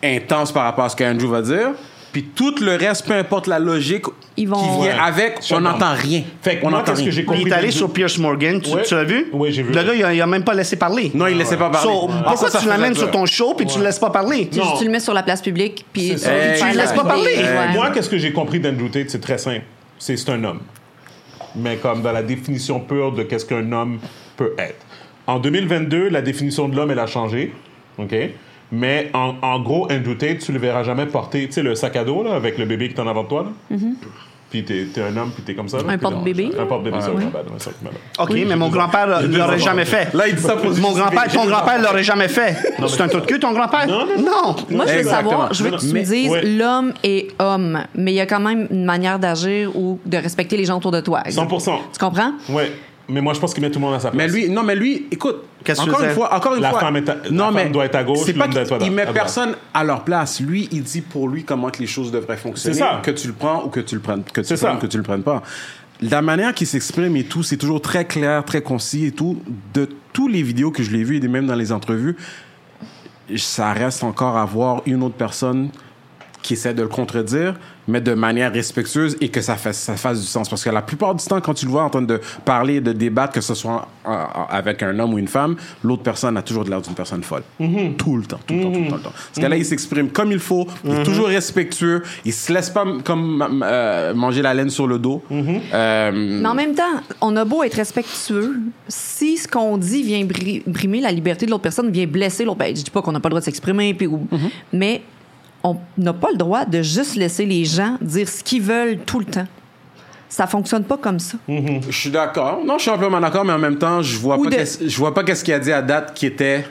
Speaker 1: intense par rapport à ce qu'Andrew va dire. Puis tout le reste, peu importe la logique
Speaker 5: Ils vont-
Speaker 1: qui vient
Speaker 3: Ouais.
Speaker 1: avec,
Speaker 3: Je
Speaker 1: on
Speaker 3: comprends.
Speaker 1: n'entend rien.
Speaker 3: Fait que
Speaker 1: on
Speaker 3: moi,
Speaker 1: n'entend
Speaker 3: qu'est-ce que
Speaker 1: rien.
Speaker 3: j'ai compris?
Speaker 4: Il est allé
Speaker 3: d'Andrew-
Speaker 4: sur Pierce Morgan. Tu,
Speaker 3: Ouais.
Speaker 4: tu l'as vu?
Speaker 3: Ouais, j'ai vu.
Speaker 4: Le gars, il a, il a même pas laissé parler.
Speaker 1: Non, il laissait pas parler.
Speaker 4: So,
Speaker 1: Ah, ça,
Speaker 4: pourquoi
Speaker 1: ça
Speaker 4: tu l'amènes
Speaker 1: faisait
Speaker 4: sur
Speaker 1: peur.
Speaker 4: ton show puis tu le laisses pas parler?
Speaker 5: Tu-
Speaker 3: Non.
Speaker 5: Tu le mets sur la place publique, puis
Speaker 3: C'est ça. Puis
Speaker 5: fais
Speaker 1: tu le
Speaker 5: la
Speaker 1: laisses pas
Speaker 5: public,
Speaker 4: parler.
Speaker 5: ouais.
Speaker 3: Moi, qu'est-ce que j'ai compris d'Andrew Tate, c'est très simple. C'est c'est un homme. mais comme dans la définition pure de qu'est-ce qu'un homme peut être. En 2022, la définition de l'homme, elle a changé. OK? Mais en, en gros, Andrew Tate, tu le verras jamais porter, tu sais, le sac à dos, là, avec le bébé qui est en avant de toi, là. Puis t'es t'es un homme, puis t'es comme ça. là.
Speaker 5: Un porte-bébé.
Speaker 3: Un porte-bébé, ça,
Speaker 5: Ouais.
Speaker 3: ma bad, ouais, ça, ma bad.
Speaker 4: OK, mais mon grand-père l'aurait jamais fait.
Speaker 1: Là, il dit ça pour
Speaker 4: Mon grand-père, ton grand-père l'aurait jamais fait. C'est un taux de cul, ton grand-père?
Speaker 3: Non, non,
Speaker 5: Moi, je veux
Speaker 1: Exactement.
Speaker 5: savoir, je veux que tu me
Speaker 1: Mais-
Speaker 5: dises,
Speaker 3: ouais.
Speaker 5: l'homme est homme, mais il y a quand même une manière d'agir ou de respecter les gens autour de toi.
Speaker 3: 100%.
Speaker 5: Tu comprends?
Speaker 3: Ouais. Mais moi, je pense qu'il met tout le monde à sa
Speaker 1: Mais
Speaker 3: place.
Speaker 1: lui, non, mais lui, écoute,
Speaker 4: Qu'est-ce que
Speaker 1: encore
Speaker 4: tu
Speaker 1: une
Speaker 4: veux
Speaker 1: fois, encore une
Speaker 3: La
Speaker 1: fois,
Speaker 3: femme est à- la
Speaker 1: non,
Speaker 3: femme
Speaker 1: mais
Speaker 3: doit être à gauche,
Speaker 1: c'est pas
Speaker 3: l'homme doit être à
Speaker 1: qu'il- il
Speaker 3: droite.
Speaker 1: met
Speaker 3: À droite.
Speaker 1: personne à leur place. Lui, il dit pour lui comment que les choses devraient fonctionner,
Speaker 3: C'est ça.
Speaker 1: que tu le prends ou que tu le prennes, que tu
Speaker 3: C'est
Speaker 1: le prennes,
Speaker 3: ça.
Speaker 1: que tu le prennes pas. La manière qu'il s'exprime et tout, c'est toujours très clair, très concis et tout. De tous les vidéos que je l'ai vues et même dans les entrevues, ça reste encore à voir une autre personne qui essaie de le contredire, mais de manière respectueuse et que ça fasse, ça fasse du sens. Parce que la plupart du temps, quand tu le vois en train de parler, de débattre, que ce soit en- en- avec un homme ou une femme, l'autre personne a toujours l'air d'une personne folle.
Speaker 3: Mm-hmm.
Speaker 1: Tout le temps, tout le temps, tout le temps. tout le temps. Parce que là, il s'exprime comme il faut, il
Speaker 3: Mm-hmm.
Speaker 1: est toujours respectueux, il se laisse pas m- comme m- euh, manger la laine sur le dos.
Speaker 3: Mm-hmm.
Speaker 1: Euh,
Speaker 3: Mm.
Speaker 5: Mais en même temps, on a beau être respectueux, si ce qu'on dit vient bri- brimer la liberté de l'autre personne, vient blesser l'autre, ben, je dis pas qu'on n'a pas le droit de s'exprimer, puis ou-
Speaker 3: Mm-hmm.
Speaker 5: mais on n'a pas le droit de juste laisser les gens dire ce qu'ils veulent tout le temps. Ça fonctionne pas comme ça.
Speaker 3: Mm-hmm.
Speaker 1: je suis d'accord. Non, je suis amplement d'accord, mais en même temps, je vois
Speaker 5: Ou
Speaker 1: pas
Speaker 5: de-
Speaker 1: qu'est-ce- je vois pas qu'est-ce qu'il a dit à date qui était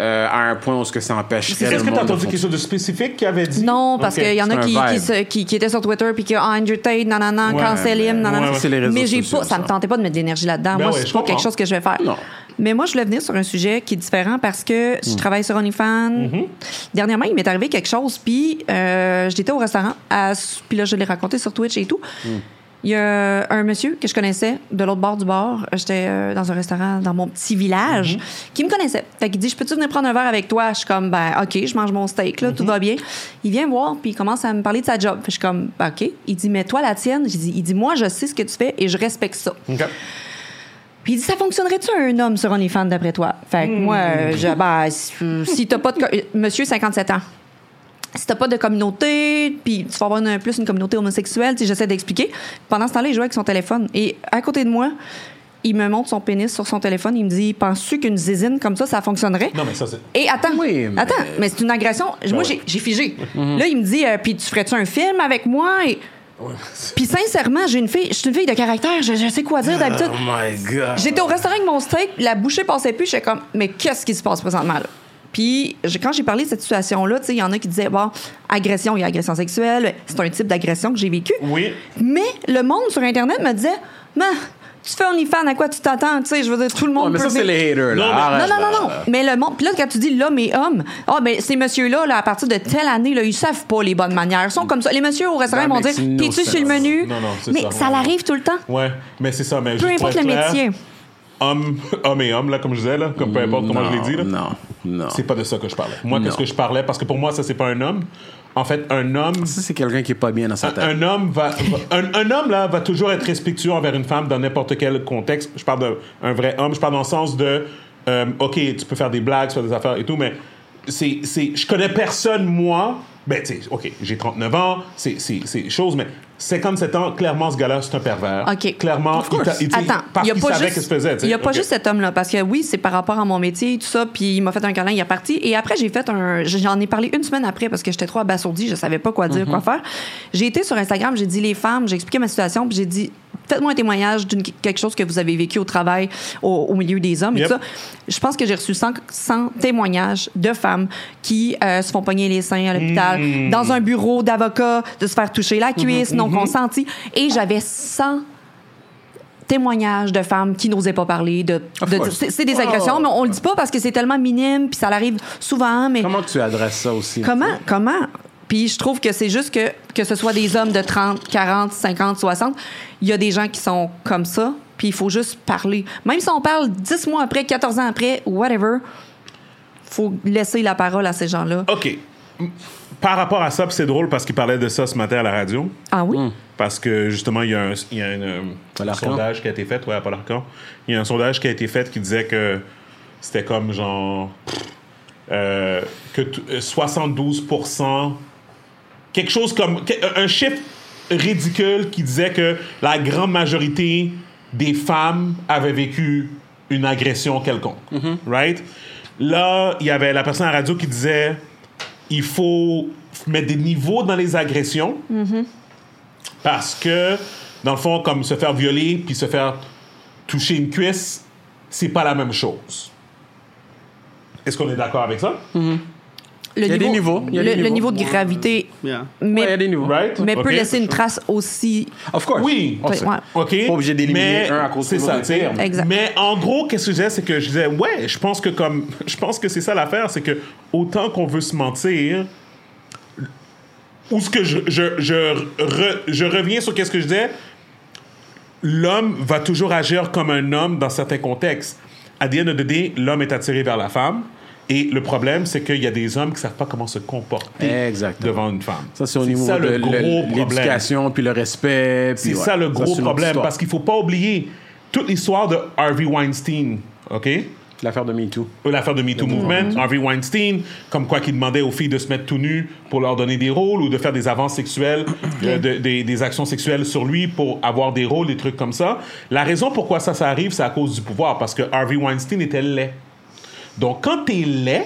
Speaker 1: euh, à un point où ce que ça empêche.
Speaker 3: Est-ce que t'as entendu quelque chose de spécifique qui avait dit
Speaker 5: Non, parce
Speaker 3: Ok.
Speaker 5: qu'il y en a
Speaker 1: c'est
Speaker 5: qui,
Speaker 1: un
Speaker 5: qui,
Speaker 1: vibe.
Speaker 5: se- qui, qui étaient sur Twitter puis que Ah, Andrew Tate, nanana,
Speaker 3: Ouais,
Speaker 5: cancel him,
Speaker 3: mais-
Speaker 5: nanana.
Speaker 3: ouais, ouais.
Speaker 1: C'est les réseaux
Speaker 5: mais j'ai
Speaker 1: sociaux,
Speaker 5: pas, ça me
Speaker 1: ça.
Speaker 5: tentait pas de mettre d'énergie là-dedans.
Speaker 3: Ben
Speaker 5: Moi,
Speaker 3: ouais,
Speaker 5: c'est
Speaker 3: je
Speaker 5: pas
Speaker 3: comprends.
Speaker 5: quelque chose que je vais faire.
Speaker 1: Non. Hmm.
Speaker 5: Mais moi, je voulais venir sur un sujet qui est différent parce que je travaille sur OnlyFans.
Speaker 1: Mm-hmm.
Speaker 5: Dernièrement, il m'est arrivé quelque chose, puis euh, j'étais au restaurant, à- puis là, je l'ai raconté sur Twitch et tout.
Speaker 1: Hmm.
Speaker 5: Il y a un monsieur que je connaissais de l'autre bord du bord. J'étais euh, dans un restaurant dans mon petit village
Speaker 1: Mm-hmm.
Speaker 5: qui me connaissait. Fait qu'il dit Je peux-tu venir prendre un verre avec toi Je suis comme Ben, OK, je mange mon steak, là,
Speaker 1: Mm-hmm.
Speaker 5: tout va bien. Il vient me voir, puis il commence à me parler de sa job. Fait que je suis comme Ben, OK. Il dit Mais toi, la tienne J'ai dit, Il dit Moi, je sais ce que tu fais et je respecte ça.
Speaker 3: Ok.
Speaker 5: Puis il dit, ça fonctionnerait-tu à un homme sur OnlyFans d'après toi? Fait que moi, euh,
Speaker 1: Hmm.
Speaker 5: je, bah, si- si t'as pas de. co- euh, Monsieur, 57 ans. Si t'as pas de communauté, puis tu vas avoir une- plus une communauté homosexuelle, tu sais, j'essaie d'expliquer. Pendant ce temps-là, il jouait avec son téléphone. Et à côté de moi, il me montre son pénis sur son téléphone. Il me dit, penses-tu qu'une zizine comme ça, ça fonctionnerait?
Speaker 3: Non, mais ça, c'est.
Speaker 5: Et attends,
Speaker 1: Oui, mais- Mhm.
Speaker 5: attends, mais c'est une agression. moi,
Speaker 3: ouais.
Speaker 5: j'ai- j'ai figé. Là, il me dit, euh, puis tu ferais-tu un film avec moi? Et... Puis sincèrement, j'ai une fille, je suis une fille de caractère, je, je sais quoi dire d'habitude.
Speaker 3: Euh,
Speaker 1: Oh my God.
Speaker 5: J'étais au restaurant avec mon steak, la bouchée passait plus, j'étais comme, mais qu'est-ce qui se passe présentement là? Puis j'ai- quand j'ai parlé de cette situation-là, tu sais, il y en a qui disaient, bon, agression, il y a agression sexuelle, c'est un type d'agression que j'ai vécu.
Speaker 3: Oui.
Speaker 5: Mais le monde sur Internet me disait, mais tu fais OnlyFans, à quoi tu t'attends? Tu sais, je veux dire, tout le monde.
Speaker 1: Ouais, mais
Speaker 5: peut
Speaker 1: ça, c'est
Speaker 5: venir.
Speaker 1: les haters, là.
Speaker 3: Non, mais-
Speaker 1: Arrête,
Speaker 5: Non, non, non, non.
Speaker 1: là.
Speaker 5: Mais le monde. Puis là, quand tu dis l'homme et homme, ah, ben, ces messieurs-là, là, à partir de telle année, là, ils savent pas les bonnes manières. Ils sont comme ça. Les messieurs au restaurant, ils
Speaker 1: That
Speaker 5: vont dire
Speaker 1: makes no
Speaker 5: T'es-tu sur le
Speaker 1: sense.
Speaker 5: menu
Speaker 3: Non, non, c'est
Speaker 5: Mais
Speaker 3: ça.
Speaker 5: ça l'arrive tout le temps.
Speaker 3: Ouais, mais c'est ça. Mais
Speaker 5: Peu
Speaker 3: juste pour
Speaker 5: importe
Speaker 3: être
Speaker 5: le
Speaker 3: clair,
Speaker 5: métier.
Speaker 3: Homme, homme et homme, là, comme je disais, là, comme peu importe comment je l'ai dit, là.
Speaker 1: Non, non.
Speaker 3: C'est pas de ça que je parlais. Moi, qu'est-ce
Speaker 1: Non.
Speaker 3: que je parlais Parce que pour moi, ça, c'est pas un homme. En fait, un homme.
Speaker 1: Ça, c'est quelqu'un qui est pas bien dans sa
Speaker 3: Un,
Speaker 1: tête.
Speaker 3: un homme va, va- un, un homme là va toujours être respectueux envers une femme dans n'importe quel contexte. Je parle d'un vrai homme. Je parle dans le sens de euh, ok, tu peux faire des blagues, tu peux faire des affaires et tout, mais c'est c'est je connais personne moi. Ben tu sais, ok, j'ai 39 ans, c'est c'est c'est chose, mais 57 ans, clairement ce gars-là c'est un pervers.
Speaker 5: Ok.
Speaker 3: Clairement,
Speaker 1: Of
Speaker 3: il
Speaker 1: course.
Speaker 3: t'a- il, tu sais,
Speaker 5: Attends,
Speaker 3: parce
Speaker 5: il y a
Speaker 3: qu'il
Speaker 5: pas
Speaker 3: savait
Speaker 5: juste,
Speaker 3: qu'est-ce qu'il faisait. tu sais.
Speaker 5: il y a pas
Speaker 3: Ok.
Speaker 5: juste cet homme-là, parce que oui, c'est par rapport à mon métier, tout ça, puis il m'a fait un câlin, il est parti. Et après, j'ai fait un, j'en ai parlé une semaine après parce que j'étais trop abasourdie, je savais pas quoi dire,
Speaker 1: Mhm.
Speaker 5: quoi faire. J'ai été sur Instagram, j'ai dit les femmes, j'ai expliqué ma situation, puis j'ai dit faites-moi un témoignage d'une quelque chose que vous avez vécu au travail, au, au milieu des hommes et
Speaker 3: Yep.
Speaker 5: tout ça. Je pense que j'ai reçu 100, 100 témoignages de femmes qui euh, se font pogner les seins à l'hôpital,
Speaker 3: Hmm.
Speaker 5: dans un bureau d'avocat, de se faire toucher la cuisse,
Speaker 1: Mhm,
Speaker 5: non consentie. Et j'avais 100 témoignages de femmes qui n'osaient pas parler de,
Speaker 1: Of
Speaker 5: de-
Speaker 1: course.
Speaker 5: c'est c'est des agressions
Speaker 1: Ah, Oh.
Speaker 5: mais on le dit pas parce que c'est tellement minime puis ça l'arrive souvent mais
Speaker 1: Comment tu adresses ça aussi?
Speaker 5: comment comment puis je trouve que c'est juste que que ce soit des hommes de 30 40 50 60 il y a des gens qui sont comme ça puis il faut juste parler même si on parle 10 mois après 14 ans après whatever faut laisser la parole à ces gens-là
Speaker 3: Ok. M- Par rapport à ça, puis c'est drôle parce qu'il parlait de ça ce matin à la radio.
Speaker 5: ah
Speaker 1: Hmm.
Speaker 5: oui
Speaker 3: parce que justement, il y a un, il y a un, euh,
Speaker 1: Paul
Speaker 3: un
Speaker 1: Arcan.
Speaker 3: sondage qui a été fait, ouais, à Paul Arcan. Il y a un sondage qui a été fait qui disait que c'était comme genre euh, que t- euh, 72 quelque chose comme que- un chiffre ridicule qui disait que la grande majorité des femmes avaient vécu une agression quelconque.
Speaker 1: Mm-hmm.
Speaker 3: Right? Là, il y avait la personne à la radio qui disait il faut mettre des niveaux dans les agressions parce que, dans le fond, comme se faire violer puis se faire toucher une cuisse, c'est pas la même chose. Est-ce qu'on est d'accord avec ça?
Speaker 5: Le
Speaker 1: Il y a des niveaux, il y a
Speaker 5: le,
Speaker 1: des
Speaker 5: le
Speaker 1: niveaux.
Speaker 5: niveau de gravité,
Speaker 4: Yeah.
Speaker 5: mais,
Speaker 1: Ouais, il y a des niveaux.
Speaker 3: Right?
Speaker 5: mais peut
Speaker 3: Ok.
Speaker 5: laisser une trace aussi.
Speaker 1: Of course.
Speaker 3: Oui,
Speaker 5: Ouais.
Speaker 3: OK.
Speaker 1: Pas obligé d'éliminer
Speaker 3: Mais
Speaker 1: un à cause de
Speaker 3: C'est ça,
Speaker 1: l'autre.
Speaker 3: tu sais.
Speaker 5: Exact.
Speaker 3: Mais en gros, qu'est-ce que je disais, c'est que je disais, ouais, je pense que comme, je pense que c'est ça l'affaire, c'est que autant qu'on veut se mentir, ou ce que je, je, je, re- je reviens sur qu'est-ce que je disais, l'homme va toujours agir comme un homme dans certains contextes. À the end of the day, l'homme est attiré vers la femme. Et le problème, c'est qu'il y a des hommes qui ne savent pas comment se comporter
Speaker 1: Exactement.
Speaker 3: devant une femme.
Speaker 1: Ça, c'est au niveau
Speaker 3: ça,
Speaker 1: de
Speaker 3: le gros
Speaker 1: le-
Speaker 3: problème.
Speaker 1: l'éducation, puis le respect. puis
Speaker 3: C'est
Speaker 1: ouais.
Speaker 3: ça le
Speaker 1: c'est
Speaker 3: gros
Speaker 1: une autre
Speaker 3: problème,
Speaker 1: histoire.
Speaker 3: parce qu'il faut pas oublier toute l'histoire de Harvey Weinstein, OK?
Speaker 1: L'affaire de Me Too.
Speaker 3: Euh, L'affaire de Me
Speaker 1: Mm-hmm.
Speaker 3: Too Movement, Harvey Weinstein, comme quoi qu'il demandait aux filles de se mettre tout nues pour leur donner des rôles ou de faire des avances sexuelles, euh, de- des, des actions sexuelles sur lui pour avoir des rôles, des trucs comme ça. La raison pourquoi ça, ça arrive, c'est à cause du pouvoir, parce que Harvey Weinstein était laid. Donc, quand t'es laid,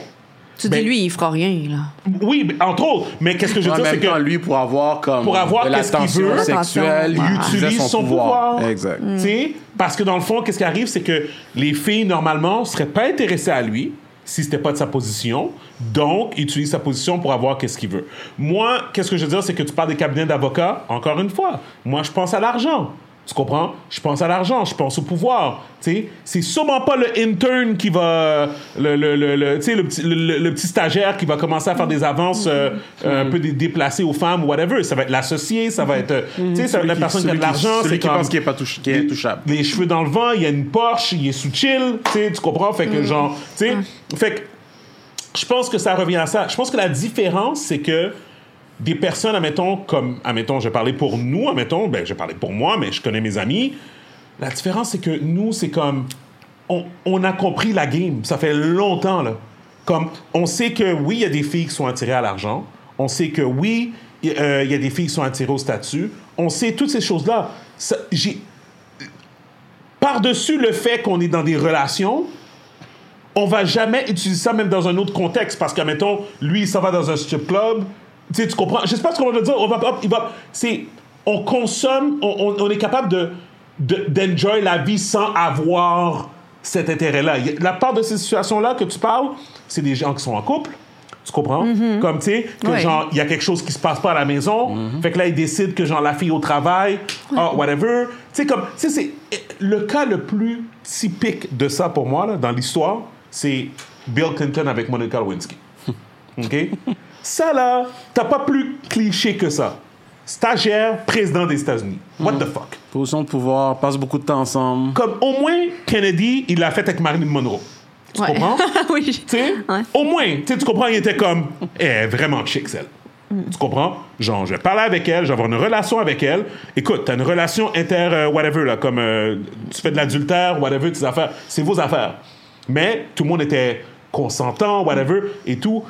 Speaker 5: Tu
Speaker 3: Ben-
Speaker 5: dis, lui, il fera rien, là.
Speaker 3: oui, mais entre autres, mais qu'est-ce que je veux
Speaker 1: en
Speaker 3: dire, c'est
Speaker 1: même
Speaker 3: que...
Speaker 1: temps, lui, pour avoir comme
Speaker 3: Pour avoir
Speaker 1: de
Speaker 3: qu'est-ce qu'il
Speaker 1: l'attention
Speaker 3: veut,
Speaker 1: sexuelle,
Speaker 5: il
Speaker 1: utilisait
Speaker 3: utilise son, pouvoir.
Speaker 1: Exact.
Speaker 3: Tu sais, Parce que dans le fond, qu'est-ce qui arrive, c'est que les filles, normalement, seraient pas intéressées à lui si c'était pas de sa position. Donc, il utilise sa position pour avoir qu'est-ce qu'il veut. Moi, qu'est-ce que je veux dire, c'est que tu parles des cabinets d'avocats, encore une fois. Moi, je pense à l'argent. Tu comprends? Je pense à l'argent, je pense au pouvoir. Tu sais, c'est sûrement pas le intern qui va. Le, le, le, le- tu sais, le petit, le- le- le petit stagiaire qui va commencer à faire des avances euh, euh, un peu dé- déplacées aux femmes, whatever. Ça va être l'associé, ça va être. euh, Tu sais, ça va être la personne qui a de l'argent.
Speaker 1: Celui
Speaker 3: c'est
Speaker 1: qui
Speaker 3: comme-
Speaker 1: pense qu'il est, pas touch- qu'il est touchable.
Speaker 3: les cheveux dans le vent, il y a une Porsche, il est sous chill, tu sais, tu comprends? Fait que genre, tu sais, fait que je pense que ça revient à ça. Je pense que la différence, c'est que des personnes, admettons, comme, admettons, je parlais pour nous, admettons, ben, je parlais pour moi, mais je connais mes amis. La différence, c'est que nous, c'est comme, on, on a compris la game. Ça fait longtemps, là. Comme, on sait que oui, il y a des filles qui sont attirées à l'argent. On sait que oui, il y euh, il y a des filles qui sont attirées au statut. On sait toutes ces choses-là. Ça- J'ai par-dessus le fait qu'on est dans des relations, on va jamais utiliser ça même dans un autre contexte parce que mettons lui il s'en va dans un strip club, tu sais tu comprends, je sais pas ce qu'on va dire, on va hop, il va c'est on consomme, on, on- on est capable de de- d'enjoy la vie sans avoir cet intérêt-là. Il y a- La part de ces situations-là que tu parles, c'est des gens qui sont en couple. Tu comprends? Comme, tu sais, que
Speaker 5: Ouais.
Speaker 3: genre, il y a quelque chose qui se passe pas à la maison. Fait que là, ils décident que genre la fille au travail, ah, whatever. Tu sais, comme, tu sais, c'est le cas le plus typique de ça pour moi, là, dans l'histoire, c'est Bill Clinton avec Monica Lewinsky. OK? ça, là, t'as pas plus cliché que ça. Stagiaire, président des États-Unis. What the fuck?
Speaker 1: Position de pouvoir, passe beaucoup de temps ensemble.
Speaker 3: Comme, au moins, Kennedy, il l'a fait avec Marilyn Monroe. Tu
Speaker 5: Ouais.
Speaker 3: comprends?
Speaker 5: oui.
Speaker 3: Tu sais,
Speaker 5: Ouais.
Speaker 3: au moins, tu sais, tu comprends, il était comme, elle est vraiment chic, celle. Tu comprends? Genre, je vais parler avec elle, je vais avoir une relation avec elle. Écoute, t'as une relation inter, euh, whatever, là, comme euh, tu fais de l'adultère, whatever, tes affaires, c'est vos affaires. Mais tout le monde était consentant, whatever, et tout.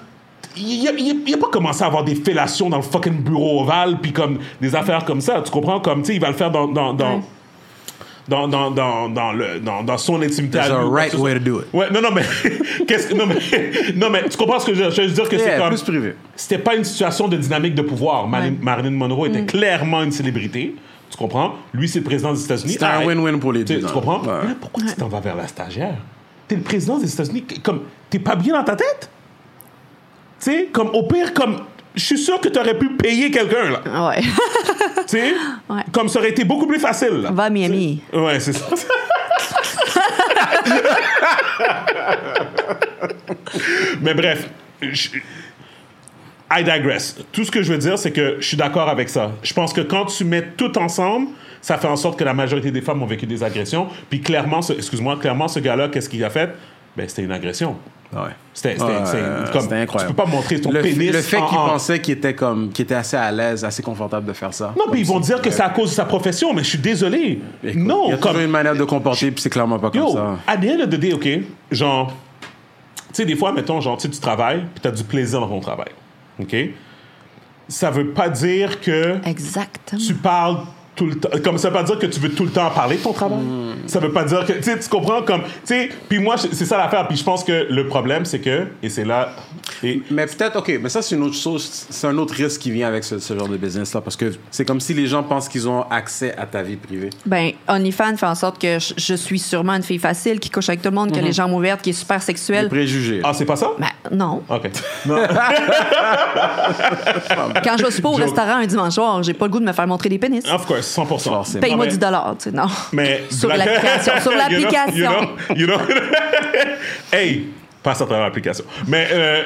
Speaker 3: Il a, il a- il a pas commencé à avoir des fellations dans le fucking bureau ovale, puis comme des affaires comme ça. Tu comprends? Comme, tu sais, il va le faire dans. dans, dans dans, dans, dans, dans, le, dans, dans son intimité. à
Speaker 1: There's a
Speaker 3: lui, ou quoi que
Speaker 1: right
Speaker 3: ce soit.
Speaker 1: way to do it.
Speaker 3: Ouais, non, non, mais. qu'est-ce que- non, mais, non, mais tu comprends ce que je veux dire? Je veux dire que c'est
Speaker 1: Yeah,
Speaker 3: comme.
Speaker 1: plus privé.
Speaker 3: C'était pas une situation de dynamique de pouvoir. Marilyn, Marilyn Monroe
Speaker 1: Mm.
Speaker 3: était clairement une célébrité. Tu comprends? Lui, c'est le président des États-Unis.
Speaker 1: C'était un
Speaker 3: Ah,
Speaker 1: win-win pour les
Speaker 3: Tu
Speaker 1: deux,
Speaker 3: tu
Speaker 1: non?
Speaker 3: comprends?
Speaker 1: Ouais.
Speaker 3: Mais là, pourquoi tu t'en vas vers la stagiaire? T'es le président des États-Unis. Comme, t'es pas bien dans ta tête? Tu sais, comme, au pire, comme. Je suis sûr que t'aurais pu payer quelqu'un, là.
Speaker 5: Ouais.
Speaker 3: Tu sais?
Speaker 5: Ouais.
Speaker 3: Comme ça aurait été beaucoup plus facile, là.
Speaker 5: Va à Miami.
Speaker 3: Ouais, c'est ça. Mais bref, je- I digress. Tout ce que je veux dire, c'est que je suis d'accord avec ça. Je pense que quand tu mets tout ensemble, ça fait en sorte que la majorité des femmes ont vécu des agressions. Puis clairement, ce- excuse-moi, clairement, ce gars-là, qu'est-ce qu'il a fait? Ben, c'était une agression.
Speaker 1: Ah Ouais.
Speaker 3: C'était c'était-
Speaker 1: Ouais,
Speaker 3: c'est comme-
Speaker 1: c'était incroyable.
Speaker 3: Tu peux pas montrer ton
Speaker 1: le,
Speaker 3: pénis.
Speaker 1: Le fait
Speaker 3: en-
Speaker 1: qu'il
Speaker 3: en-
Speaker 1: pensait qu'il était, comme, qu'il était assez à l'aise, assez confortable de faire ça.
Speaker 3: Non, puis ils
Speaker 1: Comme
Speaker 3: vont
Speaker 1: ça.
Speaker 3: dire que c'est à cause de sa profession, mais je suis désolé.
Speaker 1: Écoute, Il y a
Speaker 3: non,
Speaker 1: toujours
Speaker 3: comme
Speaker 1: une manière de comporter, puis c'est clairement pas comme
Speaker 3: Yo,
Speaker 1: ça.
Speaker 3: à the end of the day, OK, genre, tu sais, des fois, mettons, genre, tu sais, tu travailles, puis t'as du plaisir dans ton travail, OK? ça veut pas dire que
Speaker 5: Exactement.
Speaker 3: tu parles tout le temps. Comme ça veut pas dire que tu veux tout le temps parler de ton travail.
Speaker 1: Hmm.
Speaker 3: Ça veut pas dire que. Tu sais, tu comprends comme. Tu sais, puis moi, c'est ça l'affaire. Puis je pense que le problème, c'est que. Et c'est là. Et,
Speaker 1: Mais peut-être, OK, mais ça, c'est une autre chose, c'est un autre risque qui vient avec ce, ce genre de business-là, parce que c'est comme si les gens pensent qu'ils ont accès à ta vie privée.
Speaker 5: Ben, OnlyFans fait en sorte que je, je suis sûrement une fille facile qui couche avec tout le
Speaker 3: Mm-hmm.
Speaker 5: monde, qui a les jambes ouvertes, qui est super
Speaker 1: Les
Speaker 5: sexuelle.
Speaker 1: préjugés.
Speaker 3: ah, c'est pas ça?
Speaker 5: Ben, non.
Speaker 3: OK.
Speaker 5: Quand je suis pas au restaurant un dimanche soir, j'ai pas le goût de me faire montrer des pénis.
Speaker 3: Of course, 100%.
Speaker 1: Forcément.
Speaker 5: Paye-moi
Speaker 3: mais-
Speaker 5: du dollar, tu sais, non.
Speaker 3: Ah, Mais
Speaker 5: Sur
Speaker 3: blague-
Speaker 5: l'application. Sur
Speaker 3: You know,
Speaker 5: l'application.
Speaker 3: you know, you know. hey, passe à travers l'application. Mais euh,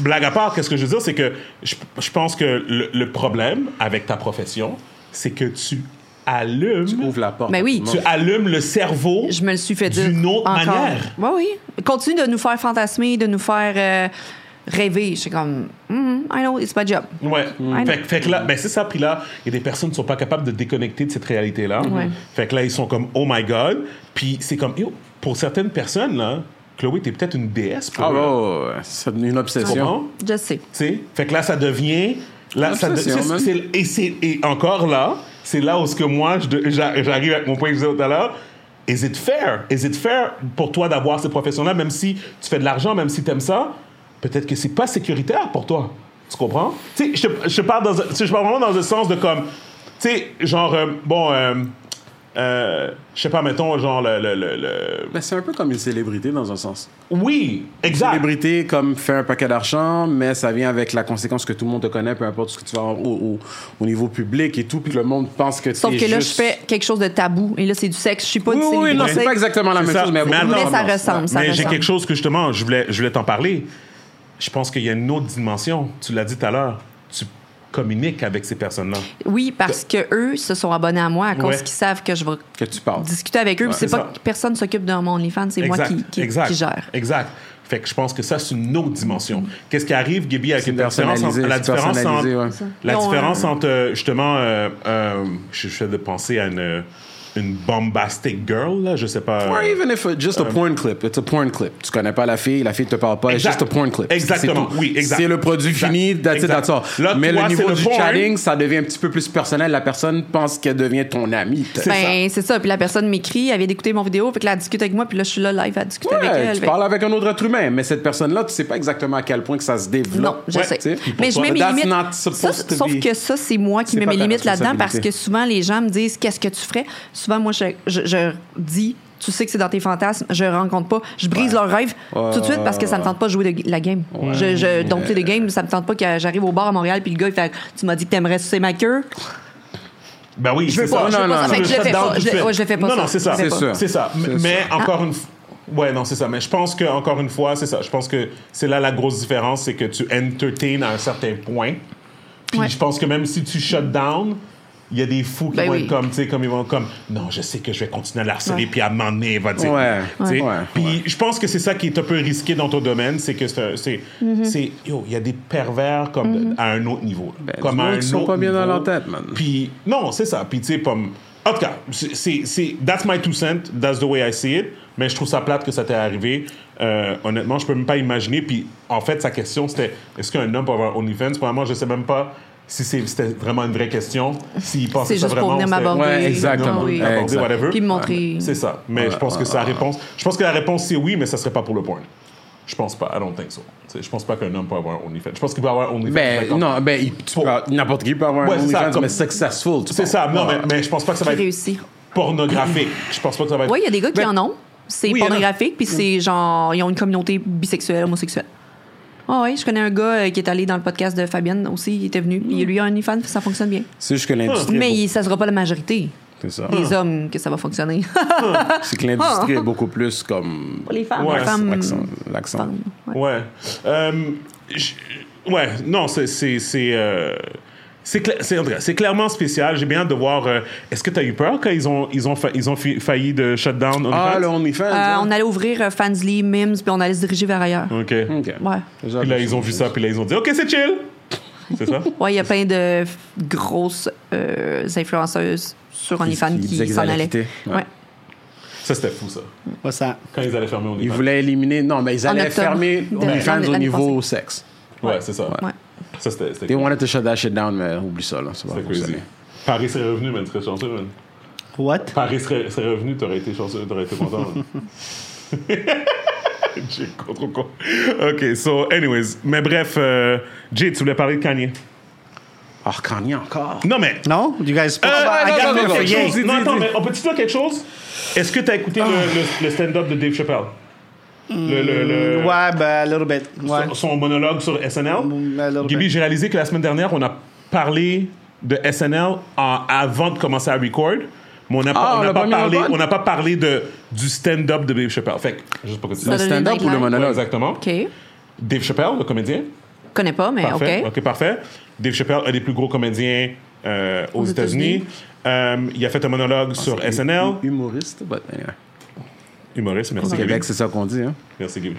Speaker 3: blague à part, qu'est-ce que je veux dire, c'est que je, je pense que le, le problème avec ta profession, c'est que tu allumes, Ben tu,
Speaker 1: Ouvre la porte.
Speaker 5: Mais oui.
Speaker 1: à tout le monde.
Speaker 3: allumes le cerveau.
Speaker 5: Je me le suis fait dire.
Speaker 3: D'une autre
Speaker 5: encore.
Speaker 3: manière.
Speaker 5: Oui, oui. Continue de nous faire fantasmer, de nous faire euh, rêver. Je suis comme, Mhm, I know, it's my job.
Speaker 3: Ouais.
Speaker 5: Mm.
Speaker 3: Fait, que- fait que là, ben c'est ça. Puis là, il y a des personnes qui sont pas capables de déconnecter de cette réalité-là. Mm-hmm.
Speaker 5: Ouais.
Speaker 3: Fait que là, ils sont comme, oh my God. Puis c'est comme, yo, pour certaines personnes, là, Chloé, t'es peut-être une déesse pour
Speaker 1: Ah,
Speaker 3: eux.
Speaker 1: ouais, ouais, ouais, c'est une obsession.
Speaker 3: Comprends?
Speaker 5: Je sais.
Speaker 3: Tu sais? Fait que là, ça devient. Là, ça de-
Speaker 1: Obsession,
Speaker 3: c'est-
Speaker 1: man.
Speaker 3: c'est- et, c'est- et encore là, c'est là où ce que moi, je de- j'a- j'arrive avec mon point que je disais tout à l'heure. Is it fair? Is it fair pour toi d'avoir ces professions-là, même si tu fais de l'argent, même si tu aimes ça? Peut-être que c'est pas sécuritaire pour toi. Tu comprends? Tu sais, je, te- je, te parle dans un- tu sais, je parle vraiment dans le sens de comme. Tu sais, genre, euh, bon, euh, euh, je sais pas, mettons, genre, le. le- le- le-
Speaker 1: Mais Ben, c'est un peu comme une célébrité dans un sens.
Speaker 3: Oui, exact.
Speaker 1: Célébrité comme fait un paquet d'argent, mais ça vient avec la conséquence que tout le monde te connaît, peu importe ce que tu vas avoir au, au- au niveau public et tout, puis le monde pense que tu
Speaker 5: Sauf que là, je fais quelque chose de tabou. Et là, c'est du sexe. Je suis pas
Speaker 1: Oui,
Speaker 5: une
Speaker 1: oui, oui, non,
Speaker 5: célébrité.
Speaker 1: c'est pas exactement la
Speaker 3: C'est
Speaker 1: même
Speaker 3: ça.
Speaker 1: chose, mais,
Speaker 3: Mais
Speaker 1: beaucoup de
Speaker 3: alors-
Speaker 5: Mais ça
Speaker 1: ressemblances.
Speaker 5: ressemble, ça
Speaker 3: Mais j'ai
Speaker 5: ressemble.
Speaker 3: quelque chose que justement, je voulais, je voulais t'en parler. Je pense qu'il y a une autre dimension. Tu l'as dit tout à l'heure. Tu communiques avec ces personnes-là.
Speaker 5: Oui, parce que eux se sont abonnés à moi à cause
Speaker 3: Ouais.
Speaker 5: qu'ils savent que je vais
Speaker 1: Que tu parles.
Speaker 5: discuter avec eux. puis c'est
Speaker 3: c'est
Speaker 5: pas
Speaker 3: ça.
Speaker 5: que personne s'occupe de mon OnlyFans, c'est moi qui, qui-
Speaker 3: exact,
Speaker 5: qui gère.
Speaker 3: Exact. Fait que je pense que ça, c'est une autre dimension. Qu'est-ce qui arrive, Gaby, avec
Speaker 1: C'est
Speaker 3: les différence entre,
Speaker 1: personnalisé,
Speaker 3: la
Speaker 1: c'est
Speaker 3: différence
Speaker 1: personnalisé,
Speaker 3: entre,
Speaker 1: ouais. C'est ça.
Speaker 3: la
Speaker 5: Non,
Speaker 3: différence
Speaker 5: euh,
Speaker 3: entre euh, justement, euh, euh, je je fais de penser à une, euh, une bombastic girl, là, je sais pas.
Speaker 1: Or
Speaker 3: euh,
Speaker 1: even if uh, just a porn clip, it's a porn clip. Tu connais pas la fille, la fille te parle pas, it's
Speaker 3: Exact.
Speaker 1: just a porn clip.
Speaker 3: Exactement.
Speaker 1: C'est tout.
Speaker 3: Oui, exact.
Speaker 1: C'est le produit
Speaker 3: Exact.
Speaker 1: fini, that's it,
Speaker 3: Exact.
Speaker 1: that's all.
Speaker 3: Là,
Speaker 1: Mais
Speaker 3: toi,
Speaker 1: le niveau
Speaker 3: c'est le
Speaker 1: du
Speaker 3: porn.
Speaker 1: chatting, ça devient un petit peu plus personnel. La personne pense qu'elle devient ton amie.
Speaker 5: Ben, c'est ça. Puis la personne m'écrit, elle vient d'écouter mon vidéo, puis là, elle discute avec moi, puis là, je suis là live à discuter
Speaker 1: Ouais,
Speaker 5: avec elle. ben.
Speaker 1: tu
Speaker 5: Fait-
Speaker 1: parles avec un autre être humain, mais cette personne-là, tu sais pas exactement à quel point que ça se développe.
Speaker 5: Non, je
Speaker 1: Ouais,
Speaker 5: sais.
Speaker 1: tu Puis
Speaker 5: Mais je
Speaker 1: pourquoi-
Speaker 5: mets mes
Speaker 1: That's
Speaker 5: limites.
Speaker 1: not
Speaker 5: Ça,
Speaker 1: supposed to
Speaker 5: sauf
Speaker 1: be.
Speaker 5: que ça, c'est moi qui
Speaker 1: C'est
Speaker 5: mets
Speaker 1: pas
Speaker 5: mes
Speaker 1: ta
Speaker 5: limites là-dedans parce
Speaker 1: responsabilité.
Speaker 5: que souvent, les gens me disent Qu'est-ce que tu ferais Souvent, moi, je, je- je dis Tu sais que c'est dans tes fantasmes, je rencontre pas, je brise leurs rêves tout de suite parce que
Speaker 1: Euh,
Speaker 5: ça me tente pas de jouer de la game. Je, je dompte les games, ça me tente pas que j'arrive au bar à Montréal puis le gars, il fait Tu m'as dit que t'aimerais sucer ma queue.
Speaker 3: Ben oui,
Speaker 5: veux
Speaker 3: c'est
Speaker 5: pas,
Speaker 3: ça.
Speaker 5: je veux
Speaker 1: Non, pas non, ça. non.
Speaker 5: Fait que je le fais pas,
Speaker 3: shutdown tout de
Speaker 5: je le-
Speaker 3: suite.
Speaker 5: ouais, je le fais pas, Ah.
Speaker 3: Non,
Speaker 5: ça.
Speaker 3: non, c'est ça.
Speaker 5: Je le fais
Speaker 1: C'est pas.
Speaker 3: C'est ça. M-
Speaker 1: C'est
Speaker 3: Mais encore une fois. Ouais, non, c'est ça. Mais je pense que encore une fois, c'est ça. Je pense que c'est là la grosse différence, c'est que tu entertain à un certain point. Puis
Speaker 5: Ouais.
Speaker 3: je pense que même si tu shut down, il y a des fous qui
Speaker 5: Ben
Speaker 3: vont
Speaker 5: oui.
Speaker 3: être comme, tu sais, comme ils vont comme, non, je sais que je vais continuer à le harceler,
Speaker 5: Ouais.
Speaker 3: puis à m'en aller, il va dire.
Speaker 1: Ouais.
Speaker 3: Tu sais?
Speaker 1: Ouais.
Speaker 3: Puis je pense que c'est ça qui est un peu risqué dans ton domaine, c'est que c'est, un- c'est,
Speaker 5: Mhm.
Speaker 3: c'est- yo, il y a des pervers comme à un autre niveau. là.
Speaker 1: Ben,
Speaker 3: comme
Speaker 1: du
Speaker 3: à
Speaker 1: monde
Speaker 3: un
Speaker 1: qui sont
Speaker 3: autre
Speaker 1: pas bien dans
Speaker 3: niveau.
Speaker 1: leur tête, man.
Speaker 3: Puis, non, c'est ça. Puis, tu sais, comme. En tout cas, c'est- c'est. c'est- That's my two cents. That's the way I see it. Mais je trouve ça plate que ça t'est arrivé. Euh, honnêtement, je peux même pas imaginer. Puis, en fait, sa question, c'était est-ce qu'un homme peut avoir OnlyFans Premièrement, je sais même pas si c'est- c'était vraiment une vraie question. S'il pensait
Speaker 5: C'est
Speaker 3: ça
Speaker 5: juste pour
Speaker 3: vraiment.
Speaker 5: venir
Speaker 3: c'était-
Speaker 5: m'aborder.
Speaker 1: Ouais, exactement.
Speaker 5: Ah oui.
Speaker 1: Ouais,
Speaker 3: Aborder,
Speaker 1: exact.
Speaker 3: whatever.
Speaker 5: Puis me montrer.
Speaker 3: C'est ça. Mais je pense que sa réponse. Je pense que la réponse, c'est oui, mais ça serait pas pour le porn. Je pense pas. I don't think so. Tu sais, Je pense pas qu'un homme peut avoir un OnlyFans. Je pense qu'il peut avoir un OnlyFans.
Speaker 1: Ben,
Speaker 3: d'accord.
Speaker 1: non, ben, il- tu peux avoir- n'importe qui peut avoir
Speaker 3: Ouais,
Speaker 1: un
Speaker 3: c'est ça,
Speaker 1: OnlyFans,
Speaker 3: comme-
Speaker 1: mais successful. tu parles.
Speaker 3: C'est ça. Non, mais, mais je pense pas que ça va
Speaker 5: J'ai
Speaker 3: être
Speaker 5: réussi.
Speaker 3: pornographique. Je pense pas que ça va être.
Speaker 5: Oui, il y a des gars qui en ont. C'est
Speaker 3: Oui, il y en a.
Speaker 5: pornographique, puis c'est genre, ils ont une communauté bisexuelle, homosexuelle. Ah oui, je connais un gars euh, qui est allé dans le podcast de Fabienne aussi, il était venu, puis lui a un fan, ça fonctionne bien.
Speaker 1: C'est juste que l'industrie. est
Speaker 5: Mais
Speaker 1: beaucoup-
Speaker 5: il- ça sera pas la majorité
Speaker 1: C'est ça.
Speaker 5: des
Speaker 3: Ah.
Speaker 5: hommes que ça va fonctionner.
Speaker 1: C'est que l'industrie
Speaker 5: Ah.
Speaker 1: est beaucoup plus comme.
Speaker 5: Pour les femmes,
Speaker 3: Ouais,
Speaker 5: les femmes,
Speaker 1: L'accent. l'accent.
Speaker 5: femmes, ouais.
Speaker 3: Ouais. Euh, je- ouais, non, c'est. C'est c'est, euh, c'est cla- c'est- en tout cas, c'est clairement spécial. J'ai bien hâte de voir. euh, Est-ce que tu as eu peur quand ils ont, ils ont, fa- ils ont fi- failli de shutdown
Speaker 1: Ah,
Speaker 3: OnlyFans?
Speaker 1: le OnlyFans.
Speaker 5: Euh,
Speaker 1: hein?
Speaker 5: on allait ouvrir euh, Fansly, Mims, puis on allait se diriger vers ailleurs.
Speaker 3: OK.
Speaker 1: OK.
Speaker 5: Ouais.
Speaker 1: Déjà,
Speaker 3: Puis là, ils ont vu ça, puis là, ils ont dit OK, c'est chill. C'est ça?
Speaker 5: Ouais, il y a plein de f- grosses euh, influenceuses sur OnlyFans
Speaker 1: qui
Speaker 5: qui,
Speaker 1: disaient qu'ils
Speaker 5: s'en
Speaker 1: allaient
Speaker 5: allaient.
Speaker 1: quitter. Ouais.
Speaker 5: Ouais.
Speaker 3: Ça, c'était fou, ça.
Speaker 4: Ouais, ça.
Speaker 3: Quand ils allaient fermer
Speaker 1: Ils
Speaker 3: OnlyFans.
Speaker 1: voulaient éliminer. Non, mais ils allaient
Speaker 5: octobre.
Speaker 1: fermer
Speaker 5: De-
Speaker 1: OnlyFans
Speaker 5: l'année-
Speaker 1: au
Speaker 5: l'année
Speaker 1: niveau sexe.
Speaker 3: Ouais, c'est ça.
Speaker 5: Ouais.
Speaker 3: Ça, Ça, c'était. c'était
Speaker 1: They
Speaker 3: cool.
Speaker 1: wanted to shut that shit down, mais oublie ça, là. Ça va
Speaker 3: C'était
Speaker 1: pas fonctionner.
Speaker 3: crazy. Paris serait revenu, man. Tu serais chanceux, man.
Speaker 4: What?
Speaker 3: Paris serait, serait revenu, t'aurais été chanceux, t'aurais été content. hein. man. J'ai contre con. Ok, so, anyways. Mais bref, euh, Jay, tu voulais parler de Kanye.
Speaker 1: Ah, Kanye encore.
Speaker 3: Non, mais.
Speaker 4: Non? You guys...
Speaker 3: Euh,
Speaker 1: non,
Speaker 3: regarde,
Speaker 1: non, non,
Speaker 3: quelque
Speaker 1: non,
Speaker 3: chose.
Speaker 1: dis,
Speaker 3: Non,
Speaker 1: dis,
Speaker 3: attends,
Speaker 1: dis.
Speaker 3: mais on peut te dire quelque chose? Est-ce que t'as écouté le, le- le stand-up de Dave Chappelle? Le, le, le-
Speaker 4: Ouais, ben, a little bit. Ouais.
Speaker 3: son, son monologue sur SNL?
Speaker 4: Mm, a little bit.
Speaker 3: Gibi, j'ai réalisé que la semaine dernière, on a parlé de SNL en- avant de commencer à record. Mais on n'a pas,
Speaker 1: Ah,
Speaker 3: on n'a
Speaker 1: le
Speaker 3: pas
Speaker 1: premier
Speaker 3: parlé,
Speaker 1: record?
Speaker 3: on n'a pas parlé de, du stand-up de Dave Chappelle. Fait que, je sais pas quoi te dire.
Speaker 5: Ça
Speaker 1: Le
Speaker 5: donne une
Speaker 1: stand-up ou le
Speaker 5: deadline.
Speaker 1: monologue?
Speaker 3: Exactement.
Speaker 5: OK.
Speaker 3: Dave Chappelle, le comédien.
Speaker 5: Connais pas, mais
Speaker 3: Parfait.
Speaker 5: OK.
Speaker 3: OK, parfait. Dave Chappelle, un des plus gros comédiens euh, aux,
Speaker 5: Aux
Speaker 3: États-Unis.
Speaker 5: États-Unis.
Speaker 3: Euh, il a fait un monologue sur
Speaker 1: C'est
Speaker 3: SNL.
Speaker 1: hu- Humoriste, but anyway.
Speaker 3: Humoriste, merci.
Speaker 1: Au
Speaker 3: Gaby.
Speaker 1: Québec, c'est ça qu'on dit, hein.
Speaker 3: Merci, Gaby.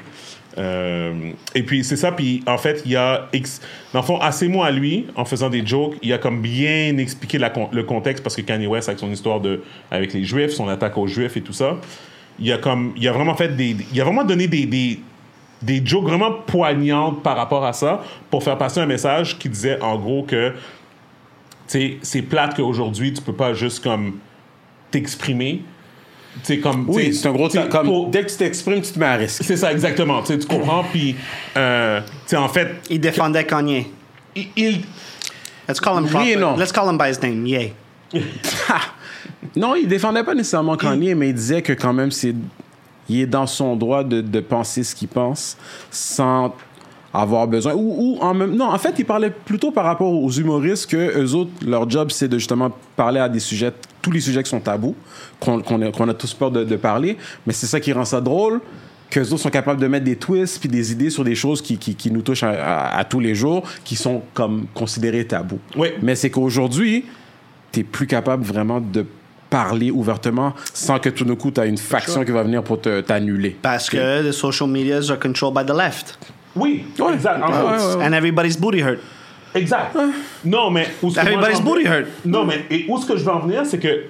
Speaker 3: Euh, et puis, c'est ça. Puis, en fait, il y a. Ex... Dans le fond, assez moi à lui, en faisant des jokes, il a comme bien expliqué la con- le contexte parce que Kanye West, avec son histoire de, avec les Juifs, son attaque aux Juifs et tout ça, il a comme. Il a vraiment fait des. Il a vraiment donné des. des des jokes vraiment poignantes par rapport à ça pour faire passer un message qui disait en gros que tu sais, c'est plate qu'aujourd'hui tu peux pas juste comme t'exprimer tu sais comme tu sais,
Speaker 1: Oui, c'est un gros.
Speaker 3: tu sais,
Speaker 1: Comme,
Speaker 3: pour-
Speaker 1: Dès que tu t'exprimes, tu te mets à risque.
Speaker 3: c'est ça, exactement. Tu sais, tu comprends? Puis, euh, tu sais, en fait,
Speaker 4: Il défendait Kanye.
Speaker 3: il. il-
Speaker 4: Let's call him
Speaker 1: Oui
Speaker 4: proper.
Speaker 1: et non.
Speaker 4: Let's call him by his name. Yay.
Speaker 1: Non, il défendait pas nécessairement Kanye, mais il disait que quand même, c'est, il est dans son droit de, de penser ce qu'il pense sans avoir besoin. Ou, ou en même. Non, en fait, il parlait plutôt par rapport aux humoristes que eux autres, leur job, c'est de justement parler à des sujets, tous les sujets qui sont tabous, qu'on, qu'on a, qu'on a tous peur de, de parler. Mais c'est ça qui rend ça drôle. Qu'eux autres sont capables de mettre des twists puis des idées sur des choses qui, qui, qui nous touchent à, à- à tous les jours, qui sont comme considérées tabous.
Speaker 3: Oui.
Speaker 1: Mais c'est qu'aujourd'hui, t'es plus capable vraiment de parler ouvertement sans que tout d'un coup, t'as une faction qui va venir pour te- t'annuler.
Speaker 4: Parce que the social medias are controlled by the left.
Speaker 3: Oui,
Speaker 1: Ouais.
Speaker 3: exact. en
Speaker 1: Ouais,
Speaker 3: gros,
Speaker 1: ouais, ouais.
Speaker 4: And everybody's booty hurt.
Speaker 3: Exact. Non, mais. Où ce que moi,
Speaker 4: Everybody's
Speaker 3: j'en-
Speaker 4: booty hurt.
Speaker 3: Non, mais et où ce que je veux en venir, c'est que.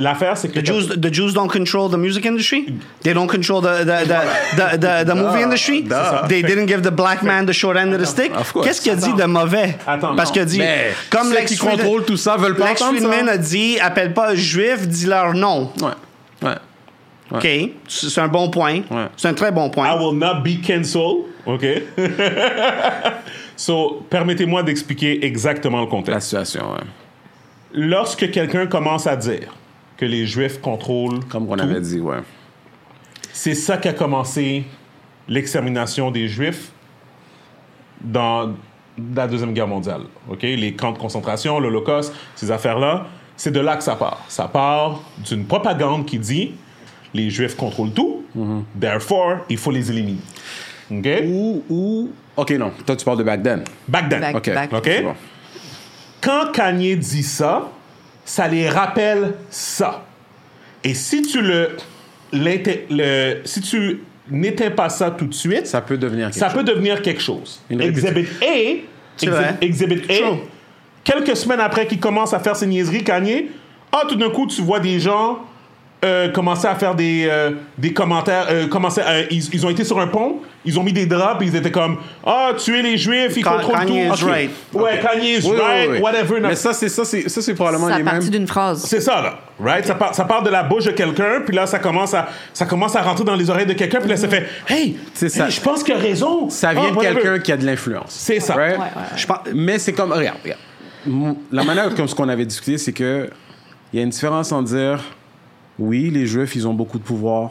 Speaker 3: L'affaire, c'est que.
Speaker 4: The Jews, the Jews don't control the music industry. They don't control the the, the, the, the, the movie industry. They didn't give the black man the short end of the stick.
Speaker 1: Of course.
Speaker 4: Qu'est-ce qu'il a dit de mauvais?
Speaker 3: Attends,
Speaker 4: Parce
Speaker 3: non.
Speaker 4: qu'il a dit,
Speaker 1: Mais
Speaker 4: comme
Speaker 1: ceux
Speaker 4: Lex
Speaker 1: qui
Speaker 4: Friedman-
Speaker 1: contrôlent tout ça veulent pas
Speaker 4: Lex
Speaker 1: entendre ça.
Speaker 4: Friedman a dit, appelle pas un juif, dis-leur non.
Speaker 1: Ouais. Ouais.
Speaker 4: OK. C'est c'est un bon point.
Speaker 1: Ouais.
Speaker 4: C'est un très bon point.
Speaker 3: I will not be canceled. OK? so, permettez-moi d'expliquer exactement le
Speaker 1: La
Speaker 3: contexte.
Speaker 1: situation, ouais.
Speaker 3: Lorsque quelqu'un commence à dire que les Juifs contrôlent.
Speaker 1: Comme on
Speaker 3: tout,
Speaker 1: avait dit, ouais.
Speaker 3: C'est ça qui a commencé l'extermination des Juifs dans la Deuxième Guerre mondiale. OK? Les camps de concentration, l'Holocauste, ces affaires-là, c'est de là que ça part. Ça part d'une propagande qui dit les Juifs contrôlent tout, therefore, il faut les éliminer. OK?
Speaker 1: Ou, ou... OK, non. Toi, tu parles de back then.
Speaker 3: Back then.
Speaker 5: Back-
Speaker 1: OK.
Speaker 5: back.
Speaker 3: OK?
Speaker 1: C'est bon.
Speaker 3: Quand Kanye dit ça, ça les rappelle ça. Et si tu le, l'inté- le- si tu n'éteins pas ça tout de suite,
Speaker 1: Ça peut devenir quelque
Speaker 3: ça peut devenir quelque chose.
Speaker 1: Une
Speaker 3: Exhibit A,
Speaker 4: C'est
Speaker 3: exhi-
Speaker 4: vrai.
Speaker 3: exhibit A,
Speaker 4: True.
Speaker 3: quelques semaines après qu'il commence à faire ses niaiseries, Kanye, ah, tout d'un coup, tu vois des gens euh, commencer à faire des, euh, des commentaires. euh, commencer à- ils, ils ont été sur un pont, ils ont mis des draps, puis ils étaient comme, ah, tuer les juifs, ils
Speaker 4: Ka-
Speaker 3: contrôlent
Speaker 4: Kanye
Speaker 3: tout.
Speaker 4: is
Speaker 3: Ok.
Speaker 4: right.
Speaker 3: Ouais, Kanye is
Speaker 1: Oui, oui,
Speaker 3: right,
Speaker 1: oui.
Speaker 3: whatever.
Speaker 1: Mais ça, c'est ça, c'est ça, c'est probablement
Speaker 5: Ça a
Speaker 1: les mêmes.
Speaker 5: parti d'une phrase.
Speaker 3: C'est ça, là. Right? Ça, part, ça part de la bouche de quelqu'un, puis là, ça commence, à, ça commence à rentrer dans les oreilles de quelqu'un, puis là, ça fait Hey,
Speaker 1: Mm-hmm. C'est ça.
Speaker 3: hey, je pense qu'il a raison.
Speaker 1: Ça vient
Speaker 3: Ah,
Speaker 1: de
Speaker 3: whatever.
Speaker 1: quelqu'un qui a de l'influence.
Speaker 3: C'est ça.
Speaker 1: Right?
Speaker 5: Ouais, ouais.
Speaker 4: Je pense-
Speaker 1: Mais c'est comme, regarde, regarde. M- La manière comme ce qu'on avait discuté, c'est que il y a une différence en dire, oui, les Juifs, ils ont beaucoup de pouvoir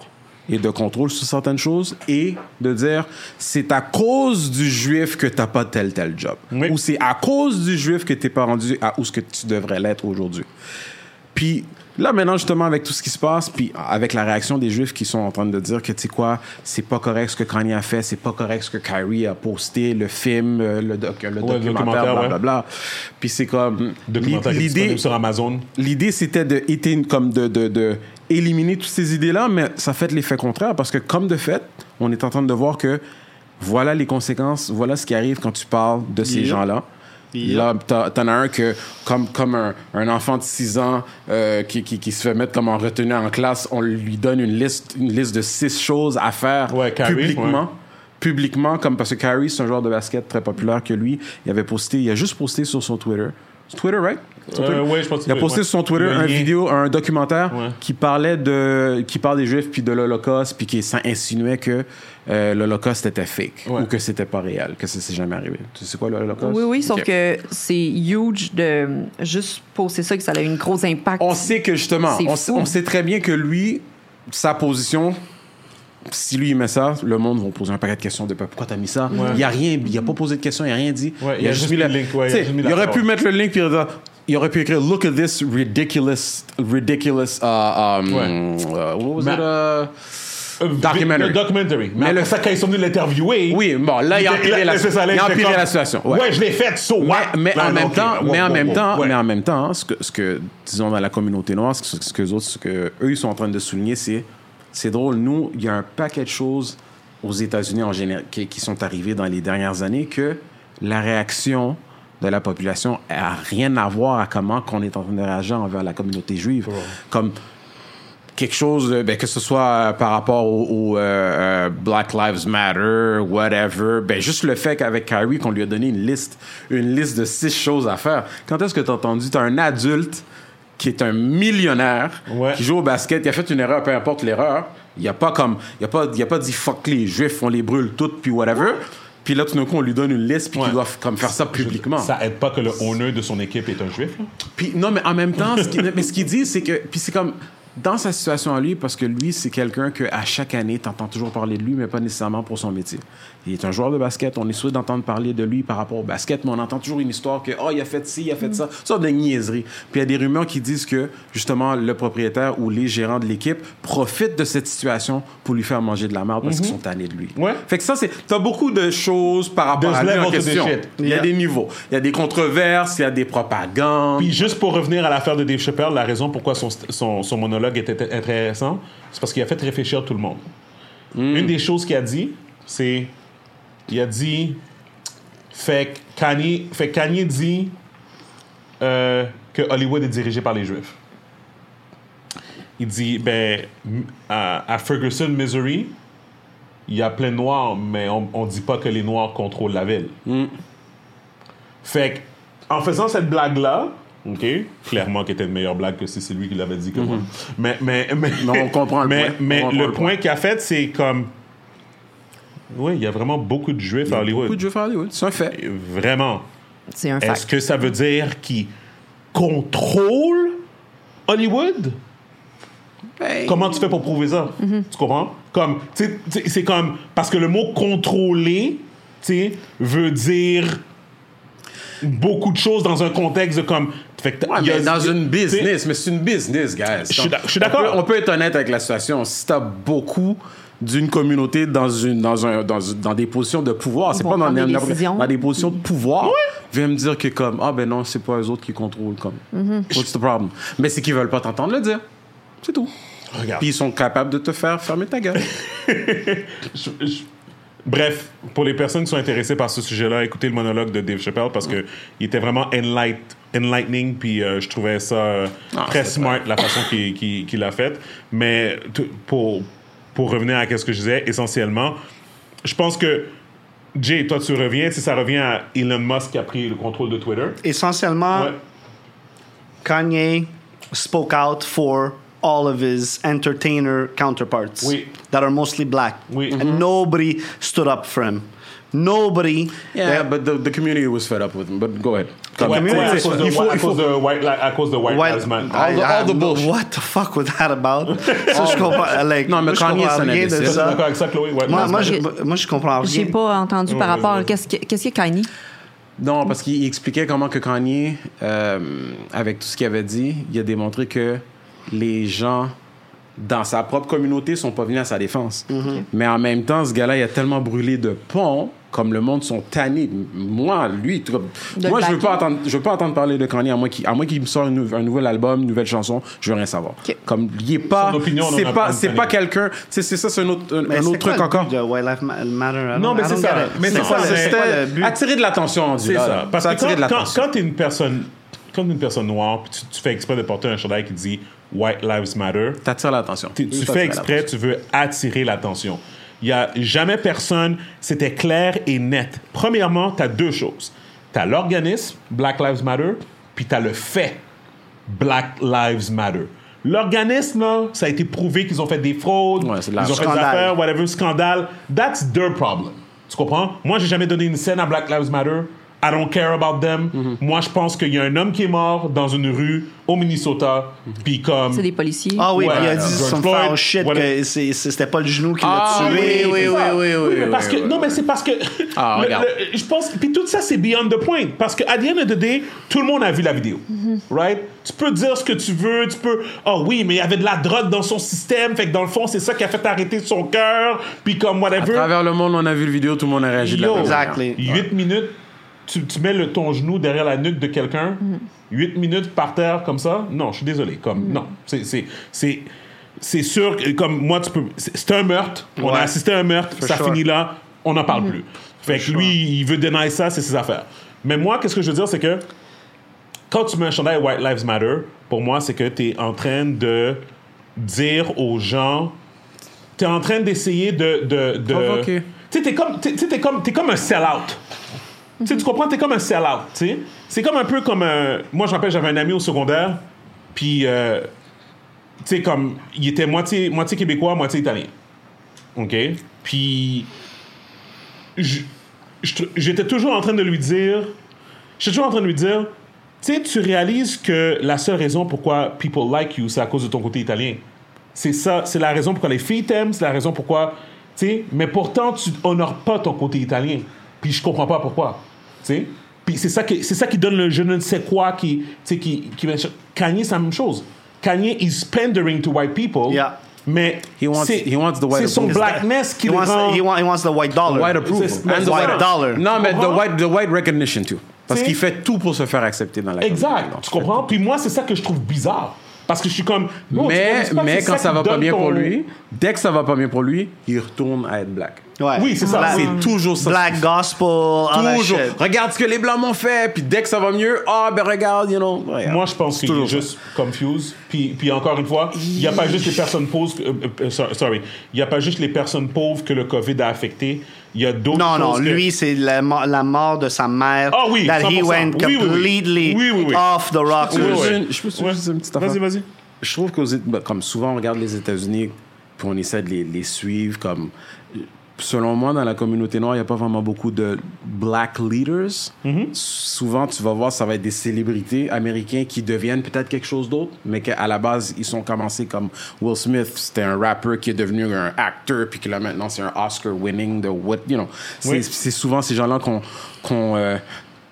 Speaker 1: et de contrôle sur certaines choses, et de dire, c'est à cause du Juif que t'as pas tel tel job,
Speaker 3: Oui.
Speaker 1: ou c'est à cause du Juif que t'es pas rendu à où ce que tu devrais l'être aujourd'hui. Puis là, maintenant, justement, avec tout ce qui se passe, puis avec la réaction des Juifs qui sont en train de dire que, tu sais quoi, c'est pas correct ce que Kanye a fait, c'est pas correct ce que Kyrie a posté, le film, euh, le, doc- le
Speaker 3: Ouais, le documentaire,
Speaker 1: documentaire,
Speaker 3: ouais.
Speaker 1: blablabla. Puis c'est comme...
Speaker 3: Documentaire qui est
Speaker 1: L'idée,
Speaker 3: disponible sur Amazon.
Speaker 1: l'idée c'était de, était une- comme de, de, de éliminer toutes ces idées-là, mais ça fait l'effet contraire parce que comme de fait, on est en train de voir que voilà les conséquences, voilà ce qui arrive quand tu parles de ces
Speaker 4: Yep.
Speaker 1: gens-là.
Speaker 4: Yep.
Speaker 1: Là, t'as- t'en as un que, comme, comme un, un enfant de 6 ans euh, qui, qui, qui se fait mettre comme en retenue en classe, on lui donne une liste, une liste de 6 choses à faire
Speaker 3: Ouais, Kyrie,
Speaker 1: publiquement.
Speaker 3: ouais.
Speaker 1: publiquement, comme parce que Kyrie, c'est un joueur de basket très populaire que lui, il avait posté, il a juste posté sur son Twitter. C'est Twitter, right? Sur Twitter?
Speaker 3: Euh, ouais, je pense que
Speaker 1: il a
Speaker 3: oui,
Speaker 1: posté
Speaker 3: ouais.
Speaker 1: sur son Twitter
Speaker 3: Le
Speaker 1: un
Speaker 3: lien.
Speaker 1: vidéo, un documentaire
Speaker 3: Ouais.
Speaker 1: qui parlait de, qui parle des Juifs puis de l'Holocauste puis qui s'in- insinuait que euh, l'Holocauste était fake
Speaker 3: Ouais.
Speaker 1: ou que c'était pas réel, que ça s'est jamais arrivé. Tu sais quoi l'Holocauste
Speaker 5: Oui, oui, sauf
Speaker 1: Ok.
Speaker 5: que c'est huge de juste poser ça, que ça a eu un gros impact.
Speaker 1: On sait que justement,
Speaker 5: C'est
Speaker 1: on, s-
Speaker 5: fou.
Speaker 1: on sait très bien que lui, sa position, si lui il met ça, le monde va poser un paquet de questions de ben, pourquoi t'as mis ça. Il y a rien, il a pas posé de questions, il a rien dit.
Speaker 3: Ouais, il a juste mis
Speaker 1: la-
Speaker 3: le link, ouais, il a
Speaker 1: T'sais,
Speaker 3: juste mis
Speaker 1: il aurait
Speaker 3: l'accord.
Speaker 1: pu mettre le link puis il aurait dit- il aurait pu écrire Look at this ridiculous, ridiculous. uh, um,
Speaker 3: Ouais.
Speaker 1: uh, what was
Speaker 3: Ma-
Speaker 1: it, uh,
Speaker 3: Euh,
Speaker 1: Documentary.
Speaker 3: Le documentary. Mais,
Speaker 1: Mais
Speaker 3: le
Speaker 1: le-
Speaker 3: fait quand ils sont venus l'interviewer.
Speaker 1: Oui, bon, là, il a
Speaker 3: était-
Speaker 1: empiré la,
Speaker 3: c'est ça, là,
Speaker 1: il a
Speaker 3: était
Speaker 1: empiré
Speaker 3: comme,
Speaker 1: la situation. ouais.
Speaker 3: Ouais, je l'ai fait, so what?
Speaker 1: Mais, mais
Speaker 3: Là,
Speaker 1: en même
Speaker 3: ok,
Speaker 1: temps,
Speaker 3: wow,
Speaker 1: mais en
Speaker 3: wow,
Speaker 1: même
Speaker 3: wow,
Speaker 1: temps,
Speaker 3: ouais.
Speaker 1: mais en même temps, hein, ce que, ce que disons dans la communauté noire, ce que, ce que les autres, ce que eux ils sont en train de souligner, c'est c'est drôle. Nous, il y a un paquet de choses aux États-Unis en général qui, qui sont arrivées dans les dernières années que la réaction de la population a rien à voir à comment qu'on est en train de réagir envers la communauté juive. Comme quelque chose, euh, ben, que ce soit euh, par rapport au, au, euh, euh, Black Lives Matter, whatever, ben, juste le fait qu'avec Kyrie, qu'on lui a donné une liste, une liste de six choses à faire. Quand est-ce que tu as entendu, tu un adulte qui est un millionnaire,
Speaker 3: Ouais.
Speaker 1: qui joue au basket, qui a fait une erreur, peu importe l'erreur, il a pas comme, il a pas, il a pas dit fuck les juifs, on les brûle toutes, puis whatever. Puis là, tout d'un coup, on lui donne une liste, puis
Speaker 3: Ouais.
Speaker 1: il doit f- comme faire ça publiquement.
Speaker 3: Ça aide pas que le owner de son équipe est un juif. là.
Speaker 1: Puis non, mais en même temps, ce qu'il mais ce qu'il dit, c'est que. Puis c'est comme. Dans sa situation à lui, parce que lui, c'est quelqu'un que à chaque année, t'entends toujours parler de lui, mais pas nécessairement pour son métier. Il est un joueur de basket, on est souhaité d'entendre parler de lui par rapport au basket, mais on entend toujours une histoire que, oh, il a fait ci, il a fait ça. Ça, de niaiserie. Puis il y a des rumeurs qui disent que, justement, le propriétaire ou les gérants de l'équipe profitent de cette situation pour lui faire manger de la merde parce qu'ils sont tannés de lui.
Speaker 3: Ouais.
Speaker 1: Fait que ça, c'est. T'as beaucoup de choses par rapport
Speaker 3: There's
Speaker 1: à lui en
Speaker 3: levels to this
Speaker 1: question.
Speaker 3: shit.
Speaker 1: Il y a
Speaker 4: Yeah.
Speaker 1: des niveaux. Il y a des controverses, il y a des propagandes.
Speaker 3: Puis juste pour revenir à l'affaire de Dave Chappelle, la raison pourquoi son, son, son monologue était t- intéressant, c'est parce qu'il a fait réfléchir tout le monde.
Speaker 1: Hmm.
Speaker 3: Une des choses qu'il a dit, c'est. Il a dit. Fait que Kanye, fait que Kanye dit euh, que Hollywood est dirigé par les Juifs. Il dit, ben, m- à, à Ferguson, Missouri, il y a plein de Noirs, mais on, on dit pas que les Noirs contrôlent la ville.
Speaker 1: Hmm.
Speaker 3: Fait que, en faisant cette blague-là, OK, clairement qui était une meilleure blague que si c'est lui qui l'avait dit que moi. Mais, mais, mais,
Speaker 1: Hmm. Non, on comprend le
Speaker 3: mais,
Speaker 1: point.
Speaker 3: Mais
Speaker 1: On comprend
Speaker 3: le
Speaker 1: le
Speaker 3: point qu'il a fait, c'est comme. Oui, il y a vraiment beaucoup de Juifs à Hollywood.
Speaker 1: Beaucoup de jeux faire Hollywood, c'est un fait.
Speaker 3: Vraiment.
Speaker 5: C'est un
Speaker 3: Est-ce
Speaker 5: fact.
Speaker 3: que ça veut dire qu'ils contrôlent Hollywood?
Speaker 1: Ben,
Speaker 3: Comment tu fais pour prouver ça?
Speaker 1: Mhm.
Speaker 3: Tu comprends? Comme, tu sais, tu sais, c'est comme, parce que le mot contrôler, tu sais, veut dire beaucoup de choses dans un contexte de comme. Fait que t'as-
Speaker 1: Ouais,
Speaker 3: il y a-
Speaker 1: mais dans une
Speaker 3: tu sais,
Speaker 1: business, mais c'est une business, guys.
Speaker 3: Je suis d'ac- je suis
Speaker 1: On peut-
Speaker 3: d'accord.
Speaker 1: On, peut être honnête avec la situation. Si t'as beaucoup d'une communauté dans, une, dans, un, dans, une- dans des positions de pouvoir, c'est
Speaker 5: vont
Speaker 1: pas dans,
Speaker 5: prendre des
Speaker 1: dans-
Speaker 5: décisions.
Speaker 1: dans des positions de pouvoir, viens me dire que comme, ah ben non, c'est pas eux autres qui contrôlent. Comme.
Speaker 3: Mm-hmm.
Speaker 1: What's the problem? Mais c'est qu'ils veulent pas t'entendre le dire. C'est tout.
Speaker 3: Regarde.
Speaker 1: Puis ils sont capables de te faire fermer ta gueule.
Speaker 3: Je- je- Bref, pour les personnes qui sont intéressées par ce sujet-là, écoutez le monologue de Dave Chappelle parce que il était vraiment enlight, enlightening, puis euh, je trouvais ça euh,
Speaker 1: Ah,
Speaker 3: très
Speaker 1: c'est
Speaker 3: smart la façon qu'il qu'il- qu'il l'a fait. Mais t- pour, pour revenir à ce que je disais, essentiellement, je pense que Jay, toi tu reviens, si ça revient à Elon Musk qui a pris le contrôle de Twitter.
Speaker 4: Essentiellement,
Speaker 3: Ouais.
Speaker 4: Kanye spoke out for all of his entertainer counterparts
Speaker 3: Oui.
Speaker 4: that are mostly black.
Speaker 3: Oui.
Speaker 1: Mm-hmm.
Speaker 4: And nobody stood up for him. Nobody.
Speaker 1: yeah, but the, the community was fed up with them. But go ahead. Come.
Speaker 3: Ouais,
Speaker 4: community-
Speaker 3: ouais, à cause de-
Speaker 4: Il faut-
Speaker 3: à
Speaker 4: il faut-
Speaker 3: cause de White li- à cause de White
Speaker 4: White- Ah.
Speaker 3: Lives Matter.
Speaker 1: All the-
Speaker 4: I- I
Speaker 1: all the
Speaker 4: have no-
Speaker 1: bullshit.
Speaker 4: What the fuck was that about? ça, je comprends. Like,
Speaker 1: Non, mais
Speaker 4: moi, je
Speaker 1: Kanye,
Speaker 4: comprends
Speaker 1: c'est un
Speaker 4: rien de
Speaker 1: imbécile.
Speaker 4: ça.
Speaker 3: D'accord avec ça, Chloé? White
Speaker 4: Moi,
Speaker 3: Lives
Speaker 4: moi,
Speaker 5: parce
Speaker 4: je,
Speaker 5: que-
Speaker 4: moi, je comprends rien.
Speaker 5: J'ai pas entendu par
Speaker 3: Ouais,
Speaker 5: rapport.
Speaker 3: vas-y.
Speaker 5: Qu'est-ce que- qu'est-ce qu'il y a, Kanye?
Speaker 1: Non, parce qu'il expliquait comment que Kanye, euh, avec tout ce qu'il avait dit, il a démontré que les gens dans sa propre communauté sont pas venus à sa défense.
Speaker 4: Mhm.
Speaker 1: Mais en même temps, ce gars-là, il a tellement brûlé de ponts, comme le monde sont tannés. Moi, lui, tout comme-
Speaker 5: De
Speaker 1: moi,
Speaker 5: le
Speaker 1: je veux pas
Speaker 5: baquer.
Speaker 1: entendre, je veux pas entendre parler de Kanye à moi qui, à moi qui me sort une nou- un nouvel album, une nouvelle chanson, je veux rien savoir.
Speaker 5: Ok.
Speaker 1: Comme il est pas,
Speaker 3: Son opinion, on en
Speaker 1: c'est
Speaker 3: a
Speaker 1: pas,
Speaker 3: pas
Speaker 1: c'est
Speaker 3: de
Speaker 1: pas
Speaker 3: Kanye.
Speaker 1: quelqu'un. C'est c'est ça, c'est un autre, un-
Speaker 4: Mais
Speaker 1: un
Speaker 4: c'est
Speaker 1: autre
Speaker 4: quoi
Speaker 1: truc
Speaker 4: le
Speaker 1: encore.
Speaker 4: but De White Lives Ma- Matter. I don't-
Speaker 3: Non, mais
Speaker 4: I
Speaker 3: c'est
Speaker 4: don't
Speaker 3: ça.
Speaker 4: get it.
Speaker 3: Mais c'est
Speaker 4: Non,
Speaker 3: ça,
Speaker 4: c'est-
Speaker 3: c'est-
Speaker 4: c'est quoi le but?
Speaker 1: Attirer de l'attention, on dit.
Speaker 3: C'est
Speaker 1: là,
Speaker 3: ça.
Speaker 1: là.
Speaker 3: Parce
Speaker 1: Ça
Speaker 3: que
Speaker 1: attirer de
Speaker 3: quand, quand,
Speaker 1: l'attention.
Speaker 3: quand t'es une personne, quand t'es une personne noire, puis tu, tu fais exprès de porter un chandail qui dit White Lives Matter,
Speaker 1: T'attires l'attention.
Speaker 3: t'es- tu
Speaker 1: T'attires
Speaker 3: fais
Speaker 1: l'attention.
Speaker 3: exprès, tu veux attirer l'attention. Il n'y a jamais personne. C'était clair et net. Premièrement, tu as deux choses. Tu as l'organisme, Black Lives Matter, puis tu as le fait, Black Lives Matter. L'organisme, là, ça a été prouvé qu'ils ont fait des fraudes,
Speaker 1: Ouais, c'est de la-
Speaker 3: ils ont fait des
Speaker 4: Scandale.
Speaker 3: affaires, whatever, scandale. That's their problem. Tu comprends? Moi, j'ai jamais donné une scène à Black Lives Matter. I don't care about them.
Speaker 1: Mhm.
Speaker 3: Moi, je pense qu'il y a un homme qui est mort dans une rue au Minnesota,
Speaker 1: Mhm.
Speaker 3: puis comme...
Speaker 5: C'est des policiers.
Speaker 4: Ah oui,
Speaker 3: Ouais,
Speaker 4: puis il a dit
Speaker 3: George
Speaker 4: some
Speaker 3: Floyd,
Speaker 4: foul shit
Speaker 3: voilà.
Speaker 4: que c'est- c'est- c'était pas le genou qui l'a
Speaker 1: Ah, oui,
Speaker 4: tué.
Speaker 1: oui, oui, oui, oui,
Speaker 3: mais
Speaker 1: oui,
Speaker 3: parce que,
Speaker 1: oui, oui.
Speaker 3: non, mais c'est parce que.
Speaker 1: Ah,
Speaker 3: le-
Speaker 1: regarde.
Speaker 3: le- je pense. Puis tout ça, c'est beyond the point. Parce que, à the end of the day, tout le monde a vu la vidéo. Right? Tu peux dire ce que tu veux, tu peux. Oh oui, mais il y avait de la drogue dans son système. Fait que, dans le fond, c'est ça qui a fait arrêter son cœur. Puis, comme,
Speaker 1: À
Speaker 3: whatever.
Speaker 1: travers le monde, on a vu le vidéo, tout le monde a réagi de la
Speaker 3: Yo,
Speaker 1: même manière.
Speaker 4: Exactly.
Speaker 3: 8 minutes, tu, tu mets le, ton genou derrière la nuque de quelqu'un, 8 minutes par terre comme ça, non, je suis désolé. Comme, Non, c'est- c'est- c'est. C'est sûr, que, comme moi, tu peux. C'est c'est un meurtre, on
Speaker 4: Ouais.
Speaker 3: a assisté à un meurtre,
Speaker 4: For
Speaker 3: ça
Speaker 4: sure.
Speaker 3: finit là, on n'en parle plus. Fait que lui, il veut dénier ça, c'est ses affaires. Mais moi, qu'est-ce que je veux dire, c'est que quand tu mets un chandail White Lives Matter, pour moi, c'est que tu es en train de dire aux gens. Tu es en train d'essayer de. de, de
Speaker 1: Provoquer.
Speaker 3: Tu sais, t'es comme, t'es- t'sais, t'es comme, t'es comme un sell-out. Tu sais, Tu comprends? T'es comme un sell-out. tu sais. C'est comme un peu comme un. Moi, je me rappelle, j'avais un ami au secondaire, puis. euh, tu sais, comme. Il était moitié, moitié québécois, moitié italien. OK? Puis. je- je tr- J'étais toujours en train de lui dire. J'étais toujours en train de lui dire. Tu sais, tu réalises que la seule raison pourquoi people like you, c'est à cause de ton côté italien. C'est ça, c'est la raison pourquoi les filles t'aiment, c'est la raison pourquoi. Tu sais, mais pourtant, tu honores pas ton côté italien. Puis je comprends pas pourquoi. Tu sais? Puis c'est ça, qui- c'est ça qui donne le je ne sais quoi qui. Tu sais, qui, qui. Kanye, c'est la même chose. Kanye is pandering to white people.
Speaker 4: Yeah.
Speaker 3: Mais
Speaker 1: He wants-
Speaker 3: c'est-
Speaker 1: he wants the white
Speaker 3: c'est son
Speaker 1: approval.
Speaker 3: blackness qui
Speaker 4: He
Speaker 3: le
Speaker 4: wants,
Speaker 3: rend.
Speaker 4: he, wa- he wants the white dollar.
Speaker 1: White approval.
Speaker 3: C'est-
Speaker 1: And the
Speaker 4: White dollar.
Speaker 1: Non, mais the
Speaker 3: comprends?
Speaker 1: white, the white recognition, too. Parce
Speaker 3: T'sais?
Speaker 1: qu'il fait tout pour se faire accepter dans la communauté,
Speaker 3: Exact.
Speaker 1: donc.
Speaker 3: Tu comprends? Puis moi, c'est ça que je trouve bizarre. Parce que je suis comme. Bro, tu
Speaker 1: Mais,
Speaker 3: réalises pas que
Speaker 1: mais
Speaker 3: c'est
Speaker 1: quand
Speaker 3: qui
Speaker 1: ça va pas
Speaker 3: donne
Speaker 1: bien
Speaker 3: ton-
Speaker 1: pour lui, dès que ça va pas bien pour lui, il retourne à être black.
Speaker 4: Ouais.
Speaker 3: Oui, c'est ça.
Speaker 4: Black,
Speaker 3: C'est
Speaker 1: toujours ça.
Speaker 4: Black gospel, all that
Speaker 1: Toujours.
Speaker 4: Ah, shit.
Speaker 1: Regarde ce que les blancs m'ont fait, puis dès que ça va mieux, ah ben regarde, you know. regarde.
Speaker 3: Moi, je pense
Speaker 1: C'est
Speaker 3: qu'il est
Speaker 1: toujours ça.
Speaker 3: juste confused. Puis, puis encore une fois, il n'y a pas juste les personnes pauvres. que- euh, euh, sorry, sorry. Il n'y a pas juste les personnes pauvres que le COVID a affecté. Il y a d'autres.
Speaker 4: Non, non,
Speaker 3: choses que-
Speaker 4: lui, c'est la, mo- la mort de sa mère.
Speaker 3: Ah oui,
Speaker 4: That he
Speaker 3: 100%.
Speaker 4: went
Speaker 3: Oui, oui, oui.
Speaker 4: completely
Speaker 3: Oui, oui, oui.
Speaker 4: off the rock.
Speaker 1: Je peux
Speaker 3: Oui,
Speaker 1: juste
Speaker 3: oui.
Speaker 1: une- je peux juste
Speaker 3: Ouais.
Speaker 1: dire une petite affaire.
Speaker 3: Vas-y, vas-y.
Speaker 1: je trouve que comme souvent on regarde les États-Unis puis on essaie de les, les suivre comme selon moi dans la communauté noire il n'y a pas vraiment beaucoup de black leaders souvent tu vas voir ça va être des célébrités américains qui deviennent peut-être quelque chose d'autre mais qu'à la base ils sont commencés comme Will Smith c'était un rappeur qui est devenu un acteur puis que là maintenant c'est un Oscar winning de what you know c'est
Speaker 3: Oui.
Speaker 1: c'est souvent ces gens-là qu'on qu'on euh,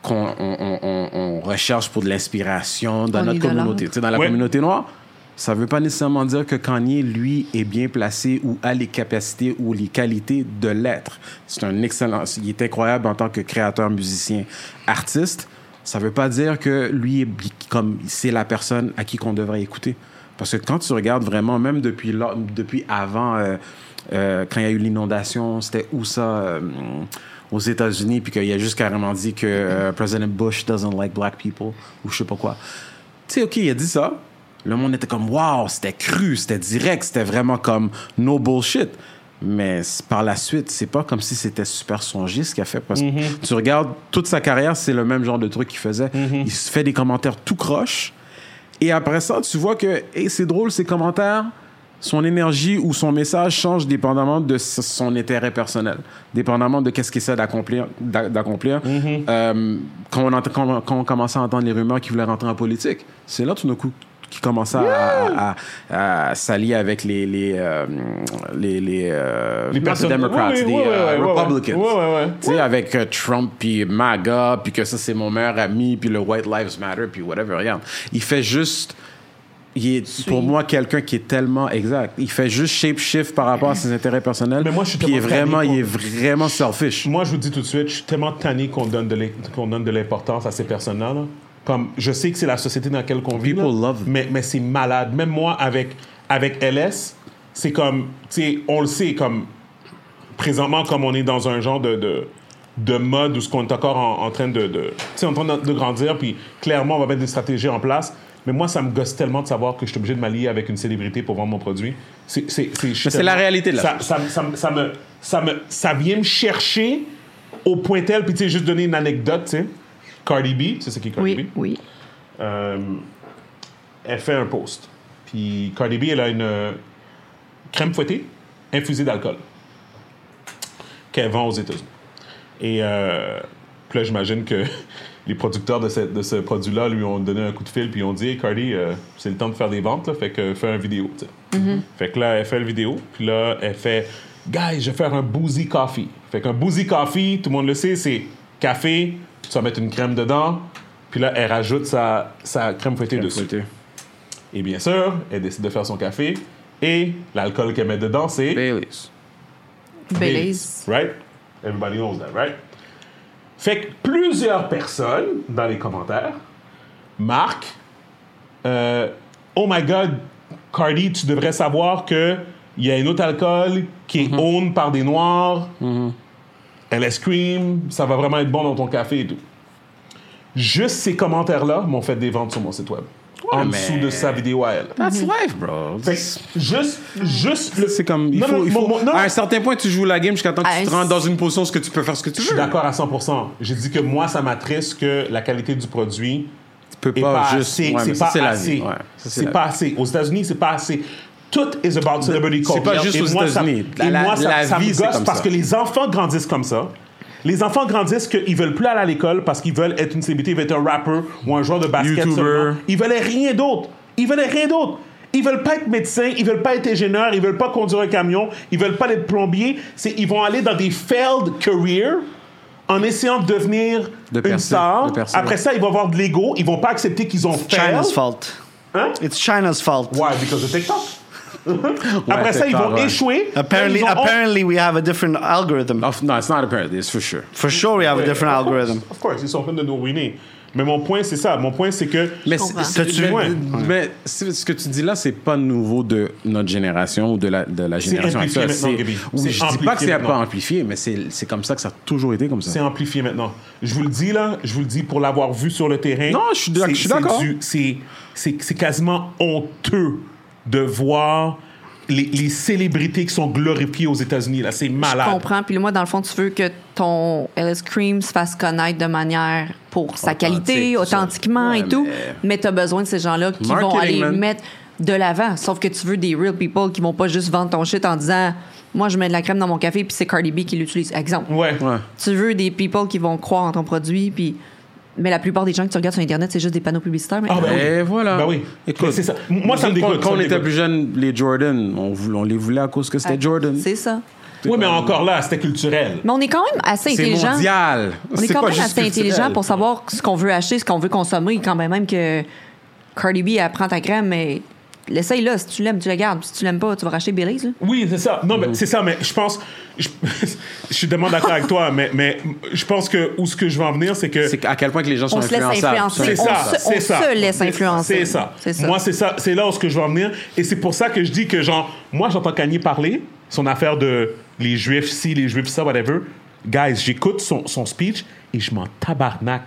Speaker 1: qu'on on- on- on- on recherche pour de l'inspiration dans
Speaker 5: On
Speaker 1: notre
Speaker 5: idolâtre.
Speaker 1: communauté tu sais, dans la
Speaker 3: Ouais.
Speaker 1: communauté noire, ça veut pas nécessairement dire que Kanye, lui, est bien placé ou a les capacités ou les qualités de l'être. C'est un excellent. Il est incroyable en tant que créateur, musicien, artiste. Ça veut pas dire que lui, est- comme c'est la personne à qui qu'on devrait écouter. Parce que quand tu regardes vraiment, même depuis, là- depuis avant, euh, euh, quand il y a eu l'inondation, c'était où ça euh, aux États-Unis, puis qu'il a juste carrément dit que euh, President Bush doesn't like black people, ou je sais pas quoi tu sais, OK, il a dit ça. Le monde était comme, wow, c'était cru, c'était direct, c'était vraiment comme no bullshit. Mais c- par la suite, c'est pas comme si c'était super songé ce qu'il a fait. Parce que tu regardes toute sa carrière, c'est le même genre de truc qu'il faisait. Il se fait des commentaires tout croche. Et après ça, tu vois que hey, c'est drôle, ces commentaires, son énergie ou son message change dépendamment de s- son intérêt personnel, dépendamment de qu'est-ce qu'il essaie d'accomplir. d'a- d'accomplir.
Speaker 3: Mm-hmm.
Speaker 1: Euh, quand, on ent- quand on- quand on commençait à entendre les rumeurs qu'il voulait rentrer en politique, c'est là tout d'un coup qu'il commençait à- à, à- à s'allier avec les les euh, les les, euh,
Speaker 3: Les
Speaker 1: not the Democrats,
Speaker 3: Oui, oui,
Speaker 1: les
Speaker 3: ouais,
Speaker 1: euh,
Speaker 3: ouais, ouais, ouais.
Speaker 1: Republicans.
Speaker 3: Ouais, ouais, ouais.
Speaker 1: Tu sais, avec euh, Trump, puis MAGA, puis que ça, c'est mon meilleur ami, puis le White Lives Matter, puis whatever, regarde. Il fait juste... Il est, pour moi, quelqu'un qui est tellement exact. Il fait juste shape-shift par rapport à ses intérêts personnels.
Speaker 3: Mais moi, je suis
Speaker 1: puis il est
Speaker 3: tellement
Speaker 1: vraiment,
Speaker 3: tanné
Speaker 1: il est vraiment selfish.
Speaker 3: Moi, je vous dis tout de suite, je suis tellement tanné qu'on donne de l'im- qu'on donne de l'importance à ces personnes-là. là. Comme, je sais que c'est la société dans laquelle on vit. là,
Speaker 1: People love them.
Speaker 3: mais mais c'est malade. Même moi, avec, avec LS, c'est comme, tu sais, on le sait, comme, présentement, comme on est dans un genre de, de, de mode où ce qu'on est encore en, en train de, de tu sais, en train de, de grandir, puis clairement, on va mettre des stratégies en place. Mais moi, ça me gosse tellement de savoir que je suis obligé de m'allier avec une célébrité pour vendre mon produit. C'est, c'est, c'est, je suis
Speaker 1: c'est la
Speaker 3: tellement-
Speaker 1: réalité de la
Speaker 3: ça, ça, me- ça, me- ça me, ça, me, ça vient me chercher au point tel. Puis, tu sais, juste donner une anecdote, tu sais. Cardi B, tu sais ce qui est Cardi
Speaker 5: Oui,
Speaker 3: B?
Speaker 5: oui.
Speaker 3: Euh, elle fait un post. Puis Cardi B, elle a une euh, crème fouettée infusée d'alcool qu'elle vend aux États-Unis. Et euh, puis là, j'imagine que les producteurs de, cette- de ce produit-là lui ont donné un coup de fil puis ils ont dit hey, Cardi, euh, c'est le temps de faire des ventes, là, fait que fais un vidéo. tu sais. Fait que là, elle fait le vidéo, puis là, elle fait Guys, je vais faire un boozy coffee. Fait qu'un boozy coffee, tout le monde le sait, c'est café, tu vas mettre une crème dedans, puis là, elle rajoute sa, sa crème fouettée dessus. Et bien sûr, elle décide de faire son café, et l'alcool qu'elle met dedans, c'est.
Speaker 1: Baileys.
Speaker 5: Belize.
Speaker 3: Right? Everybody knows that, right? Fait que plusieurs personnes dans les commentaires marquent euh, Oh my God, Cardi, tu devrais savoir que il y a un autre alcool qui est owned par des noirs. Elle escrime, ça va vraiment être bon dans ton café et tout. Juste ces commentaires-là m'ont fait des ventes sur mon site web. en
Speaker 1: mais-
Speaker 3: dessous de sa vidéo à elle.
Speaker 1: That's life, bro.
Speaker 3: Mm-hmm. Fait que juste, juste le-
Speaker 1: C'est comme. Il
Speaker 3: Non,
Speaker 1: faut,
Speaker 3: non,
Speaker 1: il
Speaker 3: mon-
Speaker 1: faut-
Speaker 3: mon- non,
Speaker 1: à un certain point, tu joues la game jusqu'à temps que
Speaker 5: Ah,
Speaker 1: tu te
Speaker 5: c'est-
Speaker 1: rentres dans une position où ce que tu peux faire ce que tu
Speaker 3: Je suis
Speaker 1: veux.
Speaker 3: d'accord à 100%. J'ai dit que moi, ça m'attriste que la qualité du produit
Speaker 1: Tu peux
Speaker 3: est
Speaker 1: pas,
Speaker 3: pas,
Speaker 1: juste.
Speaker 3: assez.
Speaker 1: ouais, mais
Speaker 3: c'est
Speaker 1: ça,
Speaker 3: pas
Speaker 1: la
Speaker 3: assez.
Speaker 1: vie, ouais. Ça,
Speaker 3: c'est
Speaker 1: la-
Speaker 3: pas assez. Aux États-Unis, c'est pas assez. Tout is about celebrity
Speaker 1: C'est
Speaker 3: culture.
Speaker 1: pas juste
Speaker 3: Et
Speaker 1: aux
Speaker 3: moi, ça-
Speaker 1: États-Unis.
Speaker 3: Et
Speaker 1: La- la-
Speaker 3: moi, ça,
Speaker 1: la
Speaker 3: ça
Speaker 1: vie,
Speaker 3: me
Speaker 1: c'est
Speaker 3: gosse
Speaker 1: comme
Speaker 3: parce
Speaker 1: ça.
Speaker 3: que les enfants grandissent comme ça. Les enfants grandissent qu'ils veulent plus aller à l'école parce qu'ils veulent être une célébrité, ils veulent être un rapper ou un joueur de basket.
Speaker 1: YouTuber.
Speaker 3: seulement. Ils veulent rien d'autre. Ils veulent rien d'autre. Ils veulent pas être médecins, ils veulent pas être ingénieurs, ils veulent pas conduire un camion, ils veulent pas être plombiers. C'est, ils vont aller dans des failed careers en essayant de devenir
Speaker 1: De
Speaker 3: une
Speaker 1: percer,
Speaker 3: star.
Speaker 1: de percer.
Speaker 3: Après ça, ils vont avoir de l'ego, ils vont pas accepter qu'ils ont failed.
Speaker 4: China's fault.
Speaker 3: Hein?
Speaker 4: It's China's fault.
Speaker 3: Why? Because of TikTok. Après ça, ils
Speaker 1: TikTok,
Speaker 3: vont
Speaker 1: ouais.
Speaker 3: échouer.
Speaker 4: Apparently,
Speaker 3: Ils ont honte.
Speaker 4: apparently we have a different algorithm.
Speaker 1: Oh, no, it's not apparently, it's for sure.
Speaker 4: For sure, we have a
Speaker 3: Ouais,
Speaker 4: different
Speaker 3: of course,
Speaker 4: algorithm.
Speaker 3: Of course, ils sont en train de nous ruiner. Mais mon point, c'est ça. Mon point, c'est que.
Speaker 1: Mais,
Speaker 5: comprends.
Speaker 1: c'est-
Speaker 4: T'as-tu-
Speaker 1: mais-
Speaker 3: Ouais.
Speaker 1: mais c'est- ce que tu dis là, c'est pas nouveau de notre génération ou de la, de la génération
Speaker 3: amplifié
Speaker 1: actuelle.
Speaker 3: maintenant, Gaby.
Speaker 1: oui,
Speaker 3: C'est
Speaker 1: je dis pas
Speaker 3: amplifié
Speaker 1: que c'est pas
Speaker 3: maintenant.
Speaker 1: amplifié, mais c'est c'est comme ça que ça a toujours été comme
Speaker 3: C'est
Speaker 1: ça.
Speaker 3: amplifié maintenant. Je vous le dis là, je vous le dis pour l'avoir vu sur le terrain.
Speaker 1: Non, je suis d'ac-
Speaker 3: c'est-
Speaker 1: je suis
Speaker 3: c'est
Speaker 1: d'accord.
Speaker 3: du- C'est c'est- c'est quasiment honteux de voir les, les célébrités qui sont glorifiées aux États-Unis. là. C'est malade.
Speaker 5: Je comprends. Puis moi, dans le fond, tu veux que ton LS Cream se fasse connaître de manière pour sa
Speaker 1: Authentique,
Speaker 5: qualité,
Speaker 1: tout ça.
Speaker 5: authentiquement et
Speaker 1: Ouais,
Speaker 5: tout.
Speaker 1: mais-
Speaker 5: Mais tu as besoin de ces gens-là qui vont
Speaker 1: Marketing,
Speaker 5: aller
Speaker 1: man.
Speaker 5: mettre de l'avant. Sauf que tu veux des real people qui vont pas juste vendre ton shit en disant Moi, je mets de la crème dans mon café, puis c'est Cardi B qui l'utilise. Exemple.
Speaker 3: Ouais.
Speaker 1: Ouais.
Speaker 5: Tu veux des people qui vont croire en ton produit, puis. Mais la plupart des gens que tu regardes sur Internet, c'est juste des panneaux publicitaires. euh,
Speaker 3: Ah
Speaker 5: maintenant.
Speaker 3: ben oui.
Speaker 1: Et voilà.
Speaker 3: Ben oui. Mais
Speaker 1: Écoute,
Speaker 3: c'est ça. Moi, ça me
Speaker 1: quand-
Speaker 3: dégoûte,
Speaker 1: Quand
Speaker 3: ça
Speaker 1: on
Speaker 3: me
Speaker 1: était
Speaker 3: dégoûte.
Speaker 1: plus jeunes, les Jordan, on, voulait- on les voulait à cause que c'était Jordan.
Speaker 5: Ah, C'est ça.
Speaker 3: Oui, mais encore là, c'était culturel.
Speaker 5: Mais on est quand même assez
Speaker 1: C'est
Speaker 5: intelligent.
Speaker 1: mondial.
Speaker 5: On est
Speaker 1: C'est
Speaker 5: quand
Speaker 1: pas
Speaker 5: même
Speaker 1: juste
Speaker 5: assez
Speaker 1: culturel.
Speaker 5: intelligent pour savoir ce qu'on veut acheter, ce qu'on veut consommer, quand même, même que Cardi B, elle prend ta crème, mais l'essaye là. Si tu l'aimes, tu la gardes. Si tu l'aimes pas, tu vas racheter Billy's. là.
Speaker 3: Oui, c'est ça. Non, mais c'est ça, mais je pense. Je, je suis tellement d'accord avec toi, mais, mais je pense que où ce que je veux en venir, c'est que.
Speaker 1: C'est à quel point que les gens sont
Speaker 5: On se laisse
Speaker 1: influençables.
Speaker 5: influencer.
Speaker 3: C'est
Speaker 5: on
Speaker 3: ça,
Speaker 5: se-
Speaker 3: c'est
Speaker 5: on
Speaker 3: ça.
Speaker 5: se laisse influencer.
Speaker 3: C'est ça.
Speaker 5: C'est ça.
Speaker 3: Moi, c'est ça, c'est là où ce que je veux en venir. Et c'est pour ça que je dis que, genre, moi, j'entends Kanye parler, son affaire de les juifs ci, les juifs ça, whatever. Guys, j'écoute son, son speech et je m'en tabarnak.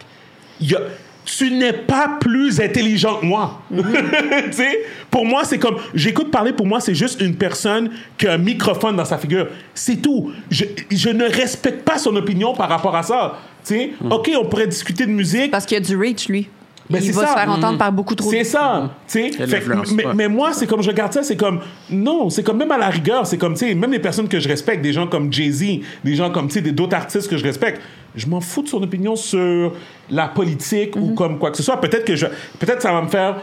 Speaker 3: Il y a- tu n'es pas plus intelligent que moi.
Speaker 5: Mm-hmm.
Speaker 3: Tu sais, pour moi, c'est comme, j'écoute parler, pour moi, c'est juste une personne qui a un microphone dans sa figure. C'est tout. Je, je ne respecte pas son opinion par rapport à ça. Tu sais,
Speaker 5: Mm.
Speaker 3: OK, on pourrait discuter de musique.
Speaker 5: Parce qu'il y a du reach, lui.
Speaker 3: Ben,
Speaker 5: Il
Speaker 3: c'est
Speaker 5: va
Speaker 3: ça.
Speaker 5: se faire entendre par beaucoup trop. de-
Speaker 3: C'est ça. tu sais.
Speaker 1: y a de
Speaker 3: Fait que-
Speaker 1: l'influence,
Speaker 3: mais,
Speaker 1: ouais.
Speaker 3: mais moi, c'est comme je regarde ça, c'est comme non, c'est comme même à la rigueur, c'est comme tu sais, même les personnes que je respecte, des gens comme Jay-Z, des gens comme tu sais, des- d'autres artistes que je respecte, je m'en fous de son opinion sur la politique
Speaker 5: Mm-hmm.
Speaker 3: ou comme quoi que ce soit. Peut-être que je, peut-être ça va me faire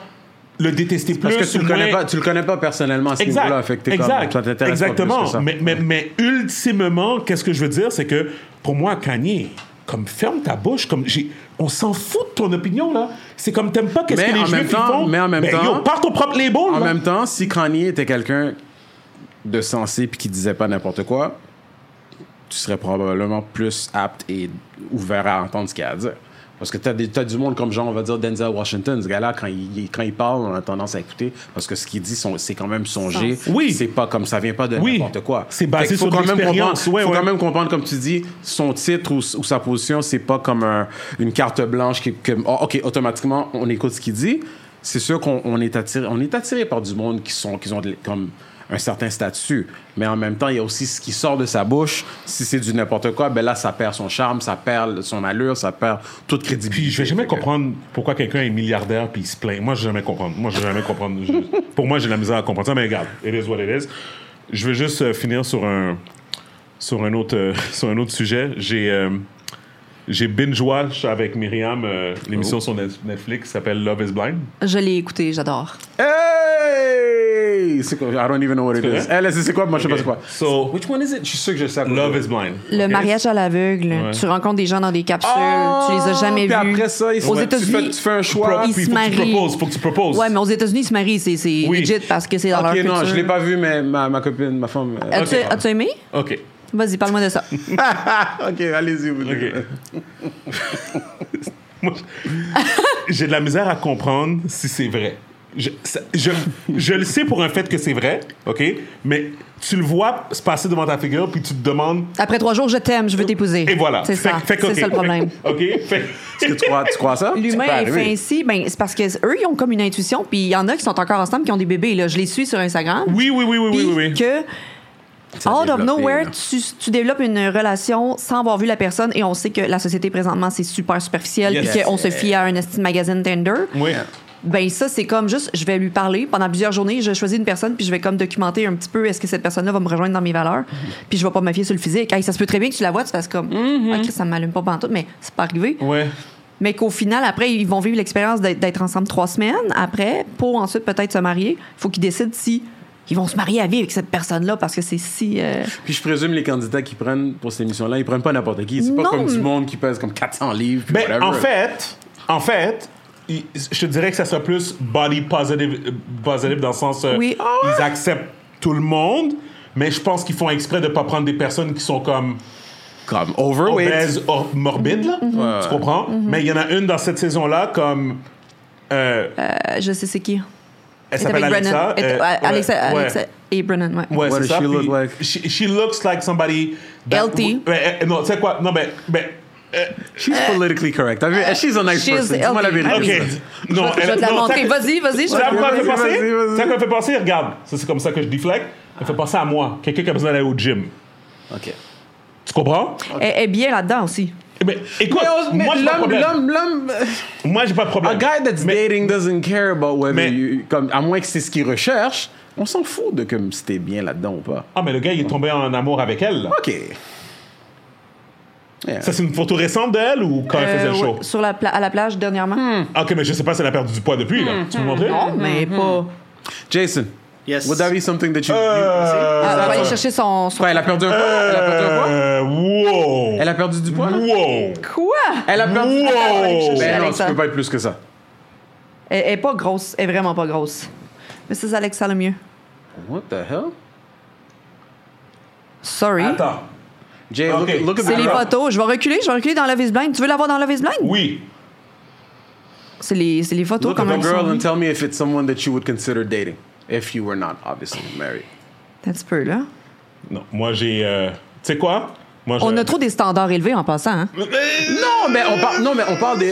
Speaker 3: le détester plus.
Speaker 1: Parce que tu
Speaker 3: ou
Speaker 1: le, connais
Speaker 3: moins.
Speaker 1: pas, tu le connais pas personnellement à ce
Speaker 3: Exact.
Speaker 1: niveau-là. Fait que t'es comme-
Speaker 3: exact.
Speaker 1: ça t'intéresse pas plus que
Speaker 3: Exactement.
Speaker 1: ça.
Speaker 3: Mais, mais, mais ultimement, qu'est-ce que je veux dire, c'est que pour moi, Kanye, comme ferme ta bouche, comme j'ai, on s'en fout de ton opinion là. C'est comme t'aimes pas qu'est-ce
Speaker 1: Mais
Speaker 3: que les
Speaker 1: en
Speaker 3: juifs
Speaker 1: même
Speaker 3: ils
Speaker 1: temps-
Speaker 3: font.
Speaker 1: mais en même
Speaker 3: ben,
Speaker 1: temps-
Speaker 3: yo, pars ton propre label.
Speaker 1: En
Speaker 3: là.
Speaker 1: même temps, si Kanye était quelqu'un de sensé puis qui disait pas n'importe quoi, tu serais probablement plus apte et ouvert à entendre ce qu'il a à dire. Parce que t'as, des, t'as du monde comme genre, on va dire Denzel Washington, ce gars-là, quand il, il- quand il parle, on a tendance à écouter parce que ce qu'il dit, son- c'est quand même songé.
Speaker 3: Oui.
Speaker 1: C'est pas comme ça vient pas de
Speaker 3: Oui.
Speaker 1: n'importe quoi.
Speaker 3: C'est basé
Speaker 1: Fait qu'il faut
Speaker 3: sur de
Speaker 1: quand même
Speaker 3: l'expérience.
Speaker 1: comprendre-
Speaker 3: Ouais,
Speaker 1: faut
Speaker 3: ouais.
Speaker 1: quand même comprendre, comme tu dis, son titre ou, s- ou sa position, c'est pas comme un- une carte blanche qui, que, ah, ok, automatiquement, on écoute ce qu'il dit. C'est sûr qu'on on est attiré, on est attiré par du monde qui sont, qui ont de- comme un certain statut, mais en même temps, il y a aussi ce qui sort de sa bouche. Si c'est du n'importe quoi, ben là, ça perd son charme, ça perd son allure, ça perd toute crédibilité.
Speaker 3: Puis je vais jamais
Speaker 1: Fait que-
Speaker 3: comprendre pourquoi quelqu'un est milliardaire puis il se plaint. Moi, je vais jamais comprendre. Moi, je vais jamais comprendre. Je- pour moi, j'ai de la misère à comprendre ça, mais regarde, it is what it is. Je veux juste euh, finir sur un, sur un, autre, euh, sur un autre sujet. J'ai euh, j'ai binge-watch avec Myriam euh, l'émission sur Net- Netflix qui s'appelle Love is Blind.
Speaker 5: Je l'ai écouté, j'adore.
Speaker 1: Hey! C'est quoi? I don't even know what it
Speaker 3: C'est
Speaker 1: is.
Speaker 3: correct?
Speaker 1: Hey, là, c'est c'est quoi? Moi, je sais pas
Speaker 3: Ok.
Speaker 1: c'est quoi.
Speaker 3: So-
Speaker 1: Which one is it? Je suis sûr que je sais. à quoi
Speaker 3: Love
Speaker 1: c'est.
Speaker 3: is Blind.
Speaker 5: Le
Speaker 3: Ok?
Speaker 5: mariage à l'aveugle, tu rencontres des gens dans des capsules, tu les as jamais
Speaker 1: Ah, puis
Speaker 5: vus.
Speaker 1: après ça, ils sont-
Speaker 5: aux
Speaker 1: tu fais-
Speaker 5: États-Unis,
Speaker 1: tu fais un
Speaker 3: Pro-
Speaker 1: choix,
Speaker 5: ils
Speaker 3: puis
Speaker 5: se
Speaker 3: faut que tu
Speaker 5: marient.
Speaker 3: proposes, faut que tu proposes.
Speaker 5: Ouais, mais aux États-Unis, ils se marient, c'est c'est
Speaker 3: Oui.
Speaker 5: legit parce que c'est dans
Speaker 1: Ok,
Speaker 5: leur culture.
Speaker 1: non, je l'ai pas vu, mais ma, ma copine, ma femme. euh,
Speaker 5: As-tu
Speaker 3: Ok.
Speaker 5: as-tu aimé?
Speaker 3: OK.
Speaker 5: Vas-y, parle-moi de ça.
Speaker 1: ok, allez-y, vous deux.
Speaker 3: OK. Euh, Moi, j'ai de la misère à comprendre si c'est vrai. Je, ça- je, je le sais pour un fait que c'est vrai, OK? Mais tu le vois se passer devant ta figure, puis tu te demandes...
Speaker 5: Après trois jours, je t'aime, je veux t'épouser.
Speaker 3: Et voilà.
Speaker 5: C'est
Speaker 3: Fait-
Speaker 5: ça.
Speaker 3: fait
Speaker 5: C'est
Speaker 3: que, OK.
Speaker 5: ça le problème.
Speaker 3: OK? Fait-
Speaker 1: Tu crois, tu crois à ça?
Speaker 5: L'humain
Speaker 1: Tu peux
Speaker 5: est
Speaker 1: arriver.
Speaker 5: fait ainsi, ben, c'est parce que eux ils ont comme une intuition, puis il y en a qui sont encore ensemble, qui ont des bébés. Là. Je les suis sur Instagram.
Speaker 3: Oui, oui, oui, oui,
Speaker 5: puis
Speaker 3: oui, oui. oui.
Speaker 5: que,
Speaker 1: Ça
Speaker 5: out of
Speaker 1: développe,
Speaker 5: nowhere,
Speaker 1: là.
Speaker 5: tu, tu développes une relation sans avoir vu la personne, et on sait que la société présentement, c'est super superficiel,
Speaker 3: Yes.
Speaker 5: puis qu'on se fie à un esti de magazine Tinder.
Speaker 3: Oui.
Speaker 5: Ben ça, c'est comme juste, je vais lui parler pendant plusieurs journées, je choisis une personne, puis je vais comme documenter un petit peu est-ce que cette personne-là va me rejoindre dans mes valeurs,
Speaker 3: Mhm.
Speaker 5: puis je vais pas me fier sur le physique. Hey, ça se peut très bien que tu la vois, tu fasses comme, ok, ça m'allume pas pantoute, mais c'est pas arrivé.
Speaker 3: Mhm. Ouais.
Speaker 5: Mais qu'au final, après, ils vont vivre l'expérience d'être- d'être ensemble trois semaines, après, pour ensuite peut-être se marier. Il faut qu'ils décident si ils vont se marier à vie avec cette personne-là, parce que c'est si... euh,
Speaker 1: Puis je présume les candidats qui prennent pour cette émission-là, ils prennent pas n'importe qui. C'est pas
Speaker 5: Non,
Speaker 1: comme du
Speaker 5: mais-
Speaker 1: monde qui pèse comme 400 livres. puis
Speaker 3: Ben,
Speaker 1: whatever.
Speaker 3: en fait, en fait, il- je te dirais que ça serait plus body positive, euh, positive dans le sens euh,
Speaker 5: Oui. Ah
Speaker 3: ils acceptent tout le monde, mais je pense qu'ils font exprès de pas prendre des personnes qui sont comme
Speaker 1: Comme
Speaker 5: Oh,
Speaker 1: overweight.
Speaker 3: obèses, or- morbides, là.
Speaker 5: Mhm.
Speaker 3: tu comprends? Mais il y en a une dans cette saison-là comme euh,
Speaker 5: euh, je sais c'est qui.
Speaker 3: elle
Speaker 5: Elle est
Speaker 3: s'appelle Alexa.
Speaker 5: Brennan. Elle-
Speaker 3: euh,
Speaker 5: ouais, Alexa,
Speaker 3: ouais.
Speaker 5: Alexa et Brennan, ouais.
Speaker 3: Ouais,
Speaker 1: What
Speaker 3: c'est
Speaker 1: does
Speaker 3: ça.
Speaker 1: she look
Speaker 3: puis
Speaker 1: like?
Speaker 3: She, she looks like somebody. that-
Speaker 5: Healthy.
Speaker 3: Ouais, euh, non, tu sais quoi? Non, mais. mais
Speaker 1: She's politically correct. T'as vu? She's a nice
Speaker 5: Euh, she's
Speaker 1: person. Dis-moi la
Speaker 5: healthy.
Speaker 1: vérité.
Speaker 5: Ah
Speaker 3: OK.
Speaker 5: oui.
Speaker 3: Non,
Speaker 5: je vais te la
Speaker 3: non,
Speaker 5: montrer.
Speaker 3: ça-
Speaker 5: Vas-y, vas-y, je
Speaker 3: Ça
Speaker 5: vais
Speaker 3: me
Speaker 1: Vas-y,
Speaker 3: fait penser.
Speaker 1: vas-y, vas-y.
Speaker 3: Ça me fait penser, regarde. Ça, c'est comme ça que je déflecte. Ça me fait penser à moi, quelqu'un qui a besoin d'aller au gym.
Speaker 1: OK.
Speaker 3: Tu comprends?
Speaker 5: Elle elle est bien là-dedans aussi.
Speaker 3: Mais écoute,
Speaker 1: Mais
Speaker 3: moi, j'ai pas de
Speaker 1: l'homme,
Speaker 3: problème.
Speaker 1: l'homme, l'homme.
Speaker 3: Moi, j'ai pas de problème.
Speaker 1: A guy that's
Speaker 3: Mais-
Speaker 1: dating doesn't care about whether
Speaker 3: Mais-
Speaker 1: you- Comme, à moins que c'est ce qu'il recherche, on s'en fout de comme si t'es bien là-dedans ou pas.
Speaker 3: Ah, mais le gars, il est tombé en amour avec elle. là.
Speaker 1: OK. Yeah.
Speaker 3: Ça, c'est une photo récente d'elle ou quand elle faisait
Speaker 5: Euh,
Speaker 3: le show? Ah,
Speaker 5: ouais, sur la pla- à la plage dernièrement.
Speaker 3: Ok, mais je sais pas si elle a perdu du poids depuis, là. Tu peux me montrer?
Speaker 5: Hmm, Non, mais pas...
Speaker 1: Jason,
Speaker 4: Yes.
Speaker 1: would that be something that you...
Speaker 3: Euh,
Speaker 5: Ah, on va aller chercher son...
Speaker 1: you-
Speaker 5: son-
Speaker 1: Ouais, elle a perdu un poids. Elle a perdu un poids.
Speaker 3: Euh, wow!
Speaker 1: Elle a perdu du poids, là?
Speaker 3: Wow!
Speaker 5: Quoi?
Speaker 1: Elle a perdu du
Speaker 3: Wow!
Speaker 1: poids.
Speaker 3: Alexa.
Speaker 1: Ben non, tu
Speaker 5: Alexa.
Speaker 1: peux pas être plus que ça.
Speaker 5: Elle, elle est pas grosse. Elle est vraiment pas grosse. Mais c'est Alexa le mieux.
Speaker 1: What the hell?
Speaker 5: Sorry.
Speaker 3: Attends.
Speaker 1: Jay,
Speaker 3: OK.
Speaker 1: look, look at
Speaker 5: C'est les
Speaker 1: the-
Speaker 5: photos. Je vais reculer, je vais reculer dans Love is Blind. Tu veux l'avoir dans Love is Blind?
Speaker 3: Oui.
Speaker 5: C'est les, c'est les photos
Speaker 1: Look
Speaker 5: quand
Speaker 1: at the
Speaker 5: même.
Speaker 1: girl and tell me if it's someone that you would consider dating. If you were not, obviously, married.
Speaker 5: Un petit peu, là.
Speaker 3: Non, moi, j'ai. euh, Tu sais quoi? Moi, je-
Speaker 5: On a trop des standards élevés en passant. Hein?
Speaker 1: Non, mais on parle, non, mais on parle des.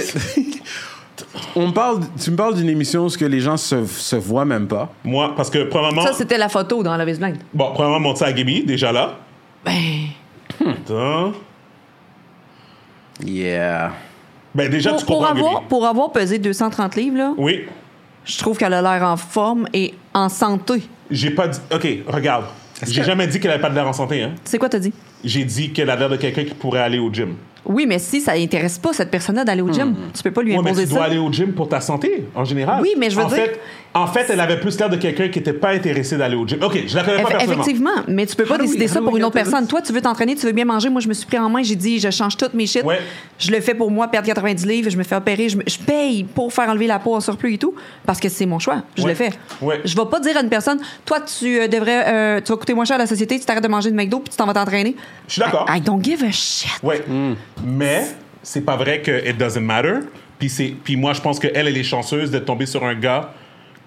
Speaker 1: on parle, tu me parles d'une émission où ce que les gens se, se voient même pas.
Speaker 3: Moi, parce que, premièrement.
Speaker 5: Ça, c'était la photo dans Love is Blind.
Speaker 3: Bon, premièrement, monter à Gaby, déjà là.
Speaker 5: Ben,
Speaker 3: Attends.
Speaker 1: Yeah.
Speaker 3: Ben, déjà,
Speaker 5: pour,
Speaker 3: tu
Speaker 5: pour
Speaker 3: comprends
Speaker 5: avoir,
Speaker 3: Gaby.
Speaker 5: pour avoir pesé 230 livres, là,
Speaker 3: Oui.
Speaker 5: je trouve qu'elle a l'air en forme et en santé.
Speaker 3: J'ai pas dit. Ok, regarde. J'ai jamais dit qu'elle avait pas de l'air en santé, hein.
Speaker 5: C'est quoi, t'as dit?
Speaker 3: J'ai dit qu'elle a l'air de quelqu'un qui pourrait aller au gym.
Speaker 5: Oui, mais si ça n'intéresse pas cette personne-là d'aller au gym, tu peux pas lui
Speaker 3: Hmm. Ouais, mais
Speaker 5: imposer
Speaker 3: tu dois
Speaker 5: ça.
Speaker 3: aller au gym pour ta santé, en général.
Speaker 5: Oui, mais je veux
Speaker 3: en
Speaker 5: dire-
Speaker 3: Fait, en fait, elle avait plus l'air de quelqu'un qui était pas intéressé d'aller au gym. Ok, je la connais pas
Speaker 5: Eff-
Speaker 3: personnellement.
Speaker 5: Effectivement, mais tu peux pas
Speaker 1: How do we-
Speaker 5: décider
Speaker 1: how
Speaker 5: ça
Speaker 1: do
Speaker 5: pour
Speaker 1: we
Speaker 5: une
Speaker 1: get
Speaker 5: autre
Speaker 1: to
Speaker 5: personne.
Speaker 1: this?
Speaker 5: Toi, tu veux t'entraîner, tu veux bien manger. Moi, je me suis pris en main, j'ai dit, je change toutes mes shit.
Speaker 3: Ouais.
Speaker 5: Je le fais pour moi, perdre 90 livres, je me fais opérer, je, me- je paye pour faire enlever la peau en surplus et tout, parce que c'est mon choix. Je
Speaker 3: Ouais.
Speaker 5: le fais.
Speaker 3: Ouais.
Speaker 5: Je vais pas dire à une personne, toi, tu euh, devrais, euh, tu vas coûter moins cher à la société, tu t'arrêtes de manger de McDo puis tu t'en vas t'entraîner.
Speaker 3: Je suis d'accord.
Speaker 5: I, I don't give a shit.
Speaker 3: Ouais. Mais c'est pas vrai que it doesn't matter. Puis c'est- puis moi, je pense qu'elle, elle est chanceuse d'être tombée sur un gars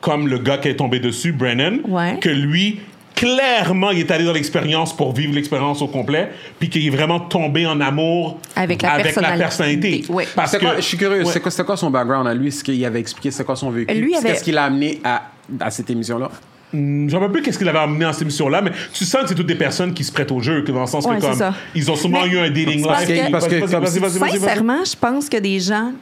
Speaker 3: comme le gars qui est tombé dessus, Brennan,
Speaker 5: Ouais.
Speaker 3: que lui, clairement, il est allé dans l'expérience pour vivre l'expérience au complet, puis qu'il est vraiment tombé en amour
Speaker 5: Avec la personnalité.
Speaker 3: personnalité.
Speaker 5: Ouais.
Speaker 3: Parce
Speaker 1: Ah, C'est
Speaker 3: que
Speaker 1: quoi- je suis curieux,
Speaker 3: Ouais.
Speaker 1: c'est quoi, c'était quoi son background à lui? Ce qu'il avait expliqué, c'est quoi son vécu?
Speaker 5: Lui avait-
Speaker 1: Qu'est-ce qui l'a amené à, à cette émission-là?
Speaker 3: Je ne sais plus qu'est-ce qu'il avait amené à cette émission-là, mais tu sens que c'est toutes des personnes qui se prêtent au jeu, que dans le sens
Speaker 5: Ouais,
Speaker 3: que
Speaker 5: c'est
Speaker 3: comme,
Speaker 5: ça.
Speaker 3: ils ont sûrement
Speaker 5: Mais-
Speaker 3: eu un dating
Speaker 5: Parce
Speaker 3: life.
Speaker 5: que-
Speaker 1: parce que comme si-
Speaker 3: vas-y, vas-y, vas-y.
Speaker 5: Sincèrement, je pense que des gens,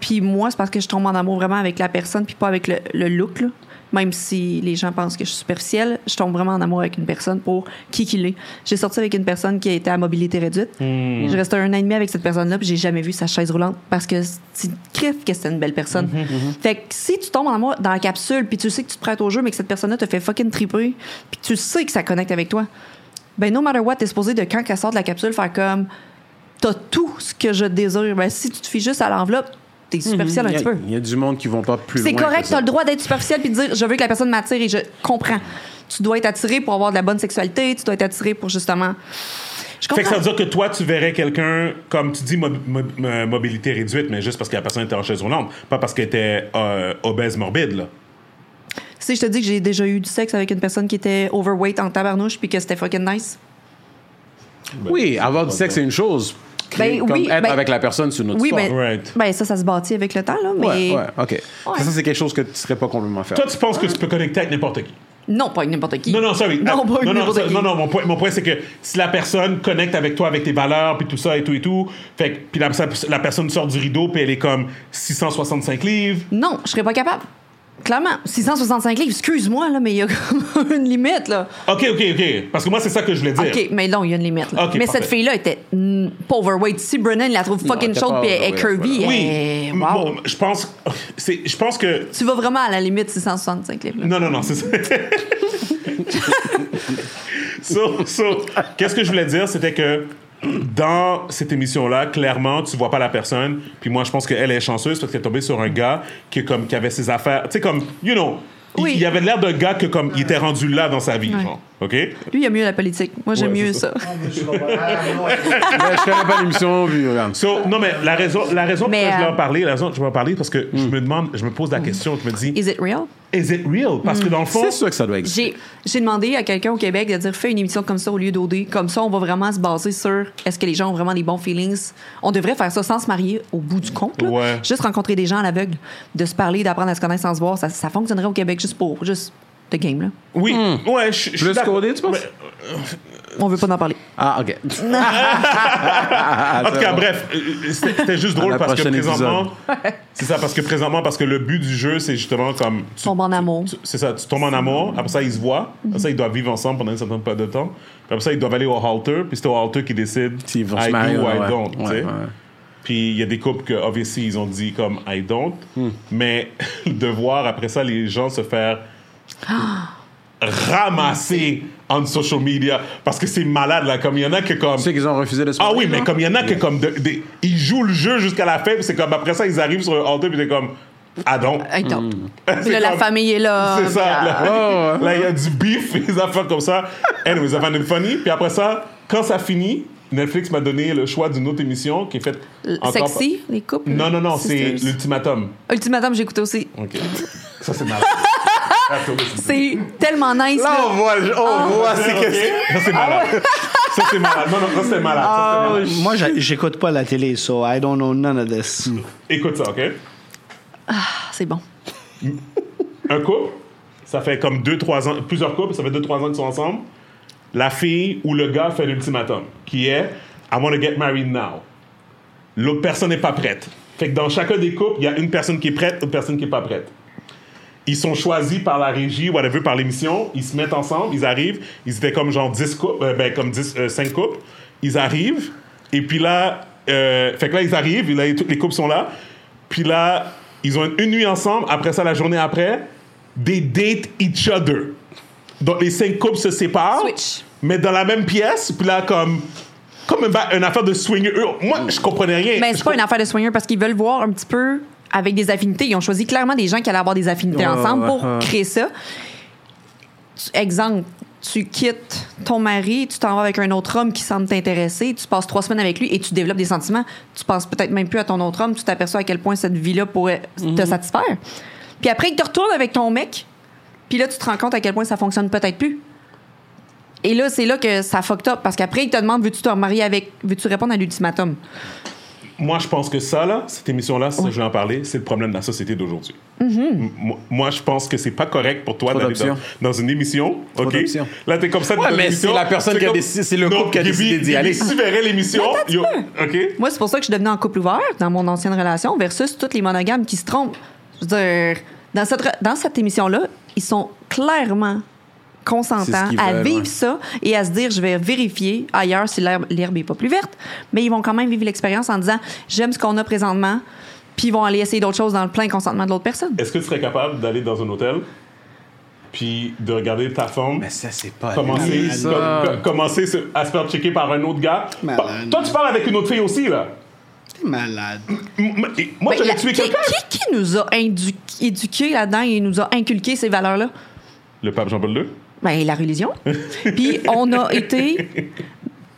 Speaker 5: puis moi, c'est parce que je tombe en amour vraiment avec la personne, puis pas avec le, le look. là. Même si les gens pensent que je suis superficielle, je tombe vraiment en amour avec une personne pour qui qu'il est. J'ai sorti avec une personne qui a été à mobilité réduite.
Speaker 3: Hmm.
Speaker 5: Je restais un an et demi avec cette personne-là, puis j'ai jamais vu sa chaise roulante parce que c'est crève que c'était une belle personne.
Speaker 3: Hmm,
Speaker 5: Fait que si tu tombes en amour dans la capsule, puis tu sais que tu te prêtes au jeu, mais que cette personne-là te fait fucking triper, puis que tu sais que ça connecte avec toi, ben no matter what, t'es supposé de quand qu'elle sort de la capsule faire comme t'as tout ce que je désire. Ben, si tu te fies juste à l'enveloppe,
Speaker 3: Mhm.
Speaker 5: t'es superficiel
Speaker 1: Il y,
Speaker 5: un
Speaker 1: a,
Speaker 5: petit peu.
Speaker 1: il y a du monde qui vont pas plus
Speaker 5: Ben, C'est
Speaker 1: loin.
Speaker 5: correct,
Speaker 1: que ça.
Speaker 5: t'as le droit d'être superficiel puis de dire je veux que la personne m'attire et je comprends. Tu dois être attiré pour avoir de la bonne sexualité, tu dois être attiré pour justement. Je
Speaker 3: Fait que ça
Speaker 5: comprends.
Speaker 3: veut dire que toi, tu verrais quelqu'un, comme tu dis, mo- mo- mo- mobilité réduite, mais juste parce que la personne était en chaise roulante, pas parce qu'elle était euh, obèse morbide. Là.
Speaker 5: Si je te dis que j'ai déjà eu du sexe avec une personne qui était overweight en tabarnouche puis que c'était fucking nice.
Speaker 1: Oui, avoir du sexe, c'est une chose.
Speaker 5: Ben
Speaker 1: Comme
Speaker 5: oui,
Speaker 1: être
Speaker 5: ben-
Speaker 1: avec la personne, c'est une autre
Speaker 5: Oui,
Speaker 1: histoire.
Speaker 5: ben,
Speaker 3: Right.
Speaker 5: ben ça, ça se bâtit avec le temps, là, mais.
Speaker 1: Ouais, ouais, OK. Ça, Ça, c'est quelque chose que tu serais pas complètement faire.
Speaker 3: Toi, tu penses que tu peux connecter avec n'importe qui.
Speaker 5: Non, pas avec n'importe qui.
Speaker 3: Non, non, sorry.
Speaker 5: Non,
Speaker 3: Ah,
Speaker 5: pas avec
Speaker 3: non, non,
Speaker 5: n'importe
Speaker 3: ça-
Speaker 5: qui.
Speaker 3: non, non, mon point, mon point, c'est que si la personne connecte avec toi, avec tes valeurs, puis tout ça, et tout, et tout, fait que puis la, la personne sort du rideau, puis elle est comme 665 livres.
Speaker 5: Non, je serais pas capable. Clairement, 665 livres, excuse-moi, là, mais il y a comme une limite, là.
Speaker 3: OK, OK, OK. Parce que moi, c'est ça que je voulais dire.
Speaker 5: OK, mais non, il y a une limite. là.
Speaker 3: OK,
Speaker 5: mais
Speaker 3: parfait.
Speaker 5: cette fille-là était mm, pas overweight. Si Brennan la trouve
Speaker 1: elle
Speaker 5: fucking
Speaker 1: était
Speaker 5: chaude
Speaker 1: pas
Speaker 5: puis elle est
Speaker 1: overweight,
Speaker 5: curvy,
Speaker 3: Oui.
Speaker 5: elle-
Speaker 3: M-
Speaker 5: wow.
Speaker 3: bon, je pense, c'est, je pense que.
Speaker 5: Tu vas vraiment à la limite 665 livres. là.
Speaker 3: Non, non, non, c'est ça. so, so, qu'est-ce que je voulais dire, c'était que dans cette émission-là, clairement, tu vois pas la personne. Puis moi, je pense qu'elle est chanceuse parce qu'elle est tombée sur un gars qui, est comme, qui avait ses affaires. Tu sais, comme, you know, il-
Speaker 5: Oui.
Speaker 3: il, avait l'air d'un gars que, comme, il était rendu là dans sa vie,
Speaker 5: Ouais.
Speaker 3: genre. OK?
Speaker 5: Lui, il a mieux la politique. Moi, j'aime
Speaker 3: Ouais,
Speaker 5: mieux
Speaker 3: c'est
Speaker 5: ça.
Speaker 1: Ben, je connais pas l'émission, puis regarde.
Speaker 3: So, non, mais la raison, la raison pour
Speaker 5: Mais,
Speaker 3: laquelle je voulais
Speaker 5: euh, Hmm.
Speaker 3: en parler, la raison que je voulais en parler, parce que je
Speaker 1: Hmm.
Speaker 3: me demande, je me pose la question, je me dis,
Speaker 5: Is it real?
Speaker 3: is it real? Parce que dans le
Speaker 5: Hmm.
Speaker 3: fond,
Speaker 1: C'est sûr que ça doit exister.
Speaker 5: J'ai j'ai demandé à quelqu'un au Québec de dire fais une émission comme ça au lieu d'OD. Comme ça, on va vraiment se baser sur est-ce que les gens ont vraiment des bons feelings. On devrait faire ça sans se marier au bout du compte. là.
Speaker 3: Ouais.
Speaker 5: Juste rencontrer des gens à l'aveugle, de se parler, d'apprendre à se connaître sans se voir. Ça, ça fonctionnerait au Québec juste pour juste le game. Là.
Speaker 3: oui, ouais, je je suis
Speaker 1: Hmm. Plus
Speaker 3: d'accord.
Speaker 1: codé, tu penses?
Speaker 3: Mais-
Speaker 5: On veut pas en parler.
Speaker 1: Ah, OK.
Speaker 3: En tout cas, bref, euh, c'était c'était juste drôle
Speaker 1: la
Speaker 3: parce que
Speaker 1: prochaine
Speaker 3: présentement, c'est ça, parce que présentement, parce que le but du jeu, c'est justement comme tu-
Speaker 5: Tombe en amour.
Speaker 3: tu- c'est ça, tu tombes en amour, après ça ils se voient, après ça ils doivent vivre ensemble pendant un certain période de temps, puis après ça ils doivent aller au halter, puis c'est au halter qui décide
Speaker 1: S'ils vont se
Speaker 3: I
Speaker 1: marier
Speaker 3: do,
Speaker 1: ou
Speaker 3: I
Speaker 1: ouais.
Speaker 3: don't, tu
Speaker 1: Ouais,
Speaker 3: sais.
Speaker 1: ouais.
Speaker 3: Puis il y a des couples que obviously ils ont dit comme I don't,
Speaker 1: Hmm.
Speaker 3: mais de voir après ça les gens se faire ramasser on social media parce que c'est malade là comme il y en a que comme
Speaker 1: Tu sais qu'ils ont refusé de se
Speaker 3: ah
Speaker 1: marier?
Speaker 3: oui, mais comme il y en a que comme de- des- ils jouent le jeu jusqu'à la fin, puis c'est comme après ça ils arrivent sur le halter puis t'es comme ah donc.
Speaker 5: Hey, top. Puis
Speaker 3: C'est
Speaker 5: Euh, là, la
Speaker 3: comme-
Speaker 5: famille est là.
Speaker 3: C'est
Speaker 5: Puis,
Speaker 3: ça.
Speaker 5: ah,
Speaker 1: Ah,
Speaker 3: Là,
Speaker 1: ouais.
Speaker 3: là, il y a du beef, les affaires comme ça. Anyways, ça va funny. Puis après ça, quand ça finit, Netflix m'a donné le choix d'une autre émission qui est faite
Speaker 5: l-
Speaker 3: encore
Speaker 5: Sexy, les couples.
Speaker 3: par- Non, non, non, c'est
Speaker 5: Sisters.
Speaker 3: l'ultimatum.
Speaker 5: Ultimatum, j'ai écouté aussi.
Speaker 3: OK. Ça, c'est malade.
Speaker 5: C'est tellement nice.
Speaker 1: Là,
Speaker 5: là.
Speaker 1: on voit, on voit c'est
Speaker 3: Ok.
Speaker 1: que
Speaker 3: Ça, c'est
Speaker 5: Ah
Speaker 3: malade. Ça, c'est malade. Non, non, ça, c'est malade. Ça, c'est malade.
Speaker 4: Moi, j'a- j'écoute pas la télé, so I don't know none of this.
Speaker 3: Hmm. Écoute ça, OK?
Speaker 5: Ah, c'est bon.
Speaker 3: un couple, ça fait comme deux, trois ans, plusieurs couples, ça fait deux, trois ans qu'ils sont ensemble. La fille ou le gars fait l'ultimatum, qui est I want to get married now. L'autre personne n'est pas prête. Fait que dans chacun des couples, il y a une personne qui est prête, une personne qui n'est pas prête. Ils sont choisis par la régie, whatever, par l'émission. Ils se mettent ensemble, ils arrivent. Ils étaient comme genre 10 couples, euh, ben comme 10, euh, 5 couples. Ils arrivent. Et puis là, euh, fait que là, ils arrivent. et Là, toutes les couples sont là. Puis là, ils ont une, une nuit ensemble. Après ça, la journée après, they date each other. Donc les 5 couples se séparent.
Speaker 5: Switch.
Speaker 3: Mais dans la même pièce. Puis là, comme. Comme un ba- une affaire de swinger. Eux, Moi, je comprenais rien.
Speaker 5: Mais
Speaker 3: Je
Speaker 5: c'est pas
Speaker 3: com-
Speaker 5: une affaire de soigneur parce qu'ils veulent voir un petit peu avec des affinités. Ils ont choisi clairement des gens qui allaient avoir des affinités
Speaker 1: Ouais,
Speaker 5: ensemble
Speaker 1: ouais,
Speaker 5: pour
Speaker 1: ouais.
Speaker 5: créer ça. Exemple, tu quittes ton mari, tu t'en vas avec un autre homme qui semble t'intéresser, tu passes trois semaines avec lui et tu développes des sentiments, tu penses peut-être même plus à ton autre homme, tu t'aperçois à quel point cette vie-là pourrait
Speaker 1: Mhm.
Speaker 5: te satisfaire. Puis après, il te retourne avec ton mec, puis là, tu te rends compte à quel point ça fonctionne peut-être plus. Et là, c'est là que ça fucked up, parce qu'après, il te demande veux-tu te remarier avec, veux-tu répondre à l'ultimatum.
Speaker 3: Moi, je pense que ça, là, cette émission-là, ça, je vais en parler, c'est le problème de la société d'aujourd'hui.
Speaker 5: Mm-hmm.
Speaker 3: M- moi- Moi, je pense que c'est pas correct pour toi
Speaker 1: Trop
Speaker 3: d'aller dans,
Speaker 1: d'options.
Speaker 3: dans une émission. OK?
Speaker 1: d'options.
Speaker 3: Là, t'es comme ça. t'es
Speaker 1: Ouais,
Speaker 3: dans
Speaker 1: mais
Speaker 3: l'émission,
Speaker 1: c'est la personne
Speaker 3: t'es
Speaker 1: qui a décidé- c'est le
Speaker 3: Non,
Speaker 1: couple qui a
Speaker 3: Gibi-
Speaker 1: décidé d'y
Speaker 3: Gibi,
Speaker 1: aller.
Speaker 3: Si tu verrais l'émission. yo, OK?
Speaker 5: Moi, c'est pour ça que je suis devenue en couple ouvert dans mon ancienne relation versus toutes les monogames qui se trompent. Je veux dire, dans cette, re- dans cette émission-là, ils sont clairement
Speaker 1: C'est ce
Speaker 5: consentants
Speaker 1: qu'ils
Speaker 5: à
Speaker 1: veulent,
Speaker 5: vivre
Speaker 1: ouais.
Speaker 5: ça et à se dire je vais vérifier ailleurs si l'herbe l'herbe est pas plus verte, mais ils vont quand même vivre l'expérience en disant j'aime ce qu'on a présentement, puis ils vont aller essayer d'autres choses dans le plein consentement de l'autre personne.
Speaker 3: Est-ce que tu serais capable d'aller dans un hôtel puis de regarder ta femme
Speaker 1: Mais ça, c'est pas
Speaker 3: commencer,
Speaker 1: lui, ça.
Speaker 3: com- com- commencer se- à se faire checker par un autre gars?
Speaker 4: Malade.
Speaker 3: Bah, Toi, tu parles avec une autre fille aussi, là.
Speaker 4: T'es malade.
Speaker 3: M- m- et Moi,
Speaker 5: Ben, la-
Speaker 3: j'aurais tué
Speaker 5: qui,
Speaker 3: quelqu'un.
Speaker 5: qui- qui nous a indu- éduqués là-dedans et nous a inculqué ces valeurs-là?
Speaker 3: Le pape Jean-Paul II?
Speaker 5: Ben, la religion. Puis on a été.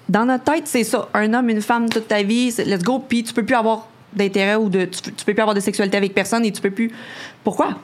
Speaker 5: Dans notre tête, c'est ça. Un homme, une femme, toute ta vie, c'est let's go. Puis tu peux plus avoir d'intérêt ou de. Tu, tu peux plus avoir de sexualité avec personne et tu peux plus. Pourquoi?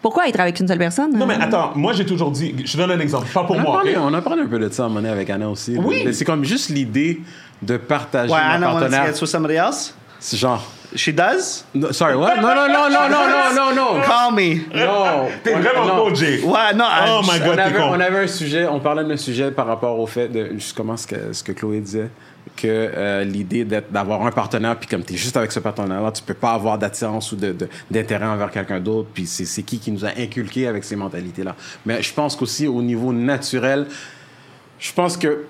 Speaker 5: Pourquoi être avec une seule personne?
Speaker 3: Non, mais
Speaker 5: Euh,
Speaker 3: attends, moi, j'ai toujours dit, je te donne un exemple, pas pour
Speaker 1: On a,
Speaker 3: moi.
Speaker 1: parlé,
Speaker 3: ok?
Speaker 1: on a parlé un peu de ça à un moment donné avec Anna aussi. là.
Speaker 3: Oui.
Speaker 1: Mais C'est comme juste l'idée de partager
Speaker 4: Why
Speaker 1: mon
Speaker 4: Anna wants to
Speaker 1: partenaire.
Speaker 4: get with somebody else?
Speaker 1: C'est genre.
Speaker 4: She does?
Speaker 1: No, sorry, what? Non, non, non, non, non, non, non, non.
Speaker 4: Call me.
Speaker 1: Non.
Speaker 3: T'es
Speaker 1: On-
Speaker 3: vraiment
Speaker 1: non.
Speaker 3: con, Jay.
Speaker 4: Ouais, non,
Speaker 3: Oh
Speaker 4: I-
Speaker 3: my
Speaker 1: on
Speaker 3: god, t'es
Speaker 1: avait,
Speaker 3: con.
Speaker 1: on avait un sujet, on parlait d'un sujet par rapport au fait de justement ce que, ce que Chloé disait, que euh, l'idée d'être- d'avoir un partenaire, puis comme tu es juste avec ce partenaire-là, tu peux pas avoir d'attirance ou de- de- d'intérêt envers quelqu'un d'autre, puis c'est c'est qui qui nous a inculqué avec ces mentalités-là. Mais je pense qu'aussi au niveau naturel, je pense que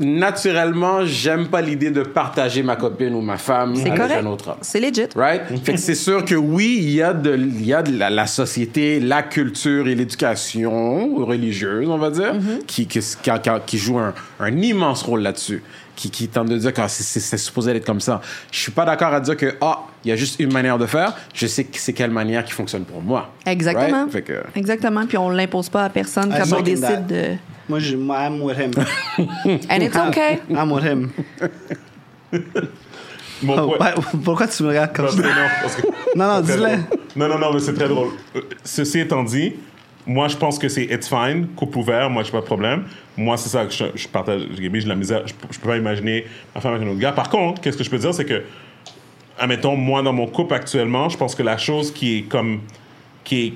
Speaker 1: naturellement, j'aime pas l'idée de partager ma copine ou ma femme
Speaker 5: c'est
Speaker 1: avec
Speaker 5: correct.
Speaker 1: un autre homme.
Speaker 5: C'est legit.
Speaker 1: Right? fait que c'est sûr que oui, il y a de, il y a de la, la société, la culture et l'éducation religieuse, on va dire, qui, qui, qui, qui joue un, un immense rôle là-dessus, qui, qui tente de dire que ah, c'est- c'est c'est supposé être comme ça. Je suis pas d'accord à dire que, ah, il y a juste une manière de faire, je sais que c'est quelle manière qui fonctionne pour moi.
Speaker 5: Exactement.
Speaker 1: Right? Fait que-
Speaker 5: Exactement. Puis on l'impose pas à personne
Speaker 4: I'm
Speaker 5: quand on
Speaker 4: fucking
Speaker 5: décide
Speaker 4: that.
Speaker 5: de.
Speaker 4: Moi, je, I'm with him.
Speaker 5: And it's okay.
Speaker 4: I'm with him.
Speaker 3: Mon
Speaker 4: Oh,
Speaker 3: point-
Speaker 4: ouais, pourquoi tu me regardes comme
Speaker 3: Parce
Speaker 4: ça?
Speaker 3: que non, parce que-
Speaker 4: Non, non,
Speaker 3: c'est très
Speaker 4: dis-le.
Speaker 3: drôle. Non, non, non, mais c'est très drôle. Euh, Ceci étant dit, moi, je pense que c'est it's fine, coupe ouvert, moi, j'ai pas de problème. Moi, c'est ça que je, je partage. J'ai mis de la misère. Je, je peux pas imaginer ma femme avec un autre gars. Par contre, qu'est-ce que je peux dire, c'est que, admettons, moi, dans mon couple actuellement, je pense que la chose qui est comme. qui est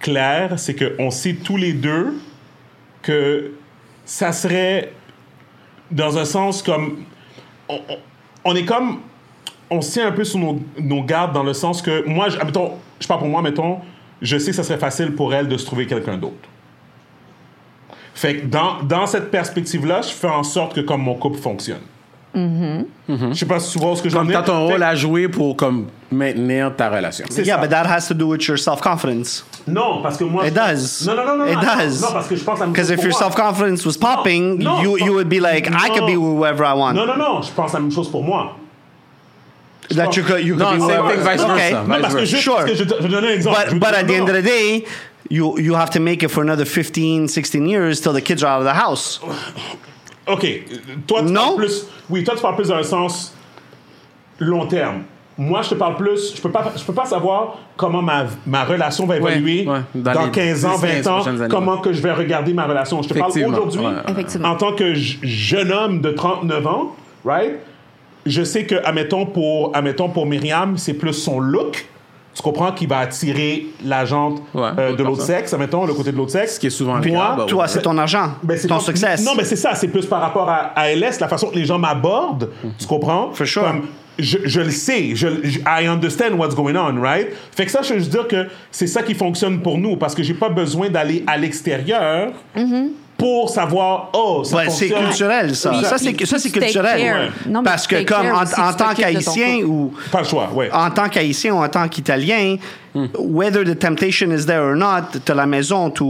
Speaker 3: claire, c'est qu'on sait tous les deux que ça serait dans un sens comme on, on- on est comme on se tient un peu sur nos, nos gardes dans le sens que moi je, admettons, je parle pour moi mettons je sais que ça serait facile pour elle de se trouver quelqu'un d'autre fait que dans, dans cette perspective là je fais en sorte que comme mon couple fonctionne
Speaker 4: Mm-hmm.
Speaker 3: je sais pas si tu vois ce que je veux
Speaker 1: Comme
Speaker 3: dire
Speaker 1: t'as ton
Speaker 3: Fait-
Speaker 1: rôle à jouer pour comme maintenir ta relation.
Speaker 3: c'est
Speaker 4: Yeah,
Speaker 3: ça.
Speaker 4: but that has to do with your self-confidence.
Speaker 3: non parce que moi
Speaker 4: It
Speaker 3: je-
Speaker 4: does.
Speaker 3: non non non non
Speaker 4: It
Speaker 3: non,
Speaker 4: does.
Speaker 3: non parce que je pense à
Speaker 4: Because if your self-confidence was popping,
Speaker 3: No,
Speaker 4: you, you would be like, I could be
Speaker 3: no.
Speaker 4: with whoever I want.
Speaker 3: non non non je pense à la même chose pour moi
Speaker 4: That you could, you could
Speaker 1: No,
Speaker 4: be
Speaker 1: same
Speaker 4: with
Speaker 1: thing, vice
Speaker 4: okay.
Speaker 1: versa.
Speaker 3: Non, parce que je,
Speaker 4: Sure.
Speaker 3: parce que je, te- je donne un exemple. Je
Speaker 4: But,
Speaker 3: veux
Speaker 4: but
Speaker 3: dire,
Speaker 4: at the end
Speaker 3: non.
Speaker 4: of the day, you, you have to make it for another 15, 16 years till the kids are out of the house.
Speaker 3: OK. euh, Toi, tu
Speaker 4: Non.
Speaker 3: parles plus... Oui, toi, tu parles plus dans un sens long terme. Moi, je te parle plus... Je peux pas, je peux pas savoir comment ma, ma relation va
Speaker 1: Ouais,
Speaker 3: évoluer
Speaker 1: ouais, dans
Speaker 3: dans,
Speaker 1: les
Speaker 3: 15 ans,
Speaker 1: 10, 15
Speaker 3: 20 ans,
Speaker 1: prochaines années.
Speaker 3: comment que je vais regarder ma relation. Je te parle
Speaker 1: Effectivement,
Speaker 3: aujourd'hui,
Speaker 1: ouais, ouais.
Speaker 5: Effectivement.
Speaker 3: en tant que je- jeune homme de 39 ans, right? Je sais que, admettons, pour, admettons, pour Myriam, c'est plus son look... Tu comprends qui va attirer la gente
Speaker 1: Ouais,
Speaker 3: euh, de
Speaker 1: l'autre
Speaker 3: l'autre
Speaker 1: personne.
Speaker 3: sexe, admettons, le côté de l'autre sexe.
Speaker 1: Ce qui est souvent le cas,
Speaker 3: Moi,
Speaker 1: bah oui.
Speaker 4: Toi, c'est ton argent,
Speaker 3: Ben, c'est
Speaker 4: ton
Speaker 3: pas-
Speaker 4: succès.
Speaker 3: Non, mais c'est ça, c'est plus par rapport à, à LS, la façon que les gens m'abordent, tu comprends?
Speaker 4: For sure.
Speaker 3: je, je le sais, je, je- I understand what's going on, right? Fait que ça, je veux juste dire que c'est ça qui fonctionne pour nous, parce que j'ai pas besoin d'aller à l'extérieur pour savoir, oh, ça
Speaker 4: Ouais, c'est
Speaker 3: fonctionne.
Speaker 4: culturel, ça.
Speaker 5: Oui,
Speaker 4: ça,
Speaker 5: puis
Speaker 4: c'est, ça, c'est
Speaker 5: tu take care.
Speaker 4: culturel.
Speaker 5: Ouais. Non, mais
Speaker 4: Parce
Speaker 5: tu
Speaker 4: que
Speaker 5: take
Speaker 4: comme
Speaker 5: care
Speaker 4: en,
Speaker 5: aussi,
Speaker 4: en
Speaker 5: tu
Speaker 4: tant
Speaker 5: t'occupes de ton
Speaker 4: qu'haïtien
Speaker 5: couple.
Speaker 4: ou
Speaker 3: Pas le choix, ouais.
Speaker 4: en tant qu'haïtien ou
Speaker 5: Hmm.
Speaker 4: en tant qu'italien, whether the temptation is there or not, t'as la maison, tu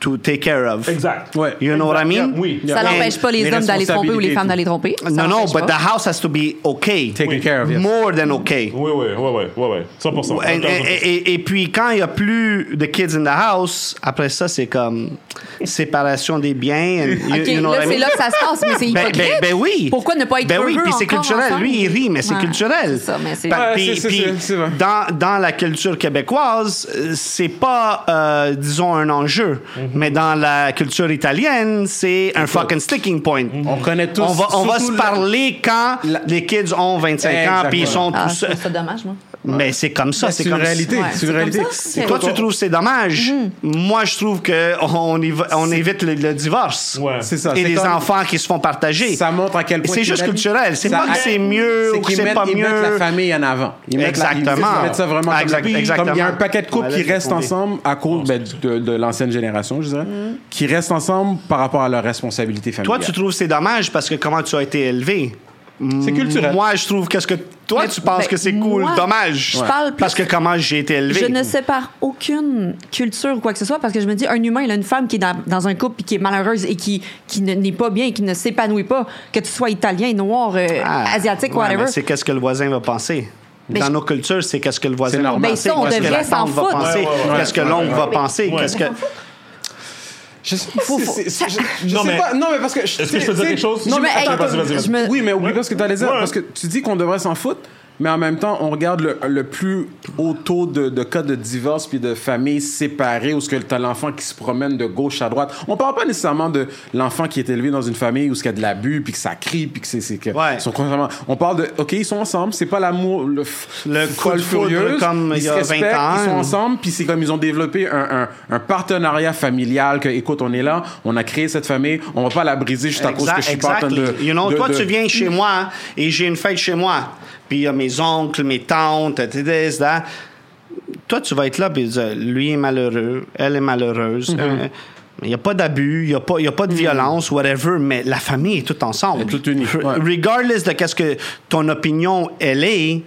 Speaker 4: to take care of.
Speaker 3: Exact.
Speaker 1: Ouais.
Speaker 4: You know what I mean?
Speaker 3: Yeah, oui.
Speaker 5: Ça
Speaker 4: Yeah.
Speaker 5: n'empêche pas les,
Speaker 1: Les
Speaker 5: hommes d'aller tromper ou les
Speaker 1: responsabilités
Speaker 5: femmes d'aller tromper. Ça
Speaker 4: No, no,
Speaker 5: n'empêche pas.
Speaker 4: but the house has to be okay.
Speaker 1: Taken care of, yes.
Speaker 4: More than okay.
Speaker 3: Oui, oui, oui, oui, oui, oui. 100%.
Speaker 4: Et, et- et- et puis quand il n'y a plus de kids in the house, après ça, c'est comme séparation des biens. and you-
Speaker 5: OK,
Speaker 4: you know
Speaker 5: là,
Speaker 4: what I
Speaker 5: c'est
Speaker 4: mean?
Speaker 5: là que ça se passe, mais c'est
Speaker 4: Ben,
Speaker 5: hypocrite.
Speaker 4: ben, ben oui.
Speaker 5: Pourquoi ne pas être
Speaker 4: Ben oui,
Speaker 5: heureux
Speaker 4: puis c'est
Speaker 5: encore
Speaker 4: culturel.
Speaker 5: ensemble?
Speaker 4: Lui, il rit, mais c'est
Speaker 5: Ouais,
Speaker 4: culturel. Ben,
Speaker 5: c'est ça, mais c'est-
Speaker 4: Pa-
Speaker 1: Ouais,
Speaker 4: puis-
Speaker 1: c'est- c'est-
Speaker 4: puis
Speaker 1: c'est- c'est vrai.
Speaker 4: dans, dans la culture québécoise, euh, c'est pas, euh, disons, un enjeu.
Speaker 1: Mhm.
Speaker 4: Mais dans la culture italienne, c'est un fucking sticking point.
Speaker 1: Mhm. On connaît tous.
Speaker 4: On va, on va
Speaker 1: surtout
Speaker 4: se
Speaker 1: la-
Speaker 4: parler quand
Speaker 1: la-
Speaker 4: les kids ont 25 ans,
Speaker 1: Exactement.
Speaker 4: puis ils sont
Speaker 5: Ah,
Speaker 4: tous
Speaker 5: je
Speaker 4: seuls.
Speaker 5: trouve ça dommage, moi.
Speaker 4: Mais c'est comme ça.
Speaker 1: C'est
Speaker 4: C'est
Speaker 1: une
Speaker 4: comme
Speaker 1: réalité.
Speaker 5: Ouais,
Speaker 1: c'est une réalité.
Speaker 5: comme ça,
Speaker 4: Toi, tu trouves que c'est dommage.
Speaker 5: Mhm.
Speaker 4: Moi, je trouve qu'on on évite le, le divorce.
Speaker 3: Ouais.
Speaker 1: C'est ça.
Speaker 4: Et
Speaker 1: c'est
Speaker 4: les
Speaker 1: comme-
Speaker 4: enfants qui se font partager.
Speaker 1: Ça montre à quel point.
Speaker 4: C'est juste
Speaker 1: qu'ils mettent-
Speaker 4: culturel. C'est
Speaker 1: ça-
Speaker 4: pas que c'est mieux ou que
Speaker 1: qu'ils
Speaker 4: c'est
Speaker 1: mettent-
Speaker 4: pas
Speaker 1: ils mettent la
Speaker 4: mieux.
Speaker 1: famille en avant. Ils mettent la- ils-
Speaker 4: Exactement. Ah,
Speaker 1: ils mettent ça vraiment comme-
Speaker 4: Exact-
Speaker 1: comme
Speaker 4: exactement.
Speaker 1: il y a un paquet de couples
Speaker 4: Ouais, là,
Speaker 1: qui
Speaker 4: j'ai
Speaker 1: restent
Speaker 4: trouvé.
Speaker 1: ensemble à cause ben, de, de l'ancienne génération, je dirais, qui restent ensemble par rapport à leurs responsabilités
Speaker 4: Mm. Toi,
Speaker 1: familiales.
Speaker 4: tu trouves que c'est dommage parce que comment tu as été élevé.
Speaker 1: C'est culturel.
Speaker 4: Moi, je trouve qu'est-ce que toi,
Speaker 5: Mais-
Speaker 4: tu penses
Speaker 5: ben,
Speaker 4: que c'est cool,
Speaker 5: moi,
Speaker 4: dommage.
Speaker 5: je parle
Speaker 4: Parce que
Speaker 5: plus-
Speaker 4: comment j'ai été élevé.
Speaker 5: Je ne sépare aucune culture ou quoi que ce soit parce que je me dis, un humain, il a une femme qui est dans, dans un couple puis qui est malheureuse et qui, qui ne- n'est pas bien et qui ne s'épanouit pas, que tu sois italien, noir, euh,
Speaker 4: Ah,
Speaker 5: asiatique,
Speaker 4: ouais,
Speaker 5: whatever.
Speaker 4: mais C'est qu'est-ce que le voisin va penser.
Speaker 5: Mais
Speaker 4: Dans
Speaker 5: je-
Speaker 4: nos cultures, c'est qu'est-ce que le voisin
Speaker 1: C'est
Speaker 4: va
Speaker 1: normal.
Speaker 5: Ben,
Speaker 4: penser.
Speaker 5: ça, on
Speaker 4: qu'est-ce que la
Speaker 5: devrait s'en
Speaker 4: tante va
Speaker 5: foutre.
Speaker 4: penser,
Speaker 3: Ouais, ouais, ouais.
Speaker 4: qu'est-ce que l'oncle va penser.
Speaker 3: Ouais.
Speaker 4: Qu'est-ce que...
Speaker 1: Je sais, c'est- c'est- je- je
Speaker 3: Non,
Speaker 1: sais
Speaker 3: mais-
Speaker 1: pas. Non, mais parce que. je-
Speaker 3: Est-ce que je peux
Speaker 1: tu sais-
Speaker 3: dire quelque chose?
Speaker 1: Non,
Speaker 5: Je
Speaker 1: mais
Speaker 5: me-
Speaker 1: attends,
Speaker 5: hey,
Speaker 1: attends,
Speaker 3: Vas-y, vas-y, vas-y.
Speaker 5: je me-
Speaker 1: Oui, mais oublie pas ce que tu allais dire.
Speaker 3: Ouais.
Speaker 1: Parce que tu dis qu'on devrait s'en foutre, mais en même temps, on regarde le, le plus haut taux de, de cas de divorce puis de familles séparées où tu as l'enfant qui se promène de gauche à droite. On parle pas nécessairement de l'enfant qui est élevé dans une famille où il y a de l'abus puis que ça crie puis que c'est. c'est que
Speaker 4: Ouais.
Speaker 1: ils sont constamment- On parle de. OK, ils sont ensemble, c'est pas l'amour, le, f-
Speaker 4: Le coup
Speaker 1: folle
Speaker 4: de foudre
Speaker 1: furieuse,
Speaker 4: comme
Speaker 1: ils
Speaker 4: il y
Speaker 1: se
Speaker 4: a 20
Speaker 1: respectent,
Speaker 4: ans.
Speaker 1: Ils sont ensemble, puis c'est comme ils ont développé un, un- un partenariat familial que, écoute, on est là, on a créé cette famille, on va pas la briser juste à cause que je suis pas en train de...
Speaker 4: exactly. You know,
Speaker 1: de-
Speaker 4: toi,
Speaker 1: de-
Speaker 4: tu viens chez moi hein, et j'ai une fête chez moi. Puis il y a mes oncles, mes tantes, et this, that. Toi, tu vas être là, puis tu vas dire, lui est malheureux, elle est malheureuse.
Speaker 1: Mm-hmm.
Speaker 4: Euh, Il n'y a pas d'abus, il n'y a, pas- il y a pas de violence, whatever, mais la famille est toute ensemble.
Speaker 1: Elle est toute unie,
Speaker 4: Re-
Speaker 1: ouais.
Speaker 4: Regardless de qu'est-ce que ton opinion, elle est,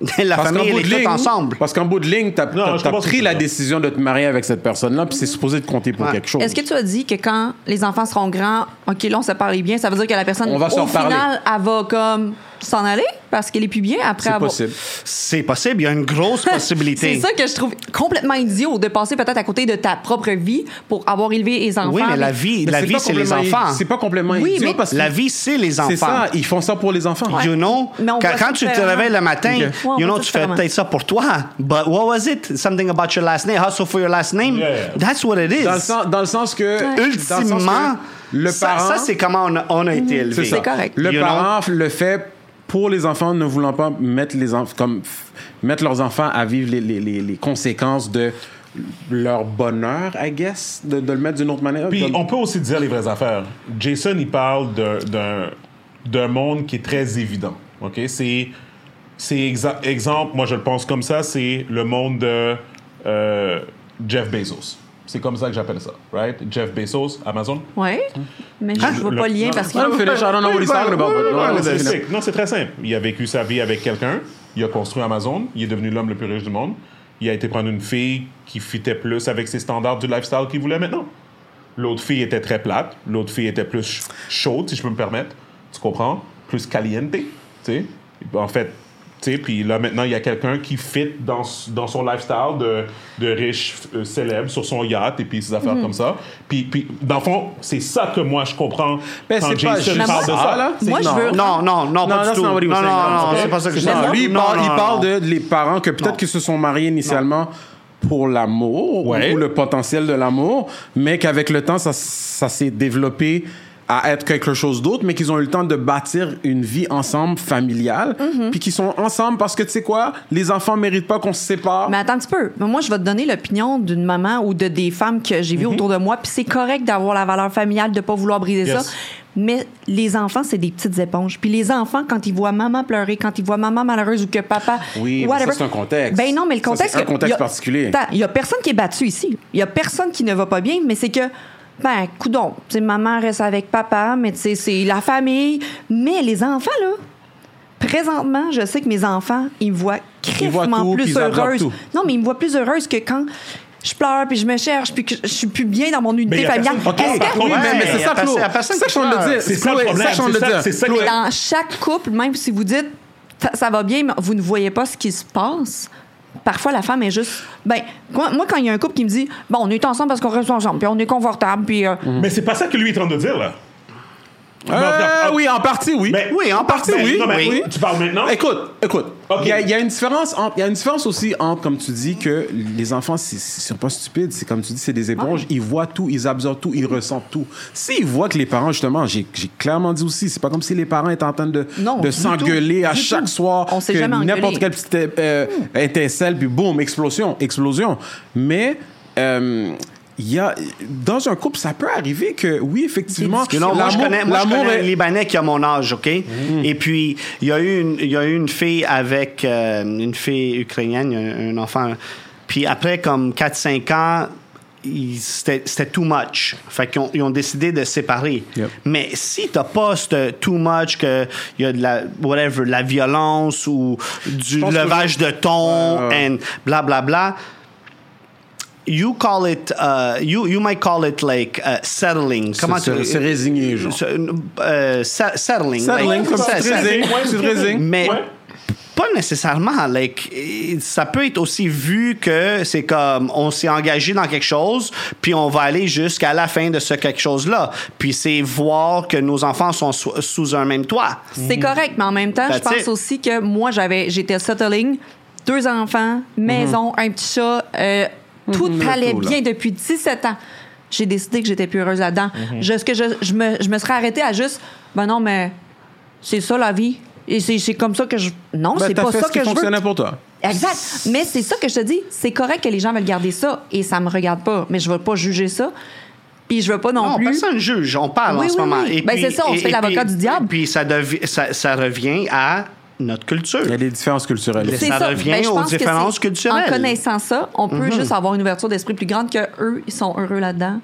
Speaker 4: la
Speaker 1: Parce qu'en
Speaker 4: famille,
Speaker 1: bout
Speaker 4: elle
Speaker 1: de
Speaker 4: est toute
Speaker 1: ligne-
Speaker 4: ensemble.
Speaker 1: Parce qu'en bout de ligne, t'as
Speaker 3: Non,
Speaker 1: t'as- t'as
Speaker 3: je comprends ce
Speaker 1: pris
Speaker 3: que
Speaker 1: la
Speaker 3: tu veux dire.
Speaker 1: décision de te marier avec cette personne-là, puis c'est supposé te compter pour
Speaker 4: Ouais.
Speaker 1: quelque chose.
Speaker 5: Est-ce que tu as dit que quand les enfants seront grands, OK, là, on se parle bien, ça veut dire que la personne,
Speaker 1: On va se
Speaker 5: au
Speaker 1: reparler.
Speaker 5: final, elle va comme s'en aller parce qu'elle est plus bien après
Speaker 1: C'est
Speaker 5: avoir...
Speaker 1: possible.
Speaker 4: C'est possible, il y a une grosse possibilité.
Speaker 5: C'est ça que je trouve complètement idiot de passer peut-être à côté de ta propre vie pour avoir élevé les enfants.
Speaker 4: oui, mais la
Speaker 5: avec-
Speaker 4: vie,
Speaker 1: Mais
Speaker 4: la
Speaker 1: c'est
Speaker 4: vie,
Speaker 1: pas
Speaker 4: c'est les
Speaker 1: complètement-
Speaker 4: enfants.
Speaker 1: C'est pas complètement
Speaker 5: Oui,
Speaker 1: idiot,
Speaker 5: mais-
Speaker 1: parce que
Speaker 4: La vie, c'est les enfants.
Speaker 1: c'est ça, ils font ça pour les enfants.
Speaker 5: Ouais.
Speaker 4: You know,
Speaker 5: Mais on
Speaker 4: quand,
Speaker 5: voit
Speaker 4: quand
Speaker 5: ça
Speaker 4: tu te
Speaker 5: différemment.
Speaker 4: réveilles le matin,
Speaker 1: Ok.
Speaker 5: Ouais, on
Speaker 4: you
Speaker 5: voit
Speaker 4: know,
Speaker 5: ça
Speaker 4: tu fais
Speaker 5: différemment.
Speaker 4: peut-être ça pour toi. But what was it? Something about your last name, hustle for your last name.
Speaker 3: Yeah.
Speaker 4: That's what it is.
Speaker 1: Dans le sens, dans le sens que... dans le sens que
Speaker 4: Ultimement,
Speaker 1: le
Speaker 4: ça,
Speaker 1: parent...
Speaker 4: ça, c'est comment on a, on a été élevé.
Speaker 1: ça.
Speaker 5: Mhm. C'est correct.
Speaker 1: Le
Speaker 4: You
Speaker 1: parent le fait pour les enfants, ne voulant pas mettre, les enf- comme, f- mettre leurs enfants à vivre les, les- les- les conséquences de leur bonheur, I guess, de, de le mettre d'une autre manière.
Speaker 3: Puis
Speaker 1: Comme-
Speaker 3: on peut aussi dire les vraies affaires. Jason, il parle d'un- d'un d'un monde qui est très évident. OK? C'est. C'est exa- exemple, moi je le pense comme ça, c'est le monde de euh, Jeff Bezos. C'est comme ça que j'appelle ça, right? Jeff Bezos, Amazon.
Speaker 5: Ouais, mais je
Speaker 3: Le-
Speaker 5: vois pas Hein? le lien
Speaker 3: non,
Speaker 5: parce que...
Speaker 1: Let him finish. I don't know what he's
Speaker 3: ben,
Speaker 1: talking about, but-
Speaker 3: Ouais,
Speaker 1: no,
Speaker 3: mais
Speaker 1: let's
Speaker 3: c'est
Speaker 1: finish.
Speaker 3: sick. Non, c'est très simple. Il a vécu sa vie avec quelqu'un, il a construit Amazon, il est devenu l'homme le plus riche du monde, il a été prendre une fille qui fitait plus avec ses standards du lifestyle qu'il voulait maintenant. L'autre fille était très plate, l'autre fille était plus ch- chaude, si je peux me permettre, tu comprends? Plus caliente, tu sais. En fait, tu sais, puis là maintenant, il y a quelqu'un qui fit dans, s- dans son lifestyle de, de riche euh, célèbre sur son yacht et puis ses affaires comme ça. Puis, puis, dans le fond, c'est ça que moi je comprends
Speaker 1: Ben,
Speaker 3: quand
Speaker 1: c'est pas
Speaker 3: Jason
Speaker 1: juste
Speaker 3: parle de
Speaker 1: ça,
Speaker 3: ça.
Speaker 1: là.
Speaker 5: Moi,
Speaker 1: C'est-
Speaker 5: je
Speaker 1: non.
Speaker 5: veux-
Speaker 4: Non, non, non,
Speaker 1: Non,
Speaker 4: Oh, pas
Speaker 1: that's
Speaker 4: du tout.
Speaker 1: not
Speaker 4: Non,
Speaker 1: what he was
Speaker 4: non,
Speaker 1: saying, non,
Speaker 4: non, non,
Speaker 1: c'est
Speaker 4: c'est
Speaker 1: pas
Speaker 4: pas ça que je
Speaker 1: Non,
Speaker 4: dis.
Speaker 1: lui, il
Speaker 4: Non,
Speaker 1: parle,
Speaker 4: non,
Speaker 1: il
Speaker 4: non,
Speaker 1: parle
Speaker 4: non.
Speaker 1: de les parents que peut-être qu'ils se sont mariés initialement pour l'amour
Speaker 3: Ouais.
Speaker 1: ou le potentiel de l'amour, mais qu'avec le temps, ça, ça s'est développé à être quelque chose d'autre, mais qu'ils ont eu le temps de bâtir une vie ensemble familiale,
Speaker 3: Mhm.
Speaker 1: puis qu'ils sont ensemble parce que, tu sais quoi, les enfants méritent pas qu'on se sépare.
Speaker 5: Mais attends un petit peu. Mais Moi, je vais te donner l'opinion d'une maman ou de des femmes que j'ai vues
Speaker 1: Mhm.
Speaker 5: autour de moi. Puis c'est correct d'avoir la valeur familiale, de pas vouloir briser
Speaker 3: Yes.
Speaker 5: ça. Mais les enfants, c'est des petites éponges. Puis les enfants, quand ils voient maman pleurer, quand ils voient maman malheureuse ou que papa.
Speaker 1: Oui, mais
Speaker 5: whatever-
Speaker 1: ça, c'est un contexte.
Speaker 5: Ben non, mais le
Speaker 1: Ça,
Speaker 5: contexte.
Speaker 1: c'est un
Speaker 5: que-
Speaker 1: contexte
Speaker 5: y a-
Speaker 1: particulier.
Speaker 5: Attends, il y a personne qui est battu ici. Il y a personne qui ne va pas bien, mais c'est que. Ben, coudon, tu sais, maman reste avec papa, mais tu sais, c'est la famille. Mais les enfants, là, présentement, je sais que mes enfants, ils me voient
Speaker 1: Ils voient
Speaker 5: crèvement
Speaker 1: tout, puis
Speaker 5: plus
Speaker 1: ils absorbent
Speaker 5: heureuse.
Speaker 1: tout.
Speaker 5: Non, mais ils me voient plus heureuse que quand je pleure, puis je me cherche, puis que je je suis plus bien dans mon unité
Speaker 3: Mais y a
Speaker 5: familiale.
Speaker 3: personne-
Speaker 5: Est-ce
Speaker 3: OK,
Speaker 5: que-
Speaker 3: Ouais,
Speaker 1: Ah, Oui, mais, mais c'est
Speaker 4: y a
Speaker 1: ça,
Speaker 4: personne-
Speaker 1: Flo.
Speaker 4: y a personne
Speaker 1: C'est ça que
Speaker 4: qui
Speaker 1: je viens de
Speaker 4: pleure.
Speaker 1: le dire.
Speaker 3: C'est ça le
Speaker 1: Chloé,
Speaker 3: problème,
Speaker 1: que je viens de
Speaker 3: c'est
Speaker 1: le
Speaker 3: ça-
Speaker 1: dire.
Speaker 3: c'est ça que-
Speaker 1: Chloé,
Speaker 5: dans chaque couple, même si vous dites ça, ça va bien, mais vous ne voyez pas ce qui se passe. Parfois, la femme est juste. Ben, moi, moi, quand il y a un couple qui me dit Bon, on est ensemble parce qu'on reste ensemble, puis on est confortable, puis. euh,
Speaker 3: Mais c'est pas ça que lui est en train de dire, là.
Speaker 1: Euh, oui, en partie, oui.
Speaker 3: Mais-
Speaker 4: Oui, en partie,
Speaker 3: Mais-
Speaker 1: oui,
Speaker 3: non, mais
Speaker 1: oui.
Speaker 3: Tu parles maintenant?
Speaker 1: Écoute, écoute. Il
Speaker 3: Ok.
Speaker 1: y, a- il y a une différence entre- il y a une différence aussi entre, comme tu dis, que les enfants, c'est- c'est- ils sont pas stupides. C'est comme tu dis, c'est des éponges. Ils voient tout, ils absorbent tout, ils ressentent tout. S'ils voient que les parents, justement, j'ai j'ai clairement dit aussi, c'est pas comme si les parents étaient en train de,
Speaker 5: Non,
Speaker 1: de
Speaker 5: du
Speaker 1: s'engueuler
Speaker 5: tout,
Speaker 1: à
Speaker 5: du
Speaker 1: chaque
Speaker 5: tout.
Speaker 1: soir.
Speaker 5: On s'est
Speaker 1: que
Speaker 5: jamais
Speaker 1: N'importe
Speaker 5: engueulé.
Speaker 1: quelle petite euh, étincelle, puis boum, explosion, explosion. Mais. euh, il y a, dans un couple, ça peut arriver que, oui, effectivement,
Speaker 4: Que non, moi, je
Speaker 1: l'amour-
Speaker 4: connais, moi, je
Speaker 1: l'amour
Speaker 4: connais un
Speaker 1: est- Mm.
Speaker 4: Libanais qui a mon âge, OK? Et puis, il y, a eu une- il y a eu une fille avec euh, une fille ukrainienne, un, un enfant. Puis après, comme 4-5 ans, il- c'était c'était too much. Fait qu'ils ont, ils ont décidé de se séparer.
Speaker 1: Yep.
Speaker 4: Mais si t'as pas ce too much, qu'il y a de la, whatever, de la violence ou du
Speaker 1: pense que
Speaker 4: levage de
Speaker 1: Ouais,
Speaker 4: ton,
Speaker 1: ouais.
Speaker 4: and bla bla bla, you call it, uh, you, you might call it like uh, settling. Comment
Speaker 1: se-
Speaker 4: tu-
Speaker 1: se résigner, genre.
Speaker 4: se- euh, se- settling.
Speaker 1: Settling,
Speaker 4: like,
Speaker 1: comme
Speaker 4: se-
Speaker 1: tu te
Speaker 4: se-
Speaker 1: résignes, tu te résignes.
Speaker 4: Mais
Speaker 3: Ouais.
Speaker 4: pas nécessairement. Like, ça peut être aussi vu que c'est comme on s'est engagé dans quelque chose, puis on va aller jusqu'à la fin de ce quelque chose-là. Puis c'est voir que nos enfants sont sous, sous un même toit.
Speaker 5: C'est
Speaker 1: Mhm.
Speaker 5: correct, mais en même temps, je
Speaker 4: That's
Speaker 5: pense
Speaker 4: it.
Speaker 5: aussi que moi, j'avais, j'étais settling, deux enfants, maison, un petit chat, euh, tout allait
Speaker 1: tout, Mhm. là.
Speaker 5: bien depuis 17 ans. J'ai décidé que j'étais plus heureuse là-dedans.
Speaker 1: Mhm.
Speaker 5: Je- ce que je, je me, je me serais arrêtée à juste, ben non, mais c'est ça la vie. Et c'est, c'est comme ça que je. Non,
Speaker 1: Ben,
Speaker 5: c'est
Speaker 1: t'as
Speaker 5: pas
Speaker 1: fait
Speaker 5: ça
Speaker 1: ce qui
Speaker 5: que je veux.
Speaker 1: fonctionnait pour toi.
Speaker 5: Exact. Mais c'est ça que je te dis. C'est correct que les gens veulent garder ça et ça me regarde pas. Mais je veux pas juger ça. Puis je veux pas non,
Speaker 4: Non,
Speaker 5: plus.
Speaker 4: personne juge. On parle
Speaker 5: Oui,
Speaker 4: en ce
Speaker 5: oui,
Speaker 4: moment.
Speaker 5: oui. Ben, c'est ça, on se fait l'avocat
Speaker 4: puis-
Speaker 5: du diable.
Speaker 4: Puis ça, devi- ça, ça revient à notre culture.
Speaker 1: Il y a des différences culturelles.
Speaker 4: ça revient
Speaker 5: Ben, je
Speaker 4: aux
Speaker 5: pense que
Speaker 4: différences
Speaker 5: c'est-
Speaker 4: culturelles. Mm-hmm.
Speaker 5: En connaissant ça, on peut juste avoir une ouverture d'esprit plus grande que eux, ils sont heureux là-dedans.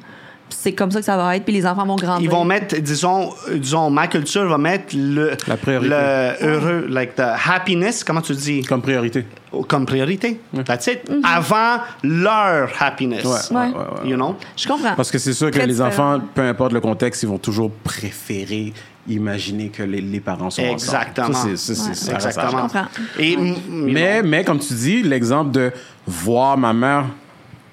Speaker 5: Puis C'est comme ça que ça va être. Puis les enfants vont grandir.
Speaker 4: Ils vont mettre, disons, euh, disons, ma culture va mettre le,
Speaker 1: La priorité.
Speaker 4: le heureux, like the happiness, comment tu dis,
Speaker 1: Comme priorité.
Speaker 4: comme, priorité. That's it. Avant leur happiness.
Speaker 1: Ouais,
Speaker 5: Mhm. Ouais.
Speaker 1: ouais, ouais, ouais.
Speaker 4: You know?
Speaker 5: Je comprends.
Speaker 1: Parce que c'est sûr que
Speaker 5: Très
Speaker 1: les
Speaker 5: différent.
Speaker 1: enfants, peu importe le contexte, ils vont toujours préférer imaginer que les, les parents sont
Speaker 4: Exactement.
Speaker 1: ensemble. Ça, c'est- ça, c'est-
Speaker 5: Ouais.
Speaker 1: ça reste
Speaker 4: Exactement.
Speaker 5: Je comprends.
Speaker 4: Et, mm, you
Speaker 1: Mais, mais comme tu dis, l'exemple de voir ma mère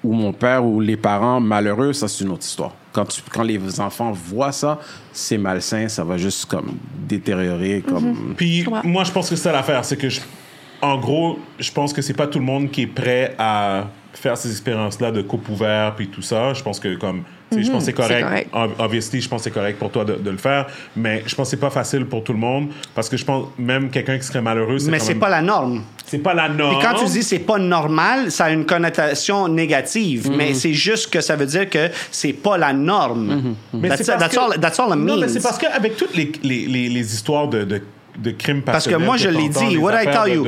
Speaker 1: ou mon père ou les parents malheureux, ça c'est une autre histoire. Quand, tu, quand les enfants voient ça, c'est malsain, ça va juste comme détériorer. Comme...
Speaker 5: Mm-hmm.
Speaker 3: Puis
Speaker 5: comprends.
Speaker 3: moi, je pense que c'est ça l'affaire. C'est que, je- en gros, je pense que c'est pas tout le monde qui est prêt à faire ces expériences-là de coupe ouvert puis tout ça. Je pense que, comme, tu sais, je pense que c'est correct.
Speaker 5: correct.
Speaker 3: Ob- Obviously, je pense que c'est correct pour toi de, de le faire, mais je pense que c'est pas facile pour tout le monde parce que je pense même quelqu'un qui serait malheureux,
Speaker 4: know,
Speaker 3: c'est
Speaker 4: Mais
Speaker 3: quand
Speaker 4: c'est
Speaker 3: même-
Speaker 4: pas la norme.
Speaker 3: c'est pas la norme.
Speaker 4: Et quand tu dis c'est pas normal, ça a une connotation négative.
Speaker 1: Mhm.
Speaker 4: Mais c'est juste que ça veut dire que c'est pas la norme.
Speaker 3: Mais
Speaker 4: That's,
Speaker 3: c'est parce
Speaker 4: that's
Speaker 3: que-
Speaker 4: all, that's all it
Speaker 3: Non, mais
Speaker 4: means.
Speaker 3: c'est parce qu'avec toutes les, les, les, les histoires de, de, de crimes
Speaker 4: Parce que moi, je l'ai dit, what I tell you,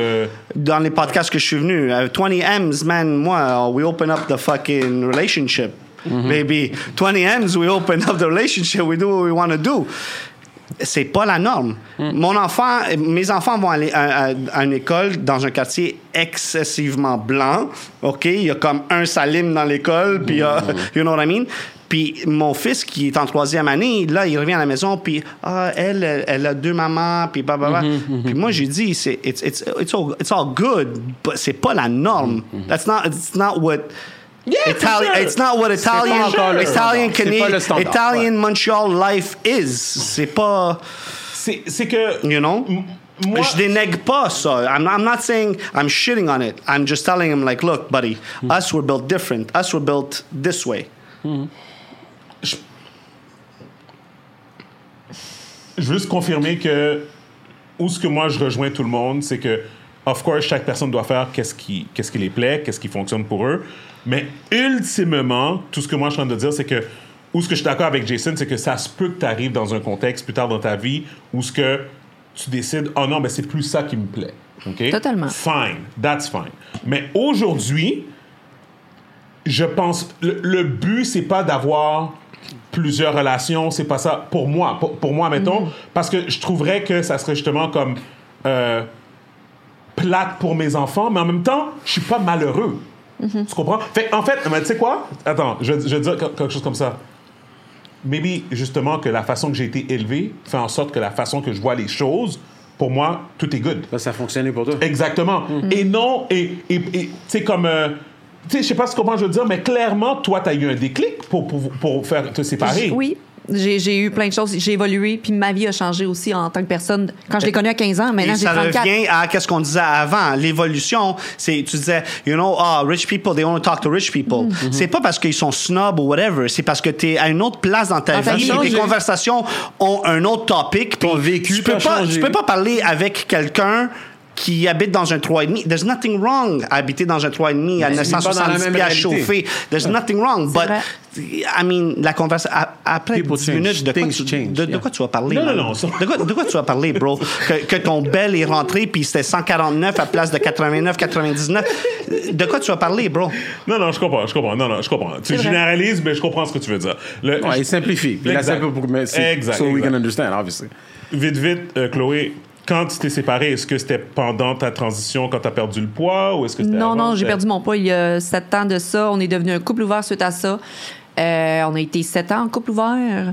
Speaker 4: dans les podcasts que je suis venu, euh, 20 M's, man, moi, uh, we open up the fucking relationship. Baby, 20 M's, we open up the relationship, we do what we want to do. C'est pas la norme.
Speaker 1: Hmm.
Speaker 4: Mon enfant, mes enfants vont aller à, à- à une école dans un quartier excessivement blanc. OK? Il y a comme un salim dans l'école, puis il y a-
Speaker 1: Hmm.
Speaker 4: you know what I mean? Puis mon fils qui est en troisième année, là, il revient à la maison, puis ah, elle, elle, elle a deux mamans, puis blablabla.
Speaker 1: Hmm,
Speaker 4: Puis moi, j'ai dit, c'est, it's, it's, it's, all, it's all good, but c'est pas la norme.
Speaker 1: Hmm,
Speaker 4: That's not, it's not what. Itali-
Speaker 3: sure.
Speaker 4: It's not what Italian,
Speaker 1: encore le
Speaker 4: Italian,
Speaker 1: standard. C'est pas le
Speaker 4: Canadian,
Speaker 1: standard,
Speaker 4: Italian Montreal life is. C'est pas,
Speaker 3: C'est c'est que.
Speaker 4: you know.
Speaker 3: M- moi-
Speaker 4: je dénègue pas ça. I'm, I'm not saying I'm shitting on it. I'm just telling him like, look, buddy,
Speaker 1: Hmm.
Speaker 4: us were built different. Us were built this way.
Speaker 3: Je veux juste confirmer que où ce que moi je rejoins tout le monde, c'est que of course chaque personne doit faire qu'est-ce qui qu'est-ce qui les plaît, qu'est-ce qui fonctionne pour eux, mais ultimement tout ce que moi je suis en train de dire c'est que où ce que je suis d'accord avec Jason, c'est que ça se peut que tu arrives dans un contexte plus tard dans ta vie où ce que tu décides oh non mais c'est plus ça qui me plaît. OK
Speaker 5: Totalement.
Speaker 3: Fine, that's fine. Mais aujourd'hui, je pense le, le but c'est pas d'avoir plusieurs relations, c'est pas ça pour moi, pour, pour moi mettons, parce que je trouverais que ça serait justement comme euh, plate pour mes enfants, mais en même temps, je suis pas malheureux. Tu comprends? Fait, en fait, mais tu sais quoi? Attends, je, je vais dire que- quelque chose comme ça. Maybe, justement, que la façon que j'ai été élevé fait en sorte que la façon que je vois les choses, pour moi, tout est good.
Speaker 1: Ça, ça a fonctionné pour toi.
Speaker 3: Exactement. Et non, et et- et, tu sais, comme. euh, tu sais, je sais pas ce- comment je veux dire, mais clairement, toi, tu as eu un déclic pour, pour, pour faire te séparer.
Speaker 5: Oui. J'ai j'ai eu plein de choses. J'ai évolué, puis ma vie a changé aussi en tant que personne. Quand je l'ai connue à 15 ans, maintenant
Speaker 4: Ben, Et
Speaker 5: j'ai
Speaker 4: ça
Speaker 5: 34.
Speaker 4: revient à qu'est-ce qu'on disait avant, l'évolution. C'est tu disais, you know, ah, rich people, they only talk to rich people.
Speaker 5: Mm-hmm.
Speaker 4: C'est pas parce qu'ils sont snobs ou whatever, c'est parce que t'es à une autre place dans ta
Speaker 1: Ah, ça a
Speaker 4: vie. et
Speaker 1: changé.
Speaker 4: Tes conversations ont un autre topic.
Speaker 1: Ton
Speaker 4: puis
Speaker 1: vécu
Speaker 4: tu peux
Speaker 1: t'a
Speaker 4: pas,
Speaker 1: changé.
Speaker 4: tu peux pas parler avec quelqu'un qui habite dans un 3,5. There's nothing wrong à habiter dans un 3,5 à
Speaker 1: Mais c'est pas dans la
Speaker 4: 970
Speaker 1: même
Speaker 4: pieds à
Speaker 1: réalité.
Speaker 4: chauffer. There's nothing wrong. But,
Speaker 5: vrai.
Speaker 4: I mean, la conversation... Après
Speaker 1: People
Speaker 4: 10
Speaker 1: change,
Speaker 4: minutes, de quoi,
Speaker 1: things
Speaker 4: tu,
Speaker 1: change,
Speaker 4: de- de
Speaker 1: yeah.
Speaker 4: quoi tu vas parler?
Speaker 3: Non,
Speaker 4: man?
Speaker 3: non, non, ça-
Speaker 4: De quoi, de quoi tu as parlé, bro? Que, que ton bel est rentré, puis c'était 149 à place de 89, 99. De quoi tu as parlé, bro?
Speaker 3: Non, non, je comprends, je comprends. Non, non, je comprends. Tu
Speaker 5: vrai.
Speaker 3: généralises, mais je comprends ce que tu veux dire. Le-
Speaker 1: Ouais, il simplifie. Il a
Speaker 3: Exact.
Speaker 1: simplifié pour mais c'est-
Speaker 3: Exact,
Speaker 1: So we
Speaker 3: exact.
Speaker 1: can understand, obviously.
Speaker 3: Vite, vite, euh, Chloé, quand tu t'es séparée, est-ce que c'était pendant ta transition, quand tu as perdu le poids, ou est-ce que c'était
Speaker 5: Non,
Speaker 3: avant?
Speaker 5: non, j'ai
Speaker 3: C'était-
Speaker 5: perdu mon poids il y a sept ans de ça. On est devenu un couple ouvert suite à ça. Euh, on a été sept ans en couple ouvert.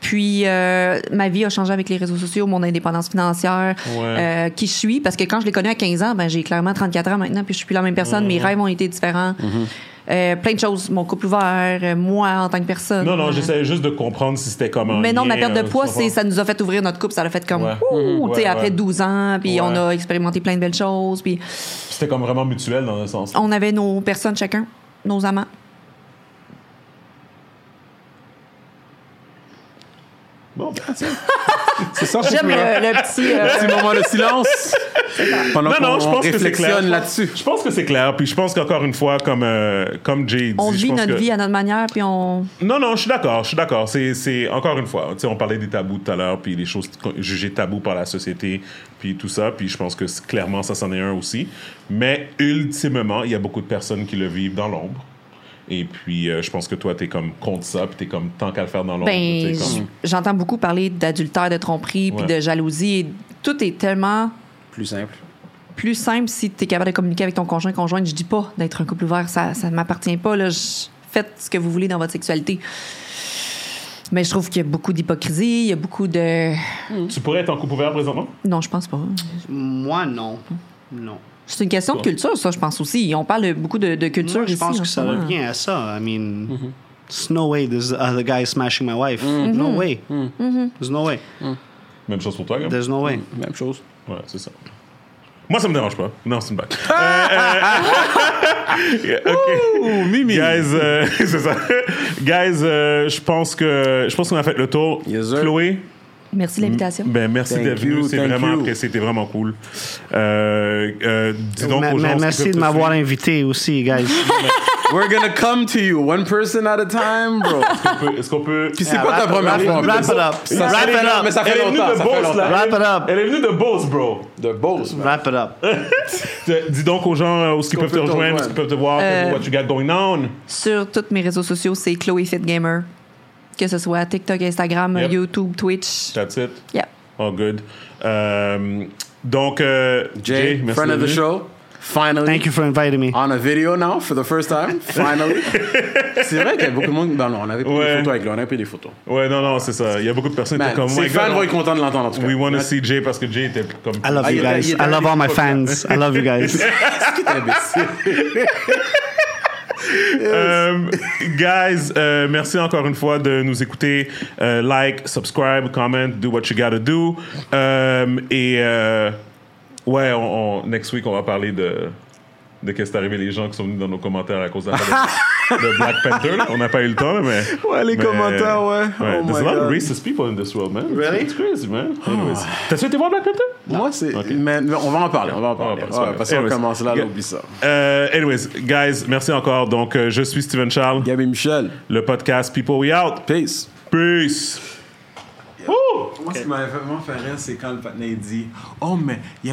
Speaker 5: Puis euh, ma vie a changé avec les réseaux sociaux, mon indépendance financière,
Speaker 3: Ouais.
Speaker 5: euh, qui je suis. Parce que quand je l'ai connu à 15 ans, ben, j'ai clairement 34 ans maintenant, puis je suis plus la même personne. Mes rêves ont été différents. Euh, plein de choses, mon couple ouvert, euh, moi en tant que personne.
Speaker 3: Non, non,
Speaker 5: Euh,
Speaker 3: j'essayais juste de comprendre si c'était comment.
Speaker 5: mais non, ma perte de
Speaker 3: euh,
Speaker 5: poids, c'est ça nous a fait ouvrir notre couple. Ça l'a fait comme,
Speaker 3: Ouais.
Speaker 5: ouh,
Speaker 3: Mhm.
Speaker 5: tu sais,
Speaker 3: Ouais,
Speaker 5: après
Speaker 3: ouais.
Speaker 5: 12 ans, puis
Speaker 3: Ouais.
Speaker 5: on a expérimenté plein de belles choses, puis
Speaker 3: C'était comme vraiment mutuel dans un sens.
Speaker 5: on avait nos personnes chacun, nos amants.
Speaker 3: Bon, ben, c'est-
Speaker 1: C'est ça,
Speaker 5: J'aime le, le petit. euh,
Speaker 1: Petit moment de silence. Pendant
Speaker 3: Non, non,
Speaker 1: qu'on
Speaker 3: je
Speaker 1: on
Speaker 3: pense que c'est clair.
Speaker 1: réflexionne
Speaker 3: Je pense-
Speaker 1: là-dessus.
Speaker 3: Je pense que c'est clair. Puis je pense qu'encore une fois, comme, euh, comme Jay dit,
Speaker 5: on
Speaker 3: je
Speaker 5: vit
Speaker 3: pense
Speaker 5: notre
Speaker 3: que-
Speaker 5: vie à notre manière, puis on.
Speaker 3: Non, non, je suis d'accord, je suis d'accord. C'est, c'est encore une fois, tu sais, on parlait des tabous tout à l'heure, puis les choses co- jugées tabous par la société, puis tout ça, puis je pense que c'est- clairement, ça, c'en est un aussi. Mais ultimement, il y a beaucoup de personnes qui le vivent dans l'ombre. Et puis, euh, je pense que toi, t'es comme contre ça, puis t'es comme tant qu'à le faire dans l'ombre.
Speaker 5: Ben,
Speaker 3: t'es comme-
Speaker 5: j'entends beaucoup parler d'adultère, de tromperie, puis
Speaker 3: Ouais.
Speaker 5: de jalousie. et Tout est tellement
Speaker 1: Plus simple.
Speaker 5: plus simple si tu es capable de communiquer avec ton conjoint, conjointe. Je dis pas d'être un couple ouvert, ça ça ne m'appartient pas. Là. Je- Faites ce que vous voulez dans votre sexualité. Mais je trouve qu'il y a beaucoup d'hypocrisie, il y a beaucoup de.
Speaker 3: Tu pourrais être en couple ouvert présentement?
Speaker 5: Non, je pense pas.
Speaker 4: Moi, non. Non.
Speaker 5: C'est une question de culture, ça, je pense aussi. On parle de- beaucoup de, de culture.
Speaker 4: Moi, je
Speaker 5: ici,
Speaker 4: pense
Speaker 5: en
Speaker 4: que
Speaker 5: ce
Speaker 4: ça
Speaker 5: moment.
Speaker 4: revient à ça. I mean, there's no way this other guy smashing my wife. No way. There's no way.
Speaker 3: Même chose pour toi, Gab?
Speaker 4: There's no way.
Speaker 1: Même chose.
Speaker 3: Ouais, c'est ça. Moi, ça me dérange pas. Non, c'est une blague.
Speaker 1: Ah!
Speaker 3: Euh, euh, OK. Guys, euh, c'est ça. Guys, euh, je pense que je pense qu'on a fait le tour.
Speaker 1: Yes, sir.
Speaker 3: Chloé,
Speaker 5: Merci de l'invitation.
Speaker 3: ben merci
Speaker 1: Thank
Speaker 3: d'être venu.
Speaker 1: you,
Speaker 3: C'est
Speaker 1: thank
Speaker 3: vraiment
Speaker 1: you.
Speaker 3: apprécié. C'était vraiment cool. Euh, euh, dis donc
Speaker 4: Ma-
Speaker 3: aux gens.
Speaker 4: ma-
Speaker 3: ce qu'ils
Speaker 4: merci
Speaker 3: peuvent
Speaker 4: de
Speaker 3: te
Speaker 4: m'avoir
Speaker 3: suivre.
Speaker 4: invité aussi, guys.
Speaker 1: We're gonna come to you, one person at a time, bro.
Speaker 3: On peut- Est-ce qu'on peut. Ah.
Speaker 1: Puis c'est pas ta première fois. en
Speaker 4: Wrap it
Speaker 1: plus.
Speaker 4: up.
Speaker 1: Ça,
Speaker 4: Wrap
Speaker 1: c'est
Speaker 4: it
Speaker 1: énorme,
Speaker 4: up.
Speaker 1: Mais ça
Speaker 3: Elle
Speaker 1: fait
Speaker 3: est venue
Speaker 1: longtemps.
Speaker 3: de
Speaker 1: Ça fait
Speaker 3: Beauce, là.
Speaker 1: longtemps.
Speaker 4: Wrap it up.
Speaker 3: Elle est venue de Beauce, bro.
Speaker 1: De Beauce.
Speaker 4: Wrap it up.
Speaker 3: Te- Dis donc aux gens euh, où ils
Speaker 1: qu'on
Speaker 3: peuvent te
Speaker 1: peut te
Speaker 3: rejoindre, où
Speaker 1: rejoindre.
Speaker 3: ils peuvent te voir, what you got going on.
Speaker 5: Sur tous mes réseaux sociaux, c'est Chloé Fit Gamer. Que ce soit TikTok, Instagram,
Speaker 3: Yep.
Speaker 5: YouTube, Twitch.
Speaker 3: That's it.
Speaker 5: Yeah.
Speaker 3: All good. Euh, donc, euh, Jay,
Speaker 1: Jay,
Speaker 3: merci.
Speaker 1: friend of the
Speaker 3: d'être venu.
Speaker 1: show. Finally.
Speaker 4: Thank you for inviting me.
Speaker 1: On a video now for the first time. Finally. c'est vrai qu'il y a beaucoup de monde. Ben non, on avait pris
Speaker 3: Ouais.
Speaker 1: des photos avec lui. On avait pris des photos.
Speaker 3: Ouais, non, non, c'est ça. Il y a beaucoup de personnes qui
Speaker 1: Man,
Speaker 3: étaient comme, oh
Speaker 1: ses
Speaker 3: my God,
Speaker 1: fans vont être
Speaker 3: on-
Speaker 1: contents de l'entendre en tout cas.
Speaker 3: we want to see Jay parce que Jay était comme.
Speaker 4: I love
Speaker 1: Ah, il
Speaker 4: you
Speaker 1: était-
Speaker 4: guys.
Speaker 1: il était
Speaker 4: I love all my
Speaker 1: allé pour le
Speaker 4: fans. I love you guys.
Speaker 1: T'es imbécile.
Speaker 3: Euh, guys, euh, merci encore une fois de nous écouter. Euh, like, subscribe, comment, do what you gotta do. Euh, et euh, ouais, on, on- next week, on va parler de de qu'est-ce qui est arrivé les gens qui sont venus dans nos commentaires à cause de, de Black Panther. là. On n'a pas eu le temps, là, mais
Speaker 1: Ouais, les
Speaker 3: mais-
Speaker 1: commentaires, ouais. Oh my
Speaker 3: There's a lot of
Speaker 1: God.
Speaker 3: racist people in this world, man.
Speaker 1: Really? Oh.
Speaker 3: It's crazy, man. Anyways, t'as-tu été voir Black Panther?
Speaker 1: Moi, c'est. Mais, mais on va en parler. Ah, On va en parler. Eh,
Speaker 3: parler, c'est pas
Speaker 1: Ouais, parce qu'on
Speaker 3: grave.
Speaker 1: commence là, là,
Speaker 3: Yeah.
Speaker 1: oublie ça.
Speaker 3: Euh, anyways, guys, merci encore. Donc, euh, je suis Steven Charles.
Speaker 1: Gabi Michel.
Speaker 3: Le podcast People We Out.
Speaker 1: Peace.
Speaker 3: Peace. Woo!
Speaker 1: Moi, ce qui m'a vraiment fait rire, c'est quand le patinet il dit Oh, mais il y a